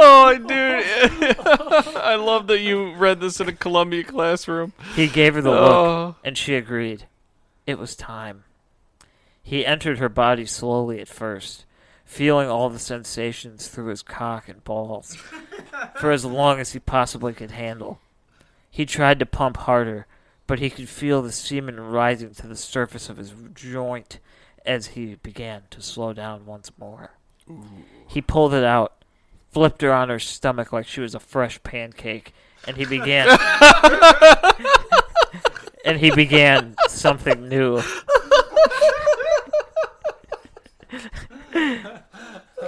Oh, dude. <laughs> I love that you read this in a Columbia classroom.
He gave
<laughs>
her the look,
Oh.
and she agreed. It was time. He entered her body slowly at first, feeling all the sensations through his cock and balls for as long as he possibly could handle. He tried to pump harder, but he could feel the semen rising to the surface of his joint as he began to slow down once more. He pulled it out, flipped her on her stomach like she was a fresh pancake, and he began and he began something new.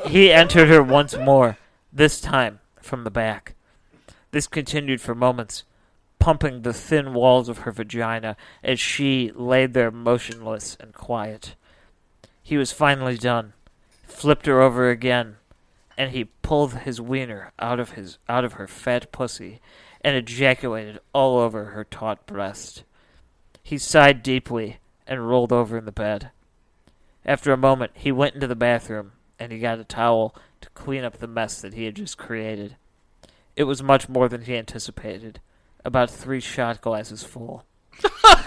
he entered her once more, this time from the back. This continued for moments, pumping the thin walls of her vagina as she lay there motionless and quiet. He was finally done, flipped her over again, and he pulled his wiener out of his out of her fat pussy and ejaculated all over her taut breast. He sighed deeply and rolled over in the bed. After a moment, he went into the bathroom and he got a towel to clean up the mess that he had just created. It was much more than he anticipated about three shot glasses full.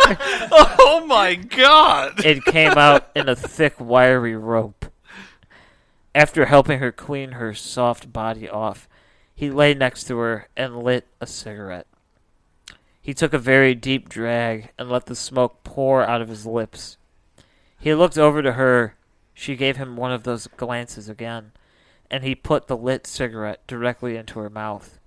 Oh, my God.
<laughs> It came out in a thick, wiry rope. After helping her clean her soft body off, he lay next to her and lit a cigarette. He took a very deep drag and let the smoke pour out of his lips. He looked over to her. She gave him one of those glances again, and he put the lit cigarette directly into her mouth.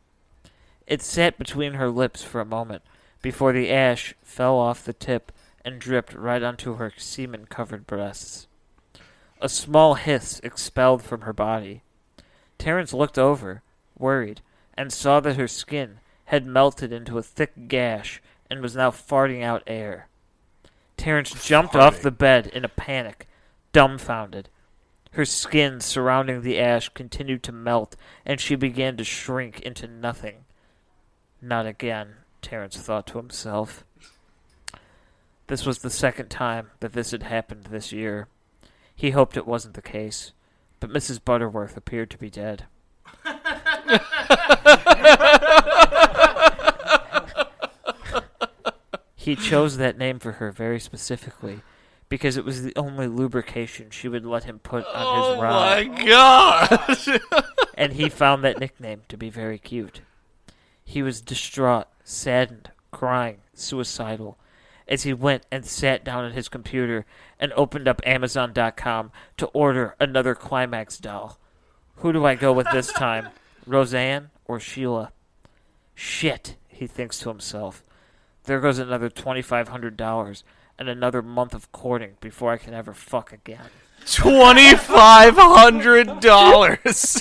It sat between her lips for a moment before the ash fell off the tip and dripped right onto her semen covered breasts. A small hiss expelled from her body. Terence looked over, worried, and saw that her skin had melted into a thick gash and was now farting out air. Terence jumped off the bed in a panic, dumbfounded. Her skin surrounding the ash continued to melt, and she began to shrink into nothing. Not again, Terence thought to himself. This was the second time that this had happened this year. He hoped it wasn't the case, but Mrs. Butterworth appeared to be dead. he chose that name for her very specifically because it was the only lubrication she would let him put on his
Oh,
rod
my God.
and he found that nickname to be very cute. He was distraught, saddened, crying, suicidal, as he went and sat down at his computer and opened up Amazon.com to order another Climax doll. Who do I go with this time, Roseanne or Sheila? Shit, he thinks to himself. There goes another $2,500 and another month of courting before I can ever fuck again.
$2,500.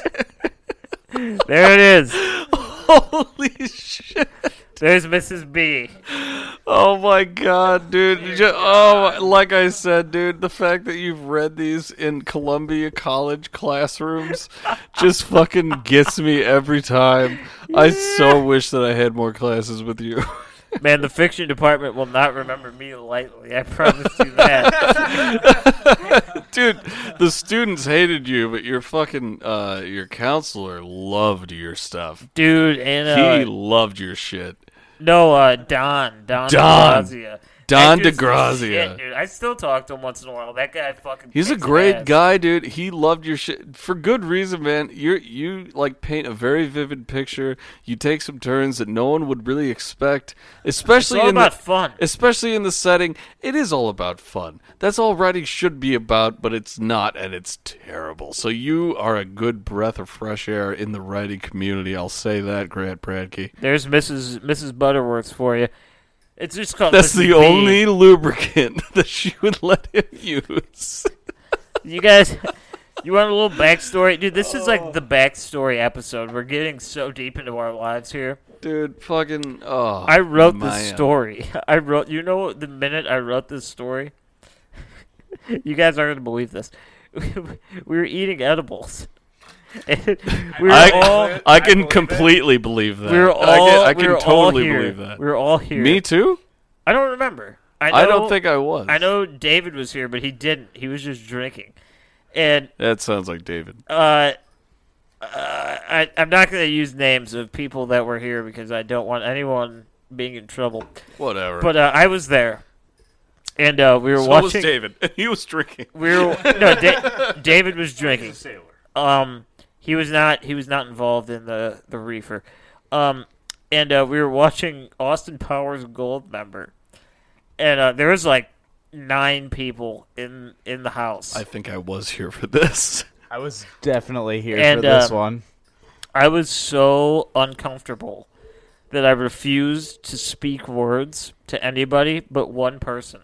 There it is.
Holy shit.
There's Mrs. B.
Oh my god, dude! Ju- oh, like I said, dude, the fact that you've read these in Columbia College classrooms just fucking gets me every time. I so wish that I had more classes with you. <laughs>
Man, the fiction department will not remember me lightly. I promise you
<laughs>
that.
dude, the students hated you, but your fucking uh, your counselor loved your stuff.
Dude, and
He
uh,
loved your shit.
no, uh, Don, Don,
Don.
Don.
Don
That dude's the
DeGrazia.
shit, dude. I still talk to him once in a while. That guy fucking.
He's a
kicks ass.
great guy, dude. He loved your shit for good reason, man. You you like paint a very vivid picture. You take some turns that no one would really expect, especially
It's all
in
about
the,
fun.
Especially in the setting, it is all about fun. That's all writing should be about, but it's not, and it's terrible. So you are a good breath of fresh air in the writing community. I'll say that, Grant Bradkey.
There's Mrs. Mrs. Butterworth for you. It's just called.
That's
Mrs.
the
B.
only lubricant <laughs> that she would let him use.
You guys, <laughs> you want a little backstory, dude? This is like the backstory episode. We're getting so deep into our lives here.
Dude, fucking. Oh,
I wrote this
man.
story. <laughs> I wrote. You know, the minute I wrote this story, <laughs> you guys aren't gonna believe this. <laughs> we were eating edibles. <laughs> And we were all.
I, I can completely believe that.
We were all.
I can- I
we
can
were
totally
all here.
believe that.
We were all here.
Me too.
I don't remember. I, know,
I don't think I was.
I know David was here, but he didn't. He was just drinking, and
That sounds like David.
uh, uh, I, I'm not going to use names of people that were here because I don't want anyone being in trouble.
Whatever.
But uh, I was there, and uh, we were
so was
watching.
<laughs>
David. He was drinking.
We were no.
<laughs>
Da- <laughs> David was drinking.
Sailor.
Um, he was not. He was not involved in the the reefer. Um, and uh, we were watching Austin Powers Gold Member, and uh, there was like nine people in in the house.
I think I was here for this.
<laughs>
I was definitely here
And,
for this
uh,
one.
I was so uncomfortable that I refused to speak words to anybody but one person.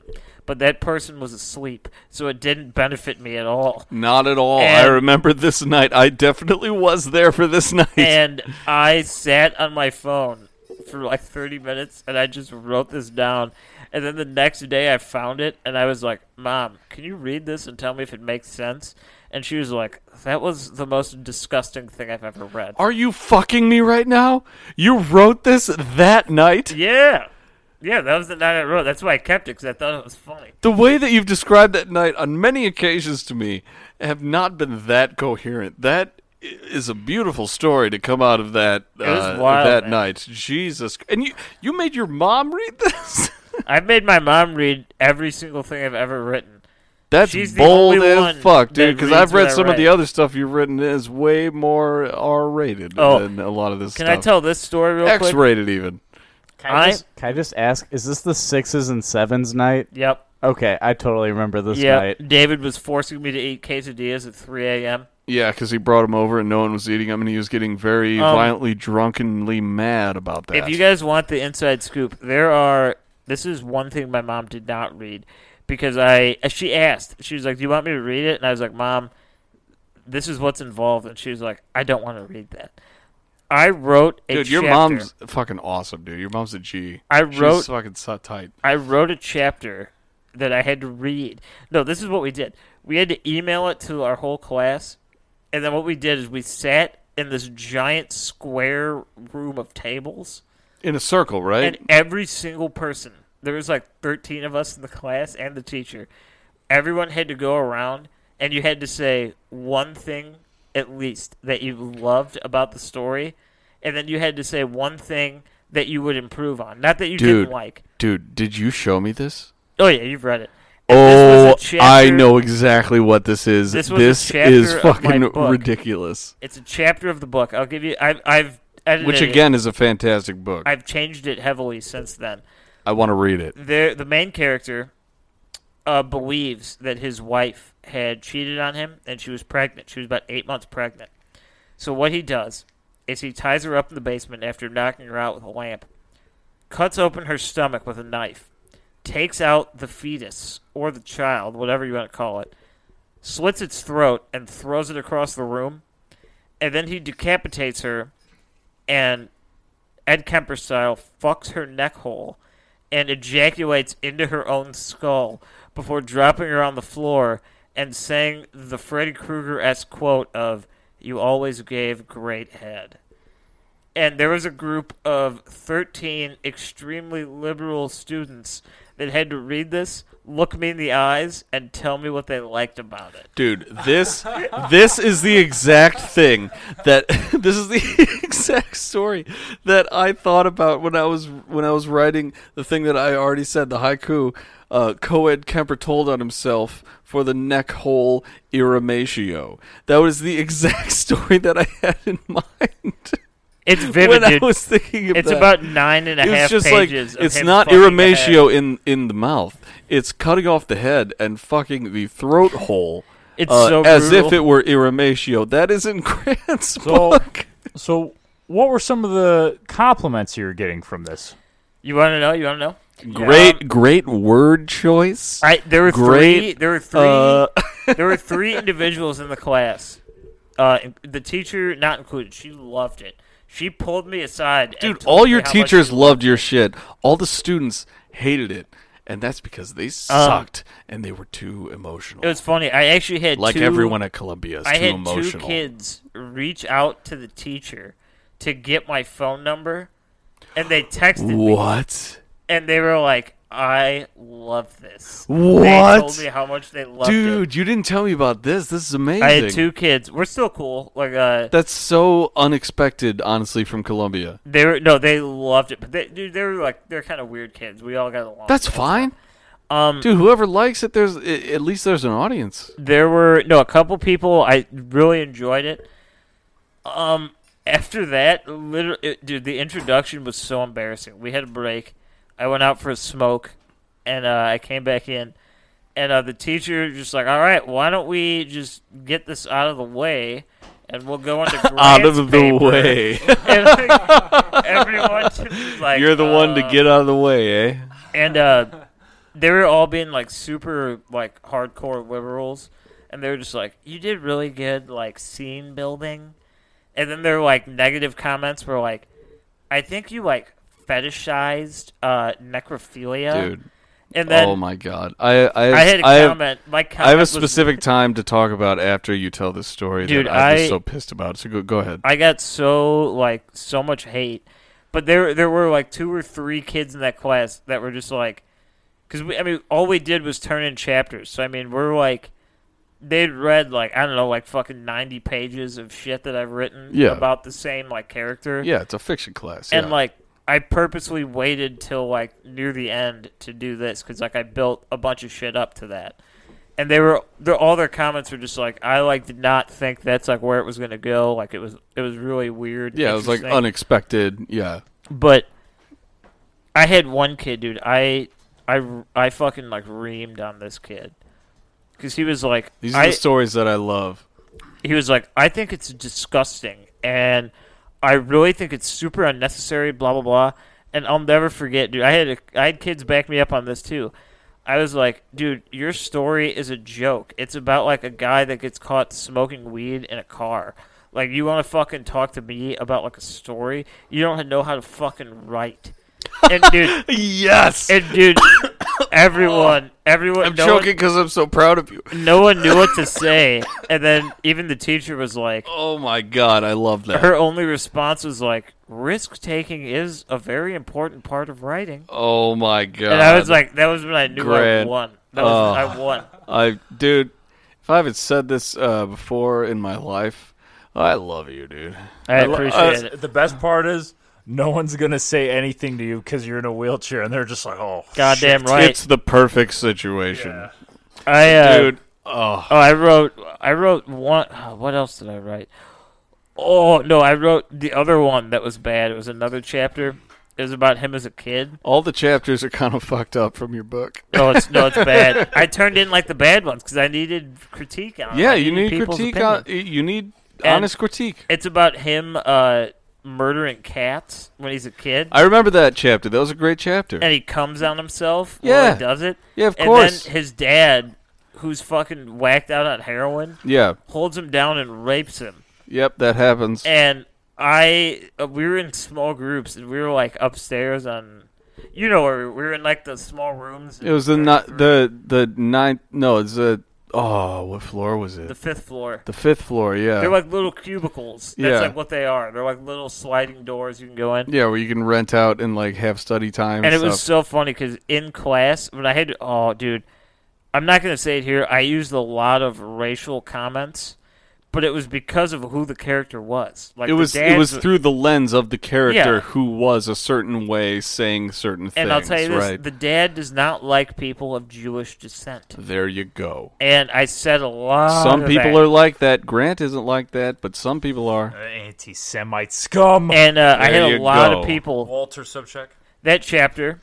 But that person was asleep, so it didn't benefit me at all.
Not at all.
And-
I remember this night. I definitely was there for
<laughs>
this night.
And I sat on my phone for like 30 minutes and I just wrote this down. And then the next day I found it and I was like, Mom, can you read this and tell me if it makes sense? And she was like, That was the most disgusting thing I've ever read.
Are you fucking me right now? You wrote this that night?
Yeah. Yeah, that was the night I wrote. That's why I kept it because I thought it was funny.
The way that you've described that night on many occasions to me have not been that coherent. That i- is a beautiful story to come out of that
was
uh,
wild,
that
man.
night. Jesus. And you you made your mom read this? <laughs>
I've made my mom read every single thing I've ever written.
That's
She's the
bold
only one
as fuck, dude.
that
Because
reads
I've read
what I
some of the
write.
other stuff you've written is way more R-rated
Oh.
than a lot of this
Can
stuff.
I tell this story real quick?
X-rated even.
Can I,
I-
just, can I just ask, is this the sixes and sevens night?
Yep.
Okay, I totally remember this
Yep.
night.
David was forcing me to eat quesadillas at 3 a.m.
Yeah, because he brought him over and no one was eating him, and he was getting very
Um,
violently, drunkenly mad about that.
If you guys want the inside scoop, there are. This is one thing my mom did not read because I. She asked. She was like, "Do you want me to read it?" And I was like, "Mom, this is what's involved." And she was like, "I don't want to read that." I wrote a
dude, your
chapter-
mom's fucking awesome, dude. Your mom's a G.
I wrote
She's fucking so tight.
I wrote a chapter that I had to read. No, this is what we did. We had to email it to our whole class, and then what we did is we sat in this giant square room of tables,
In a circle, right?
and every single person, there was like 13 of us in the class and the teacher, everyone had to go around, and you had to say one thing at least that you loved about the story, and then you had to say one thing that you would improve on. Not that you
Dude.
didn't like.
Dude, did you show me this?
Oh yeah, you've read it. This
Oh,
was a chapter-
I know exactly what this is.
This
This,
was a chapter
is
of my
fucking
book.
ridiculous.
It's a chapter of the book. I'll give you. I've I've edited
Which
it.
again is a fantastic book. I,
I've changed it heavily since then.
want to read it.
There, the main character uh, believes that his wife had cheated on him, and she was pregnant. She was about eight months pregnant. So what he does is he ties her up in the basement after knocking her out with a lamp, cuts open her stomach with a knife, takes out the fetus or the child, whatever you want to call it, slits its throat and throws it across the room, and then he decapitates her and Ed Kemper style fucks her neck hole and ejaculates into her own skull before dropping her on the floor and saying the Freddy Krueger esque quote of "You always gave great head." and there was a group of 13 extremely liberal students that had to read this, look me in the eyes, and tell me what they liked about it.
Dude, this this is the exact thing that <laughs> this is the <laughs> exact story that I thought about when I was when I was writing the thing that I already said the haiku uh, Coed Kemper told on himself for the neck hole iramatio. That was the <laughs> exact story that I had in <laughs> mind
It's vivid,
<laughs> when I
dude.
was thinking of
It's
that.
about nine and a half
It's just like
pages. of
it's
him
not
fucking the head.
iramatio in in the mouth. It's cutting off the head and fucking the throat hole.
It's
uh,
so
as
brutal.
if it were iramatio. That is in <laughs> Grant's
So-
book.
So, what were some of the compliments you were getting from this?
You want to know? You want to know?
Great, great word choice.
I, there were three.
Great,
There were three.
uh, <laughs>
there were three individuals in the class. Uh, the teacher not included. She loved it. She pulled me aside. and
Dude,
told
all
me
your
how much she
teachers
loved
loved your shit. All the students hated it, and that's because they sucked and they were too emotional.
Uh, It was funny. I actually had
like
two,
everyone at Columbia is
I
too
had
emotional.
two kids reach out to the teacher to get my phone number, and they texted me,
What?
and they were like, "I love this." They told
What?
me how much they loved
Dude,
it.
you didn't tell me about this. This is amazing.
I had two kids. We're still cool. Like, uh,
That's so unexpected, honestly, from Columbia.
They were no, they loved it, but they, dude, they were like they're kind of weird kids. We all got along.
That's fine,
um.
dude. Whoever likes it, there's a- at least there's an audience.
There were no a couple people I really enjoyed it. Um. After that, literally, it, dude, the introduction was so embarrassing. We had a break. I went out for a smoke, and uh, I came back in, and uh, the teacher just like, "All right, why don't we just get this out of the way, and we'll go
<laughs>
into Grant's paper." <laughs> And,
<laughs>
like, everyone just like
You're the one to
uh,
get out of the way, eh?
and uh, they were all being like super like hardcore liberals, and they were just like, "You did really good, like scene building," and then their like negative comments were like, "I think you like fetishized uh, necrophilia,"
Dude.
and then
oh my god. I I,
I had a
I have-
comment. My comment
I have a
was-
specific time to talk about after you tell this story
Dude,
that I'm just
I-
so pissed about. So go, go ahead.
I got so like so much hate, but there there were like two or three kids in that class that were just like, because we I mean all we did was turn in chapters. So I mean we're like, they'd read like I don't know like fucking ninety pages of shit that I've written
Yeah.
about the same like character.
yeah, it's a fiction class.
And
yeah.
like I purposely waited till like near the end to do this because like I built a bunch of shit up to that, and they were their all their comments were just like I like did not think that's like where it was gonna go. Like it was it was really weird.
yeah, it was like
interesting.
unexpected. Yeah.
But I had one kid, dude. I I I fucking like reamed on this kid because he was like
These are
I-
the stories that I love.
he was like, I think it's disgusting, and I really think it's super unnecessary. Blah blah blah. And I'll never forget, dude. I had a, I had kids back me up on this too. I was like, dude, your story is a joke. It's about like a guy that gets caught smoking weed in a car. Like, you want to fucking talk to me about like a story? You don't know how to fucking write. And dude,
<laughs> Yes.
and dude, everyone, everyone,
I'm
no one-
joking because I'm so proud of you.
no one knew what to say. And then even the teacher was like,
Oh my god, I love that.
her only response was like risk taking is a very important part of writing
oh my god.
and i was like that was when i knew
Grant.
i won that was
Oh.
i won
I dude, if I haven't said this uh, before in my life, I love you, dude.
<laughs> i
lo-
appreciate
uh,
it
The best part is no one's gonna say anything to you because you're in a wheelchair, and they're just like, "Oh,
goddamn right
It's the perfect situation.
i uh,
Dude, oh,
oh i wrote i wrote one oh, what else did i write oh no i wrote the other one that was bad it was another chapter it was about him as a kid
all the chapters are kind of <laughs> fucked up from your book.
no it's no it's
<laughs>
bad i turned in like the bad ones because i needed critique on it.
Yeah,
I
you
needed
need
Uh, people's
critique
opinion.
on you need
And-
honest critique.
It's about him uh, murdering cats when he's a kid,
I remember that chapter. That was a great chapter.
and he comes on himself. while
Yeah.
he does it.
Yeah, of
and
course.
then his dad, who's fucking whacked out on heroin,
yeah.
holds him down and rapes him.
Yep, that happens.
And I, uh, we were in small groups, and we were like upstairs on, you know, where we were in like the small rooms.
It was the ni- the the ninth. No, it's the Oh, what floor was it?
The
The,
fifth floor.
fifth floor, yeah.
They're like little cubicles. That's
Yeah.
like what they are. They're like little sliding doors you can go in.
yeah, where you can rent out and like have study time.
and it
stuff.
was so funny because in class, when I had to, oh, dude, I'm not gonna say it here. I used a lot of racial comments, but it was because of who the character was. Like
it
the
was it
dads
was
were-
through the lens of the character
Yeah.
who was a certain way saying certain things.
And I'll tell you this:
right?
the dad does not like people of Jewish descent.
there you go.
And Oh, I said a lot.
some
of
people
that.
are like that. Grant isn't like that, but some people are.
Anti Semite scum.
And uh, I
There
had a
you
lot
go.
of people
Walter Subcheck.
that chapter.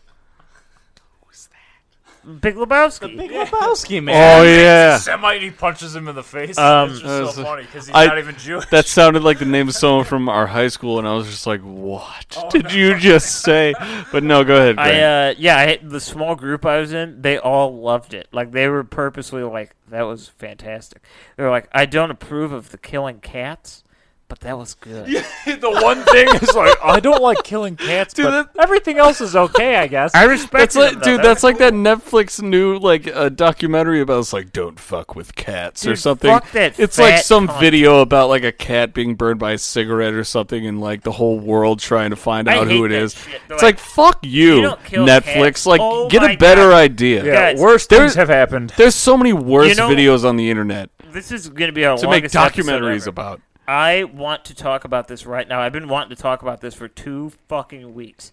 Who's that? Big Lebowski.
Big Lebowski, man.
Oh yeah,
Semite, he punches him in the face.
Um,
it's
that
just so
was-
funny because he's
I-
not even Jewish.
that sounded like the name of someone from our high school, and I was just like, "What did you just say?" But no, go ahead. Grant.
Oh, I uh yeah, I, the small group I was in, they all loved it. Like they were purposely like that was fantastic. They were like, I don't approve of the killing cats, but that was good.
<laughs> the one thing is like, I don't like killing cats,
Dude,
but everything else is okay, I guess.
I respect
That's
it,
like, dude. That's like that Netflix new like uh, documentary about it's like don't fuck with cats or
Dude,
something.
fuck that
it's like
fat
some
cunt.
video about like a cat being burned by a cigarette or something, and like the whole world trying to find
I
out who
hate
it
that
is.
shit. They're
It's like,
like,
fuck you,
"You don't kill
Netflix.
cats."
Like
Oh
get
my
a better
God.
idea.
yeah,
guys,
worse
there-
things have happened.
There's so many worse
You know-
videos on the internet
this is gonna be our
to make
longest episode
documentaries
ever.
about.
I want to talk about this right now. I've been wanting to talk about this for two fucking weeks.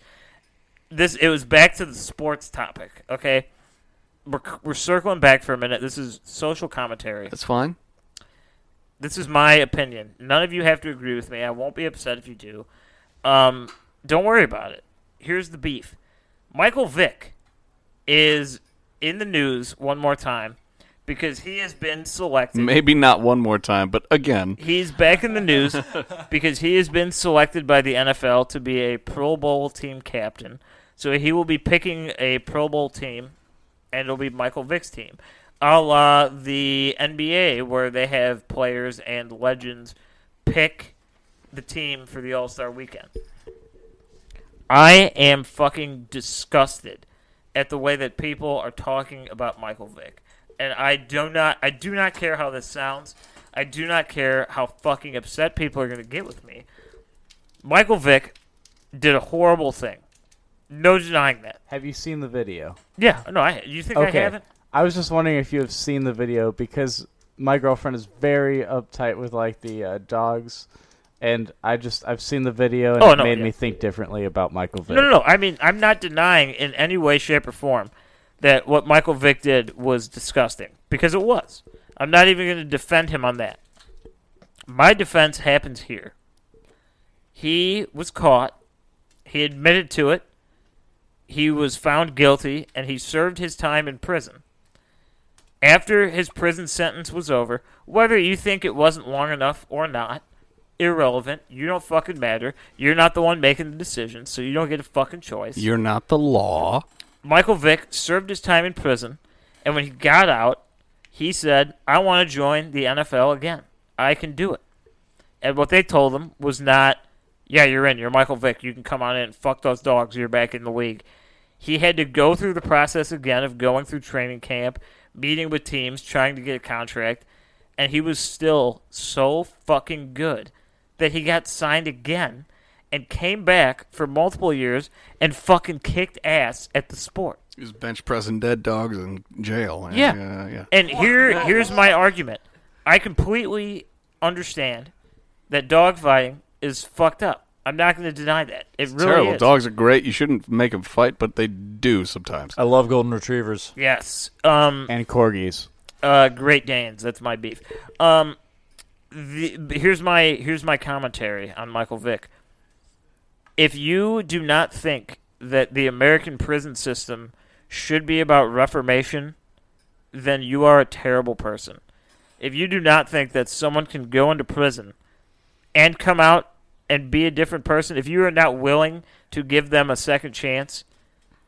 This it was back to the sports topic. Okay, we're we're circling back for a minute. This is social commentary.
That's fine.
this is my opinion. None of you have to agree with me. I won't be upset if you do. Um, don't worry about it. Here's the beef. Michael Vick is in the news one more time because he has been selected.
Maybe not one more time, but again,
He's back in the news because he has been selected by the NFL to be a Pro Bowl team captain. So he will be picking a Pro Bowl team, and it'll be Michael Vick's team, a la the NBA, where they have players and legends pick the team for the All Star weekend. I am fucking disgusted at the way that people are talking about Michael Vick. And I do not I do not care how this sounds. I do not care how fucking upset people are going to get with me. Michael Vick did a horrible thing. No denying that.
Have you seen the video?
Yeah, no, I you think I haven't?
I was just wondering if you have seen the video because my girlfriend is very uptight with like the uh, dogs, and I just I've seen the video and
Oh,
it
no,
made
yeah.
me think differently about Michael Vick.
No, no, no. I mean, I'm not denying in any way, shape, or form that what Michael Vick did was disgusting because it was. I'm not even going to defend him on that. My defense happens here. He was caught. He admitted to it. He was found guilty, and he served his time in prison. After his prison sentence was over, whether you think it wasn't long enough or not, irrelevant. You don't fucking matter. You're not the one making the decision, so you don't get a fucking choice.
you're not the law.
Michael Vick served his time in prison, and when he got out, he said, I want to join the NFL again. I can do it. And what they told him was not, yeah, you're in. You're Michael Vick. You can come on in. Fuck those dogs. You're back in the league. He had to go through the process again of going through training camp, meeting with teams, trying to get a contract, and he was still so fucking good that he got signed again and came back for multiple years and fucking kicked ass at the sport.
He was bench pressing dead dogs in jail.
Yeah.
yeah, yeah.
And here here's my argument. I completely understand that dogfighting is fucked up. I'm not going to deny that. It really
Terrible.
is.
Dogs are great. You shouldn't make them fight, but they do sometimes.
I love golden retrievers.
Yes. Um
And corgis.
uh Great Danes, that's my beef. Um the, here's my here's my commentary on Michael Vick. If you do not think that the American prison system should be about reformation, then you are a terrible person. If you do not think that someone can go into prison and come out and be a different person, if you are not willing to give them a second chance,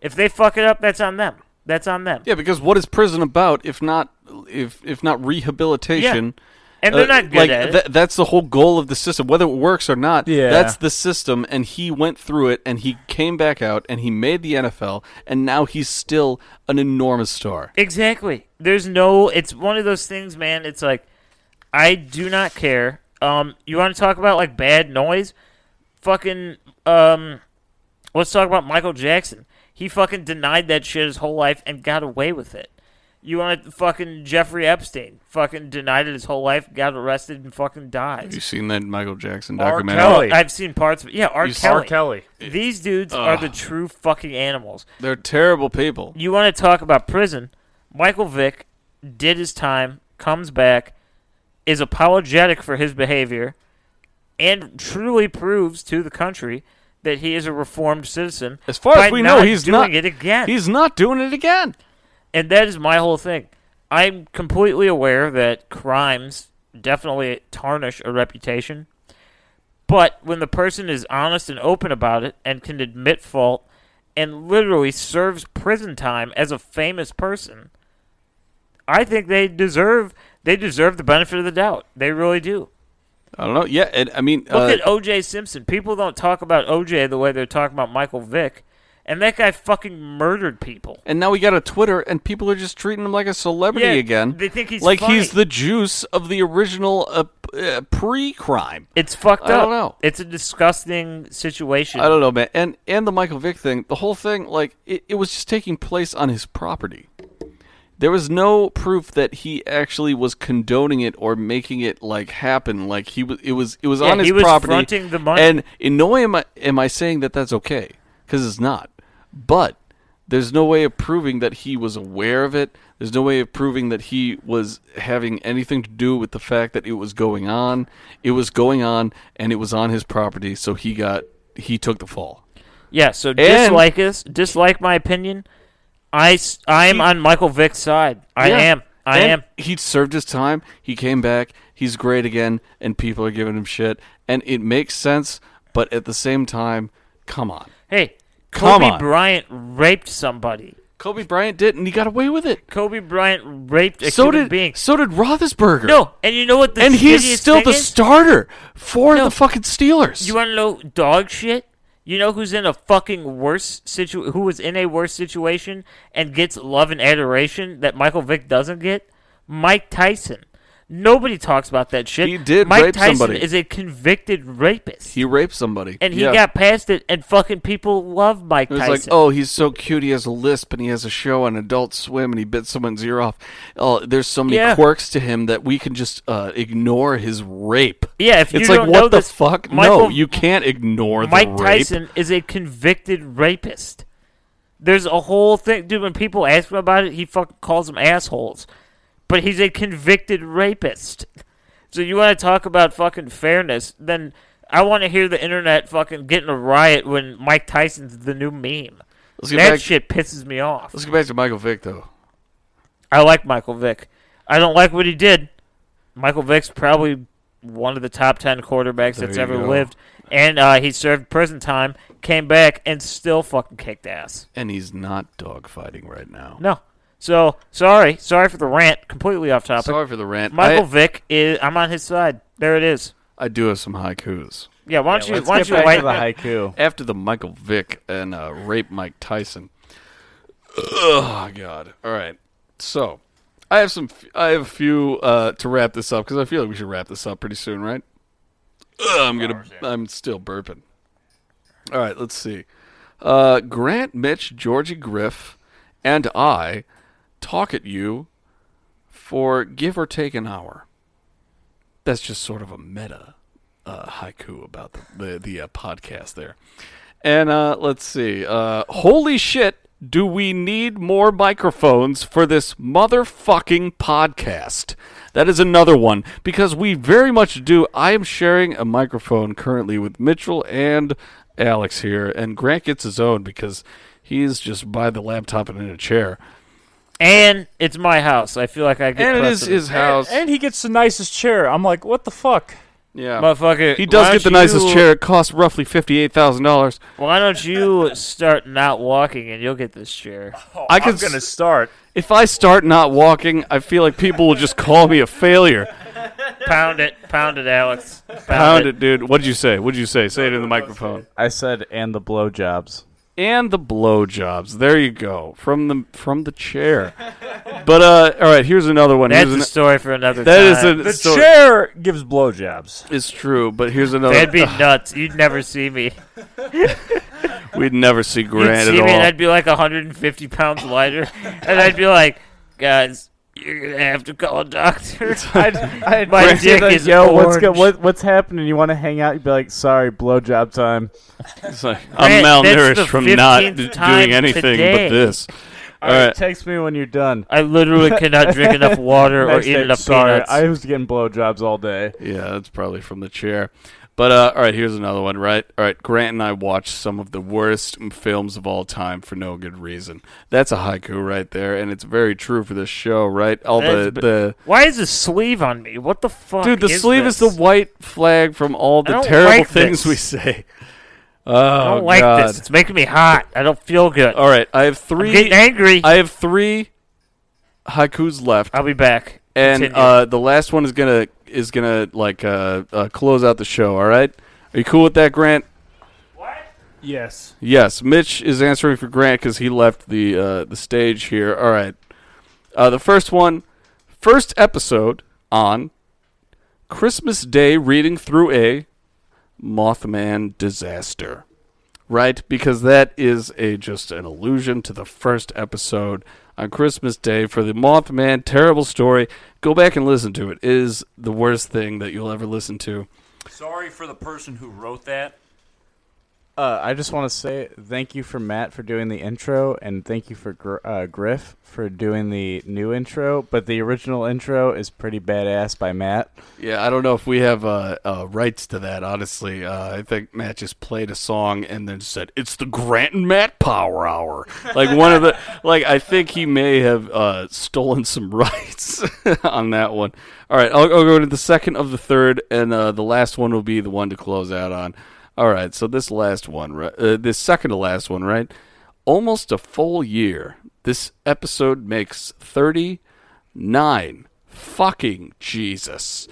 if they fuck it up, that's on them. That's on them.
Yeah, because what is prison about if not if if not rehabilitation Uh,
And they're not good
like,
at it.
tha- that's the whole goal of the system, whether it works or not.
Yeah.
that's the system, and he went through it, and he came back out, and he made the NFL, and now he's still an enormous star.
Exactly. There's no. It's one of those things, man. It's like I do not care. Um, you want to talk about like bad noise? Fucking um, let's talk about Michael Jackson. He fucking denied that shit his whole life and got away with it. You want to fucking Jeffrey Epstein? Fucking denied it his whole life, got arrested and fucking
Have
died. Oh,
you seen that Michael Jackson
R.
documentary?
Kelly.
I've seen parts of it. Yeah, R.
You
Kelly.
saw
R. Kelly.
These dudes are the true fucking animals.
They're terrible people.
you want to talk about prison? Michael Vick did his time, comes back, is apologetic for his behavior, and truly proves to the country that he is a reformed citizen.
As far
by
as we know, he's
doing
not
it again.
He's not doing it again.
And that is my whole thing. I'm completely aware that crimes definitely tarnish a reputation. But when the person is honest and open about it and can admit fault and literally serves prison time as a famous person, I think they deserve they deserve the benefit of the doubt. They really do.
I don't know. Yeah, and I mean,
Look
uh,
at OJ Simpson. People don't talk about OJ the way they're talking about Michael Vick. And that guy fucking murdered people.
and now we got a Twitter, and people are just treating him like a celebrity
Yeah,
again.
they think he's
like
funny.
he's the juice of the original uh, p- uh, pre-crime.
It's fucked
I
up.
don't know.
It's a disgusting situation.
I don't know, man. And and the Michael Vick thing, the whole thing, like it, it was just taking place on his property. There was no proof that he actually was condoning it or making it like happen. Like he was, it was, it was
Yeah,
on his
he was
property.
fronting the money.
And in no way am I am I saying that that's okay because it's not. But there's no way of proving that he was aware of it. There's no way of proving that he was having anything to do with the fact that it was going on. It was going on, and it was on his property, so he got he took the fall.
yeah, so dislike us, dislike my opinion. I s- I am on Michael Vick's side. I
Yeah.
am. I
And
am.
He served his time. He came back. He's great again, and people are giving him shit, and it makes sense. But at the same time, come on.
Hey,
Come
Kobe
on.
Bryant raped somebody.
Kobe Bryant did, and he got away with it.
Kobe Bryant raped a
so
human
did
being.
so did Roethlisberger.
No, and you know what? The
and
shittiest
he's still
thing
the
is?
starter for
No.
the fucking Steelers.
You want to know dog shit? You know who's in a fucking worse situ? Who was in a worse situation and gets love and adoration that Michael Vick doesn't get? Mike Tyson. Nobody talks about that shit.
He did
Mike
rape
Tyson
somebody.
is a convicted rapist,
he raped somebody,
and he
Yeah.
got past it. And fucking people love Mike
It was
Tyson.
like, oh, he's so cute. He has a lisp, and he has a show on Adult Swim, and he bit someone's ear off. Oh, there's so many
Yeah.
quirks to him that we can just uh, ignore his rape.
Yeah, if you
it's like,
don't
what
know
the
this,
fuck? no,
Michael-
you can't ignore the
Mike
rape.
Tyson is a convicted rapist. There's a whole thing, dude. When people ask him about it, he fucking calls them assholes. But he's a convicted rapist. So you want to talk about fucking fairness? Then I want to hear the internet fucking getting a riot when Mike Tyson's the new meme.
Let's get
That
back.
shit pisses me off.
Let's get back to Michael Vick, though.
I like Michael Vick. I don't like what he did. Michael Vick's probably one of the top ten quarterbacks
There
that's
you
ever
go.
lived, and uh, he served prison time, came back, and still fucking kicked ass.
And he's not dogfighting right now.
No, so sorry, sorry for the rant, completely off topic.
Sorry for the rant.
Michael
I,
Vick is. I'm on his side. There it is.
I do have some haikus.
Yeah, why don't you?
Let's
Why
get
don't you?
back to
Lighten,
the haiku.
after the Michael Vick and uh, rape Mike Tyson. Oh God! All right, so I have some. I have a few uh, to wrap this up because I feel like we should wrap this up pretty soon, right? Ugh, I'm gonna. I'm still burping. All right, let's see. Uh, Grant, Mitch, Georgie Griff, and I talk at you for give or take an hour. That's just sort of a meta uh, haiku about the the, the uh, podcast there. And uh, let's see. Uh, holy shit! Do we need more microphones for this motherfucking podcast? That is another one because we very much do. I am sharing a microphone currently with Mitchell and Alex here, and Grant gets his own because he's just by the laptop and in a chair.
and it's my house. I feel like I get.
And it is
precedent. <laughs>
his house.
And he gets the nicest chair. I'm like, what the fuck?
yeah,
Motherfucker,
He does
why
get the
don't
nicest
you-
chair. It costs roughly fifty-eight thousand dollars.
Why don't you start not walking and you'll get this chair?
I can
I'm gonna start.
<laughs>
If I start not walking, I feel like people will just call me a failure.
Pound it, pound it, Alex. Pound,
Pound it, dude. What did you say? What did you say? Say it in the microphone.
I said, and the blowjobs.
and the blowjobs. There you go from the from
<laughs>
the chair. But uh, all right, here's another one.
That's
Here's
a
an-
story for another
that is
time.
a
The
so-
chair gives blowjobs.
It's true, but here's another.
That'd be nuts. You'd never see
<laughs>
me.
We'd never see
You'd
Grant
see
at
me, and
all.
I'd be like 150 pounds lighter, and I'd be like, guys, you're gonna have to call a doctor.
I,
My
<laughs> I'd say
dick
that,
is
yo. What's go,
orange."
what, what's happening? You want to hang out? You'd be like, sorry, blowjob time.
It's like,
Grant,
I'm
that's the
malnourished from not
15th
d-
time
doing anything
today.
but this. All
Alright,
right,
text me when you're done.
I
<laughs>
literally cannot drink enough water or
Next
eat
day,
enough
sorry,
peanuts.
I was getting blowjobs all day.
yeah, that's probably from the chair. But uh, all right, here's another one. Right, all right. Grant and I watched some of the worst m- films of all time for no good reason. That's a haiku right there, and it's very true for this show. Right, all
That's
the
b-
the
Why is the sleeve on me? What the fuck?
Dude, the
is
sleeve
this?
is the white flag from
I
all the
don't
terrible
like
things
this.
we say. <laughs> Oh,
I don't like
God.
this. It's making me hot. I don't feel good.
All right, I have
I'm getting
three.
angry.
I have three haikus left,
I'll be back.
and
Continue.
uh, the last one is gonna is gonna like uh, uh, close out the show. All right, are you cool with that, Grant?
Yes.
Yes, Mitch is answering for Grant because he left the uh, the stage here. All right, uh, the first one, first episode on Christmas Day, reading through a Mothman disaster, right? Because that is a just an allusion to the first episode on Christmas Day for the Mothman terrible story. Go back and listen to it. It is the worst thing that you'll ever listen to.
Sorry for the person who wrote that.
Uh, I just want to say thank you for Matt for doing the intro, and thank you for Gr- uh, Griff for doing the new intro. But the original intro is pretty badass by Matt.
Yeah, I don't know if we have uh, uh, rights to that. Honestly, uh, I think Matt just played a song and then said it's the Grant and Matt Power Hour. Like one of the <laughs> like, I think he may have uh, stolen some <laughs> rights on that one. All right, I'll, I'll go to the second of the third, and uh, the last one will be the one to close out on. All right, so this last one, right? Uh, this second to last one, right? Almost a full year. This episode makes thirty nine. Fucking Jesus.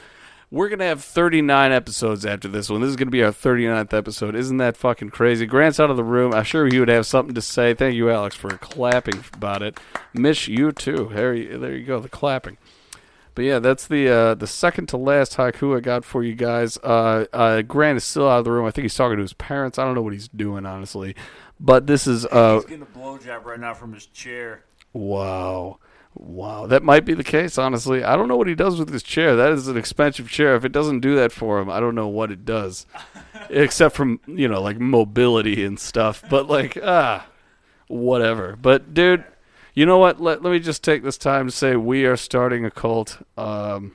We're going to have 39 episodes after this one. This is going to be our 39th episode. Isn't that fucking crazy? Grant's out of the room. I'm sure he would have something to say. Thank you, Alex, for clapping about it. Mish, you too. There you, there you go, the clapping. But yeah, that's the uh, the second to last haiku I got for you guys. Uh, uh, Grant is still out of the room. I think he's talking to his parents. I don't know what he's doing, honestly. But this is uh,
getting a blowjob right now from his chair.
Wow. Wow. That might be the case, honestly. I don't know what he does with his chair. That is an expensive chair. If it doesn't do that for him, I don't know what it does. Except from, you know, like mobility and stuff. But, like, ah, whatever. But, dude, you know what? Let, let me just take this time to say we are starting a cult. Um,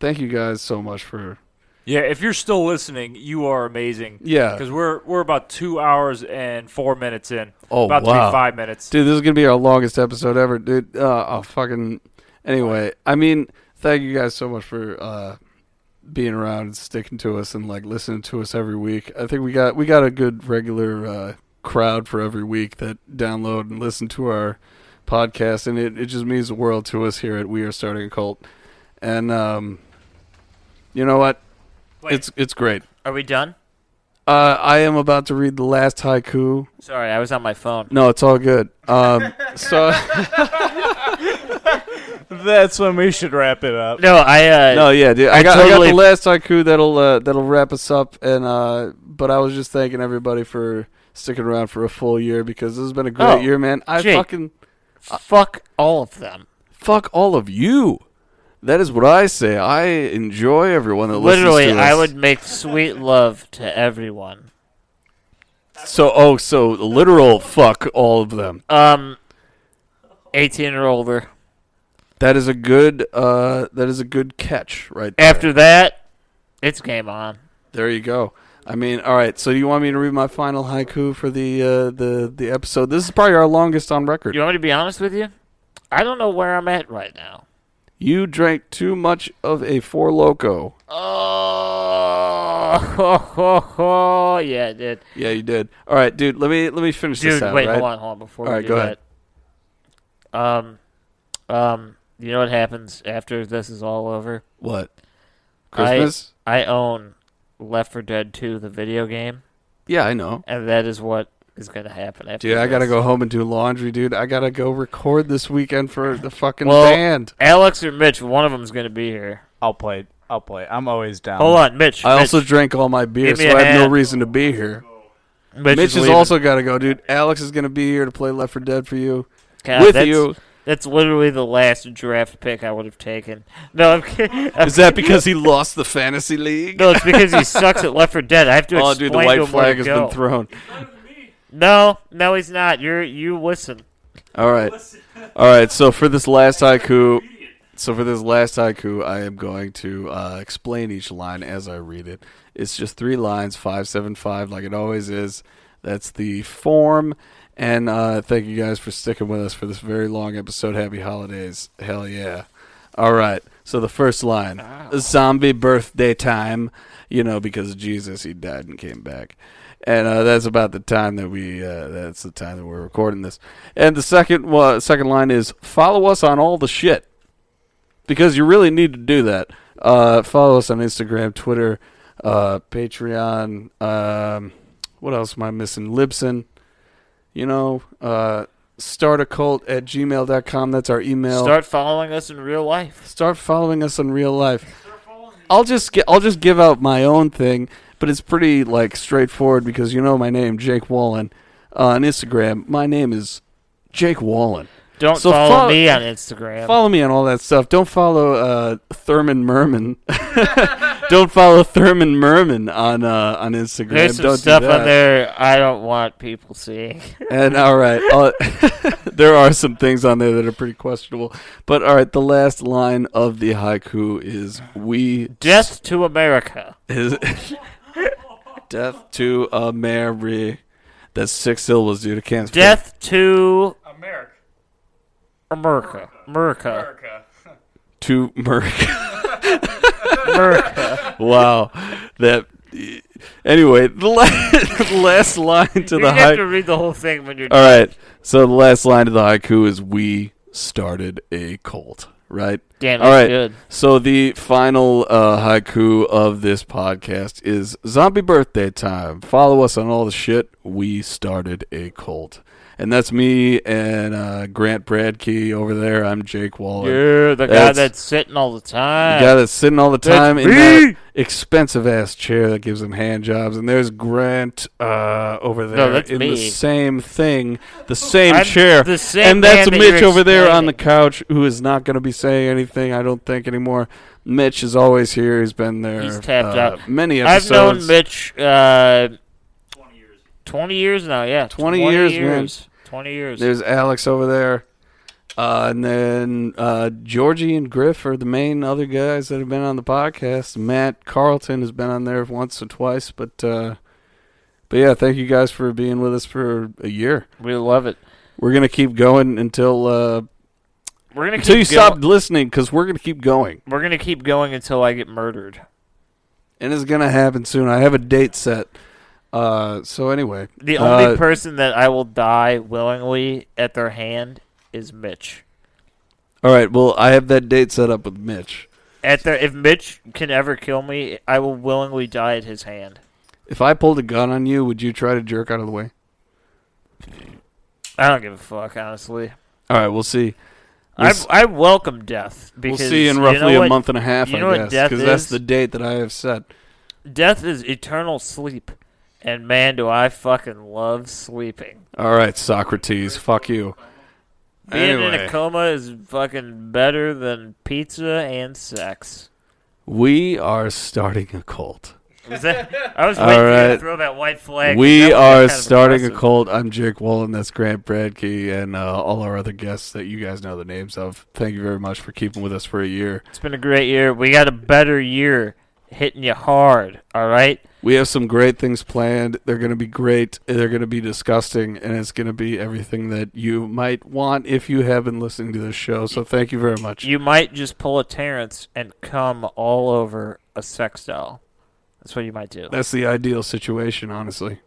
thank you guys so much for.
Yeah, if you're still listening, you are amazing.
Yeah.
because we're we're about two hours and four minutes in.
Oh,
about to
wow.
be five minutes.
Dude, this is gonna be our longest episode ever, dude. Uh, oh, fucking. Anyway, I mean, thank you guys so much for uh, being around and sticking to us and like listening to us every week. I think we got we got a good regular uh, crowd for every week that download and listen to our podcast, and it, it just means the world to us here at We Are Starting a Cult. And um, you know what?
Wait.
It's it's great.
Are we done?
Uh, I am about to read the last haiku.
Sorry, I was on my phone.
No, it's all good. Um, <laughs> so.
That's when we should wrap it up.
No, I. Uh,
No, yeah, dude. I, got, I
totally-
got the last haiku that'll uh, that'll wrap us up, and uh, but I was just thanking everybody for sticking around for a full year because this has been a great
Oh,
year, man. I
Jake.
fucking
fuck all of them.
fuck all of you. That is what I say. I enjoy everyone that
Literally,
listens to
I
this.
would make sweet love to everyone.
So oh, so literal fuck all of them.
Um, eighteen or older.
That is a good uh, that is a good catch right there.
After that, it's game on.
There you go. I mean, all right. So you want me to read my final haiku for the uh, the the episode? This is probably our longest on record.
You want me to be honest with you? I don't know where I'm at right now.
You drank too much of a Four Loco.
Oh, <laughs> ho, ho, ho. yeah, dude.
Yeah, you did. All right, dude. Let me let me finish this
Dude,
out.
wait,
right?
hold on, hold on. Before
All
we
right,
do
go
that, um, um, you know what happens after this is all over?
What? Christmas?
I, I own Left 4 Dead 2, the video game,
yeah, I know.
and that is what is going to happen after.
Dude, I gotta
this.
go home and do laundry, dude. I gotta go record this weekend for the fucking
Well,
band.
Alex or Mitch, one of them's going to be here.
I'll play. I'll play. I'm always down.
Hold on, Mitch.
I also
Mitch,
drank all my beer,
Give
so
me a
I have no
hand.
reason to be here.
Mitch,
Mitch has
leaving.
also got to go, dude. Alex is gonna be here to play Left 4 Dead for you.
God,
with
that's- <laughs>
you.
That's literally the last draft pick I would have taken. No, I'm kidding. I'm <laughs>
Is that because he lost the fantasy league?
No, it's because he sucks at Left 4 Dead. I have to
<laughs> oh,
explain
dude, the white
to him where
flag
to
has
go.
been thrown.
No, no, he's not. You're you listen.
All right, all right. So for this last haiku, so for this last haiku, I am going to uh, explain each line as I read it. It's just three lines, five, seven, five, like it always is. That's the form. And uh, thank you guys for sticking with us for this very long episode. Happy holidays! Hell yeah! All right. So the first line, zombie birthday time, you know, because Jesus he died and came back, and uh, that's about the time that we. Uh, that's the time that we're recording this. And the second uh, second line is follow us on all the shit, because you really need to do that. Uh, follow us on Instagram, Twitter, uh, Patreon. Um, what else am I missing? Libsyn. You know, uh, start a cult at gmail.com. That's our email
Start following us in real life.
start following us in real life. I'll just get, I'll just give out my own thing, but it's pretty like straightforward because you know my name, Jake Wallen, uh, on Instagram. My name is Jake Wallen.
Don't
So
follow
follow-
me on Instagram.
Follow me on all that stuff. Don't follow uh, Thurman Merman. <laughs> Don't follow Thurman Merman on uh, on Instagram.
There's some
Don't
stuff
do that.
on there I don't want people seeing.
And all right, uh, <laughs> there are some things on there that are pretty questionable. But all right, the last line of the haiku is "We
Death to
<laughs>
America.
Is Death to a Mary. That's six syllables, dude. I can't. spell-
Death to
America.
America. America.
to Merc.
America.
<laughs> wow, that. Anyway, <laughs> the last, last line <laughs> to
You're
the
gonna have to
haiku.
read the whole thing when you're
All right, so the last line to the haiku is "We started a cult." Right.
Damn,
All
that's
right.
good.
So the final uh, haiku of this podcast is "Zombie Birthday Time." Follow us on all the shit. We started a cult, and that's me and uh, Grant Bradkey over there. I'm Jake Waller.
You're the guy
That's-
that's sitting all the
The
time.
guy that's sitting all the
That's
time in
me!
that expensive ass chair that gives him hand jobs, and there's Grant uh, over there
that's
in
me.
the same thing, the same
I'm
chair,
the same
and that's
man that
Mitch
you're
over there on the
explaining.
couch who is not going to be saying anything, I don't think anymore. Mitch is always here. He's been there.
He's tapped
uh,
out.
Many
I've known
episodes.
Mitch uh, 20 years now, yeah.
20 years, man.
20 years.
There's Alex over there. Uh, and then uh, Georgie and Griff are the main other guys that have been on the podcast. Matt Carlton has been on there once or twice, but uh, but yeah, thank you guys for being with us for a year.
we love it.
We're gonna keep going until uh,
We're gonna
until
keep
you
go-
stop listening because we're gonna keep going,
We're gonna keep going until I get murdered.
and it's gonna happen soon. I have a date set. Uh, so anyway,
The only
uh,
person that I will die willingly at their hand is Mitch.
all right. Well, I have that date set up with Mitch.
At their, if Mitch can ever kill me, I will willingly die at his hand.
If I pulled a gun on you, would you try to jerk out of the way?
I don't give a fuck, honestly.
All right, we'll see. We'll
I
s-
I welcome death
We'll
because
see in
you
roughly
know
a
what?
month and a half,
you know what
I guess,
death
because that's
is?
the date that I have set.
Death is eternal sleep, and man, do I fucking love sleeping.
All right, Socrates, fuck you.
Being in
Anyway.
a coma is fucking better than pizza and sex.
We are starting a cult.
Was that, I was
All
waiting for you
right.
to throw that white flag.
we
That was
are
kind of
starting a
impressive.
cult. I'm Jake Wallen. That's Grant Bradkey, and uh, all our other guests that you guys know the names of. Thank you very much for keeping with us for a year.
It's been a great year. We got a better year hitting you hard. All right.
We have some great things planned. They're going to be great. They're going to be disgusting, and it's going to be everything that you might want if you have been listening to this show. So thank you very much.
You might just pull a Terrence and come all over a sex doll. That's what you might do.
That's the ideal situation, honestly.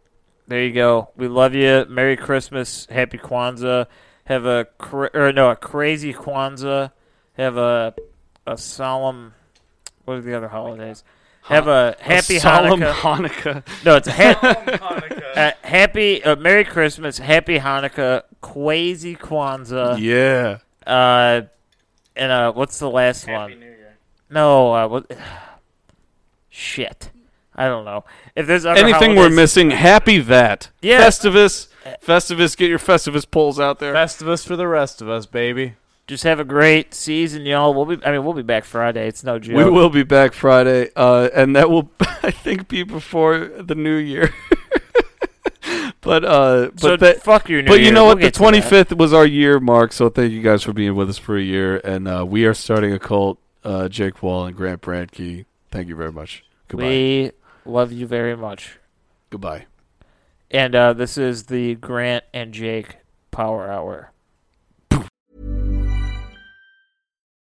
There you go. We love you. Merry Christmas. Happy Kwanzaa. Have a cra- or no a crazy Kwanzaa. Have a a solemn. What are the other holidays? Have a happy
a solemn
Hanukkah.
<laughs> Hanukkah.
No, it's a ha- <laughs> uh, happy uh, Merry Christmas, Happy Hanukkah, Quasi Kwanzaa,
yeah.
uh, and uh, what's the last one? No, uh, what? <sighs> Shit, I don't know. If there's other
Anything we're
holidays-
missing, happy that.
Yeah.
Festivus. Festivus, get your Festivus polls out there.
Festivus for the rest of us, baby.
just have a great season, y'all. We'll be. I mean, we'll be back Friday. It's no joke.
We will be back Friday, uh, and that will, <laughs> I think, be before the new year. <laughs> but uh, but
So
that,
fuck your new
but
year.
you know
We'll
what? The
get to that.
twenty fifth was our year mark, so thank you guys for being with us for a year, and uh, we are starting a cult. Uh, Jake Wall and Grant Bradkey. Thank you very much. Goodbye.
We love you very much.
Goodbye.
And uh, this is the Grant and Jake Power Hour.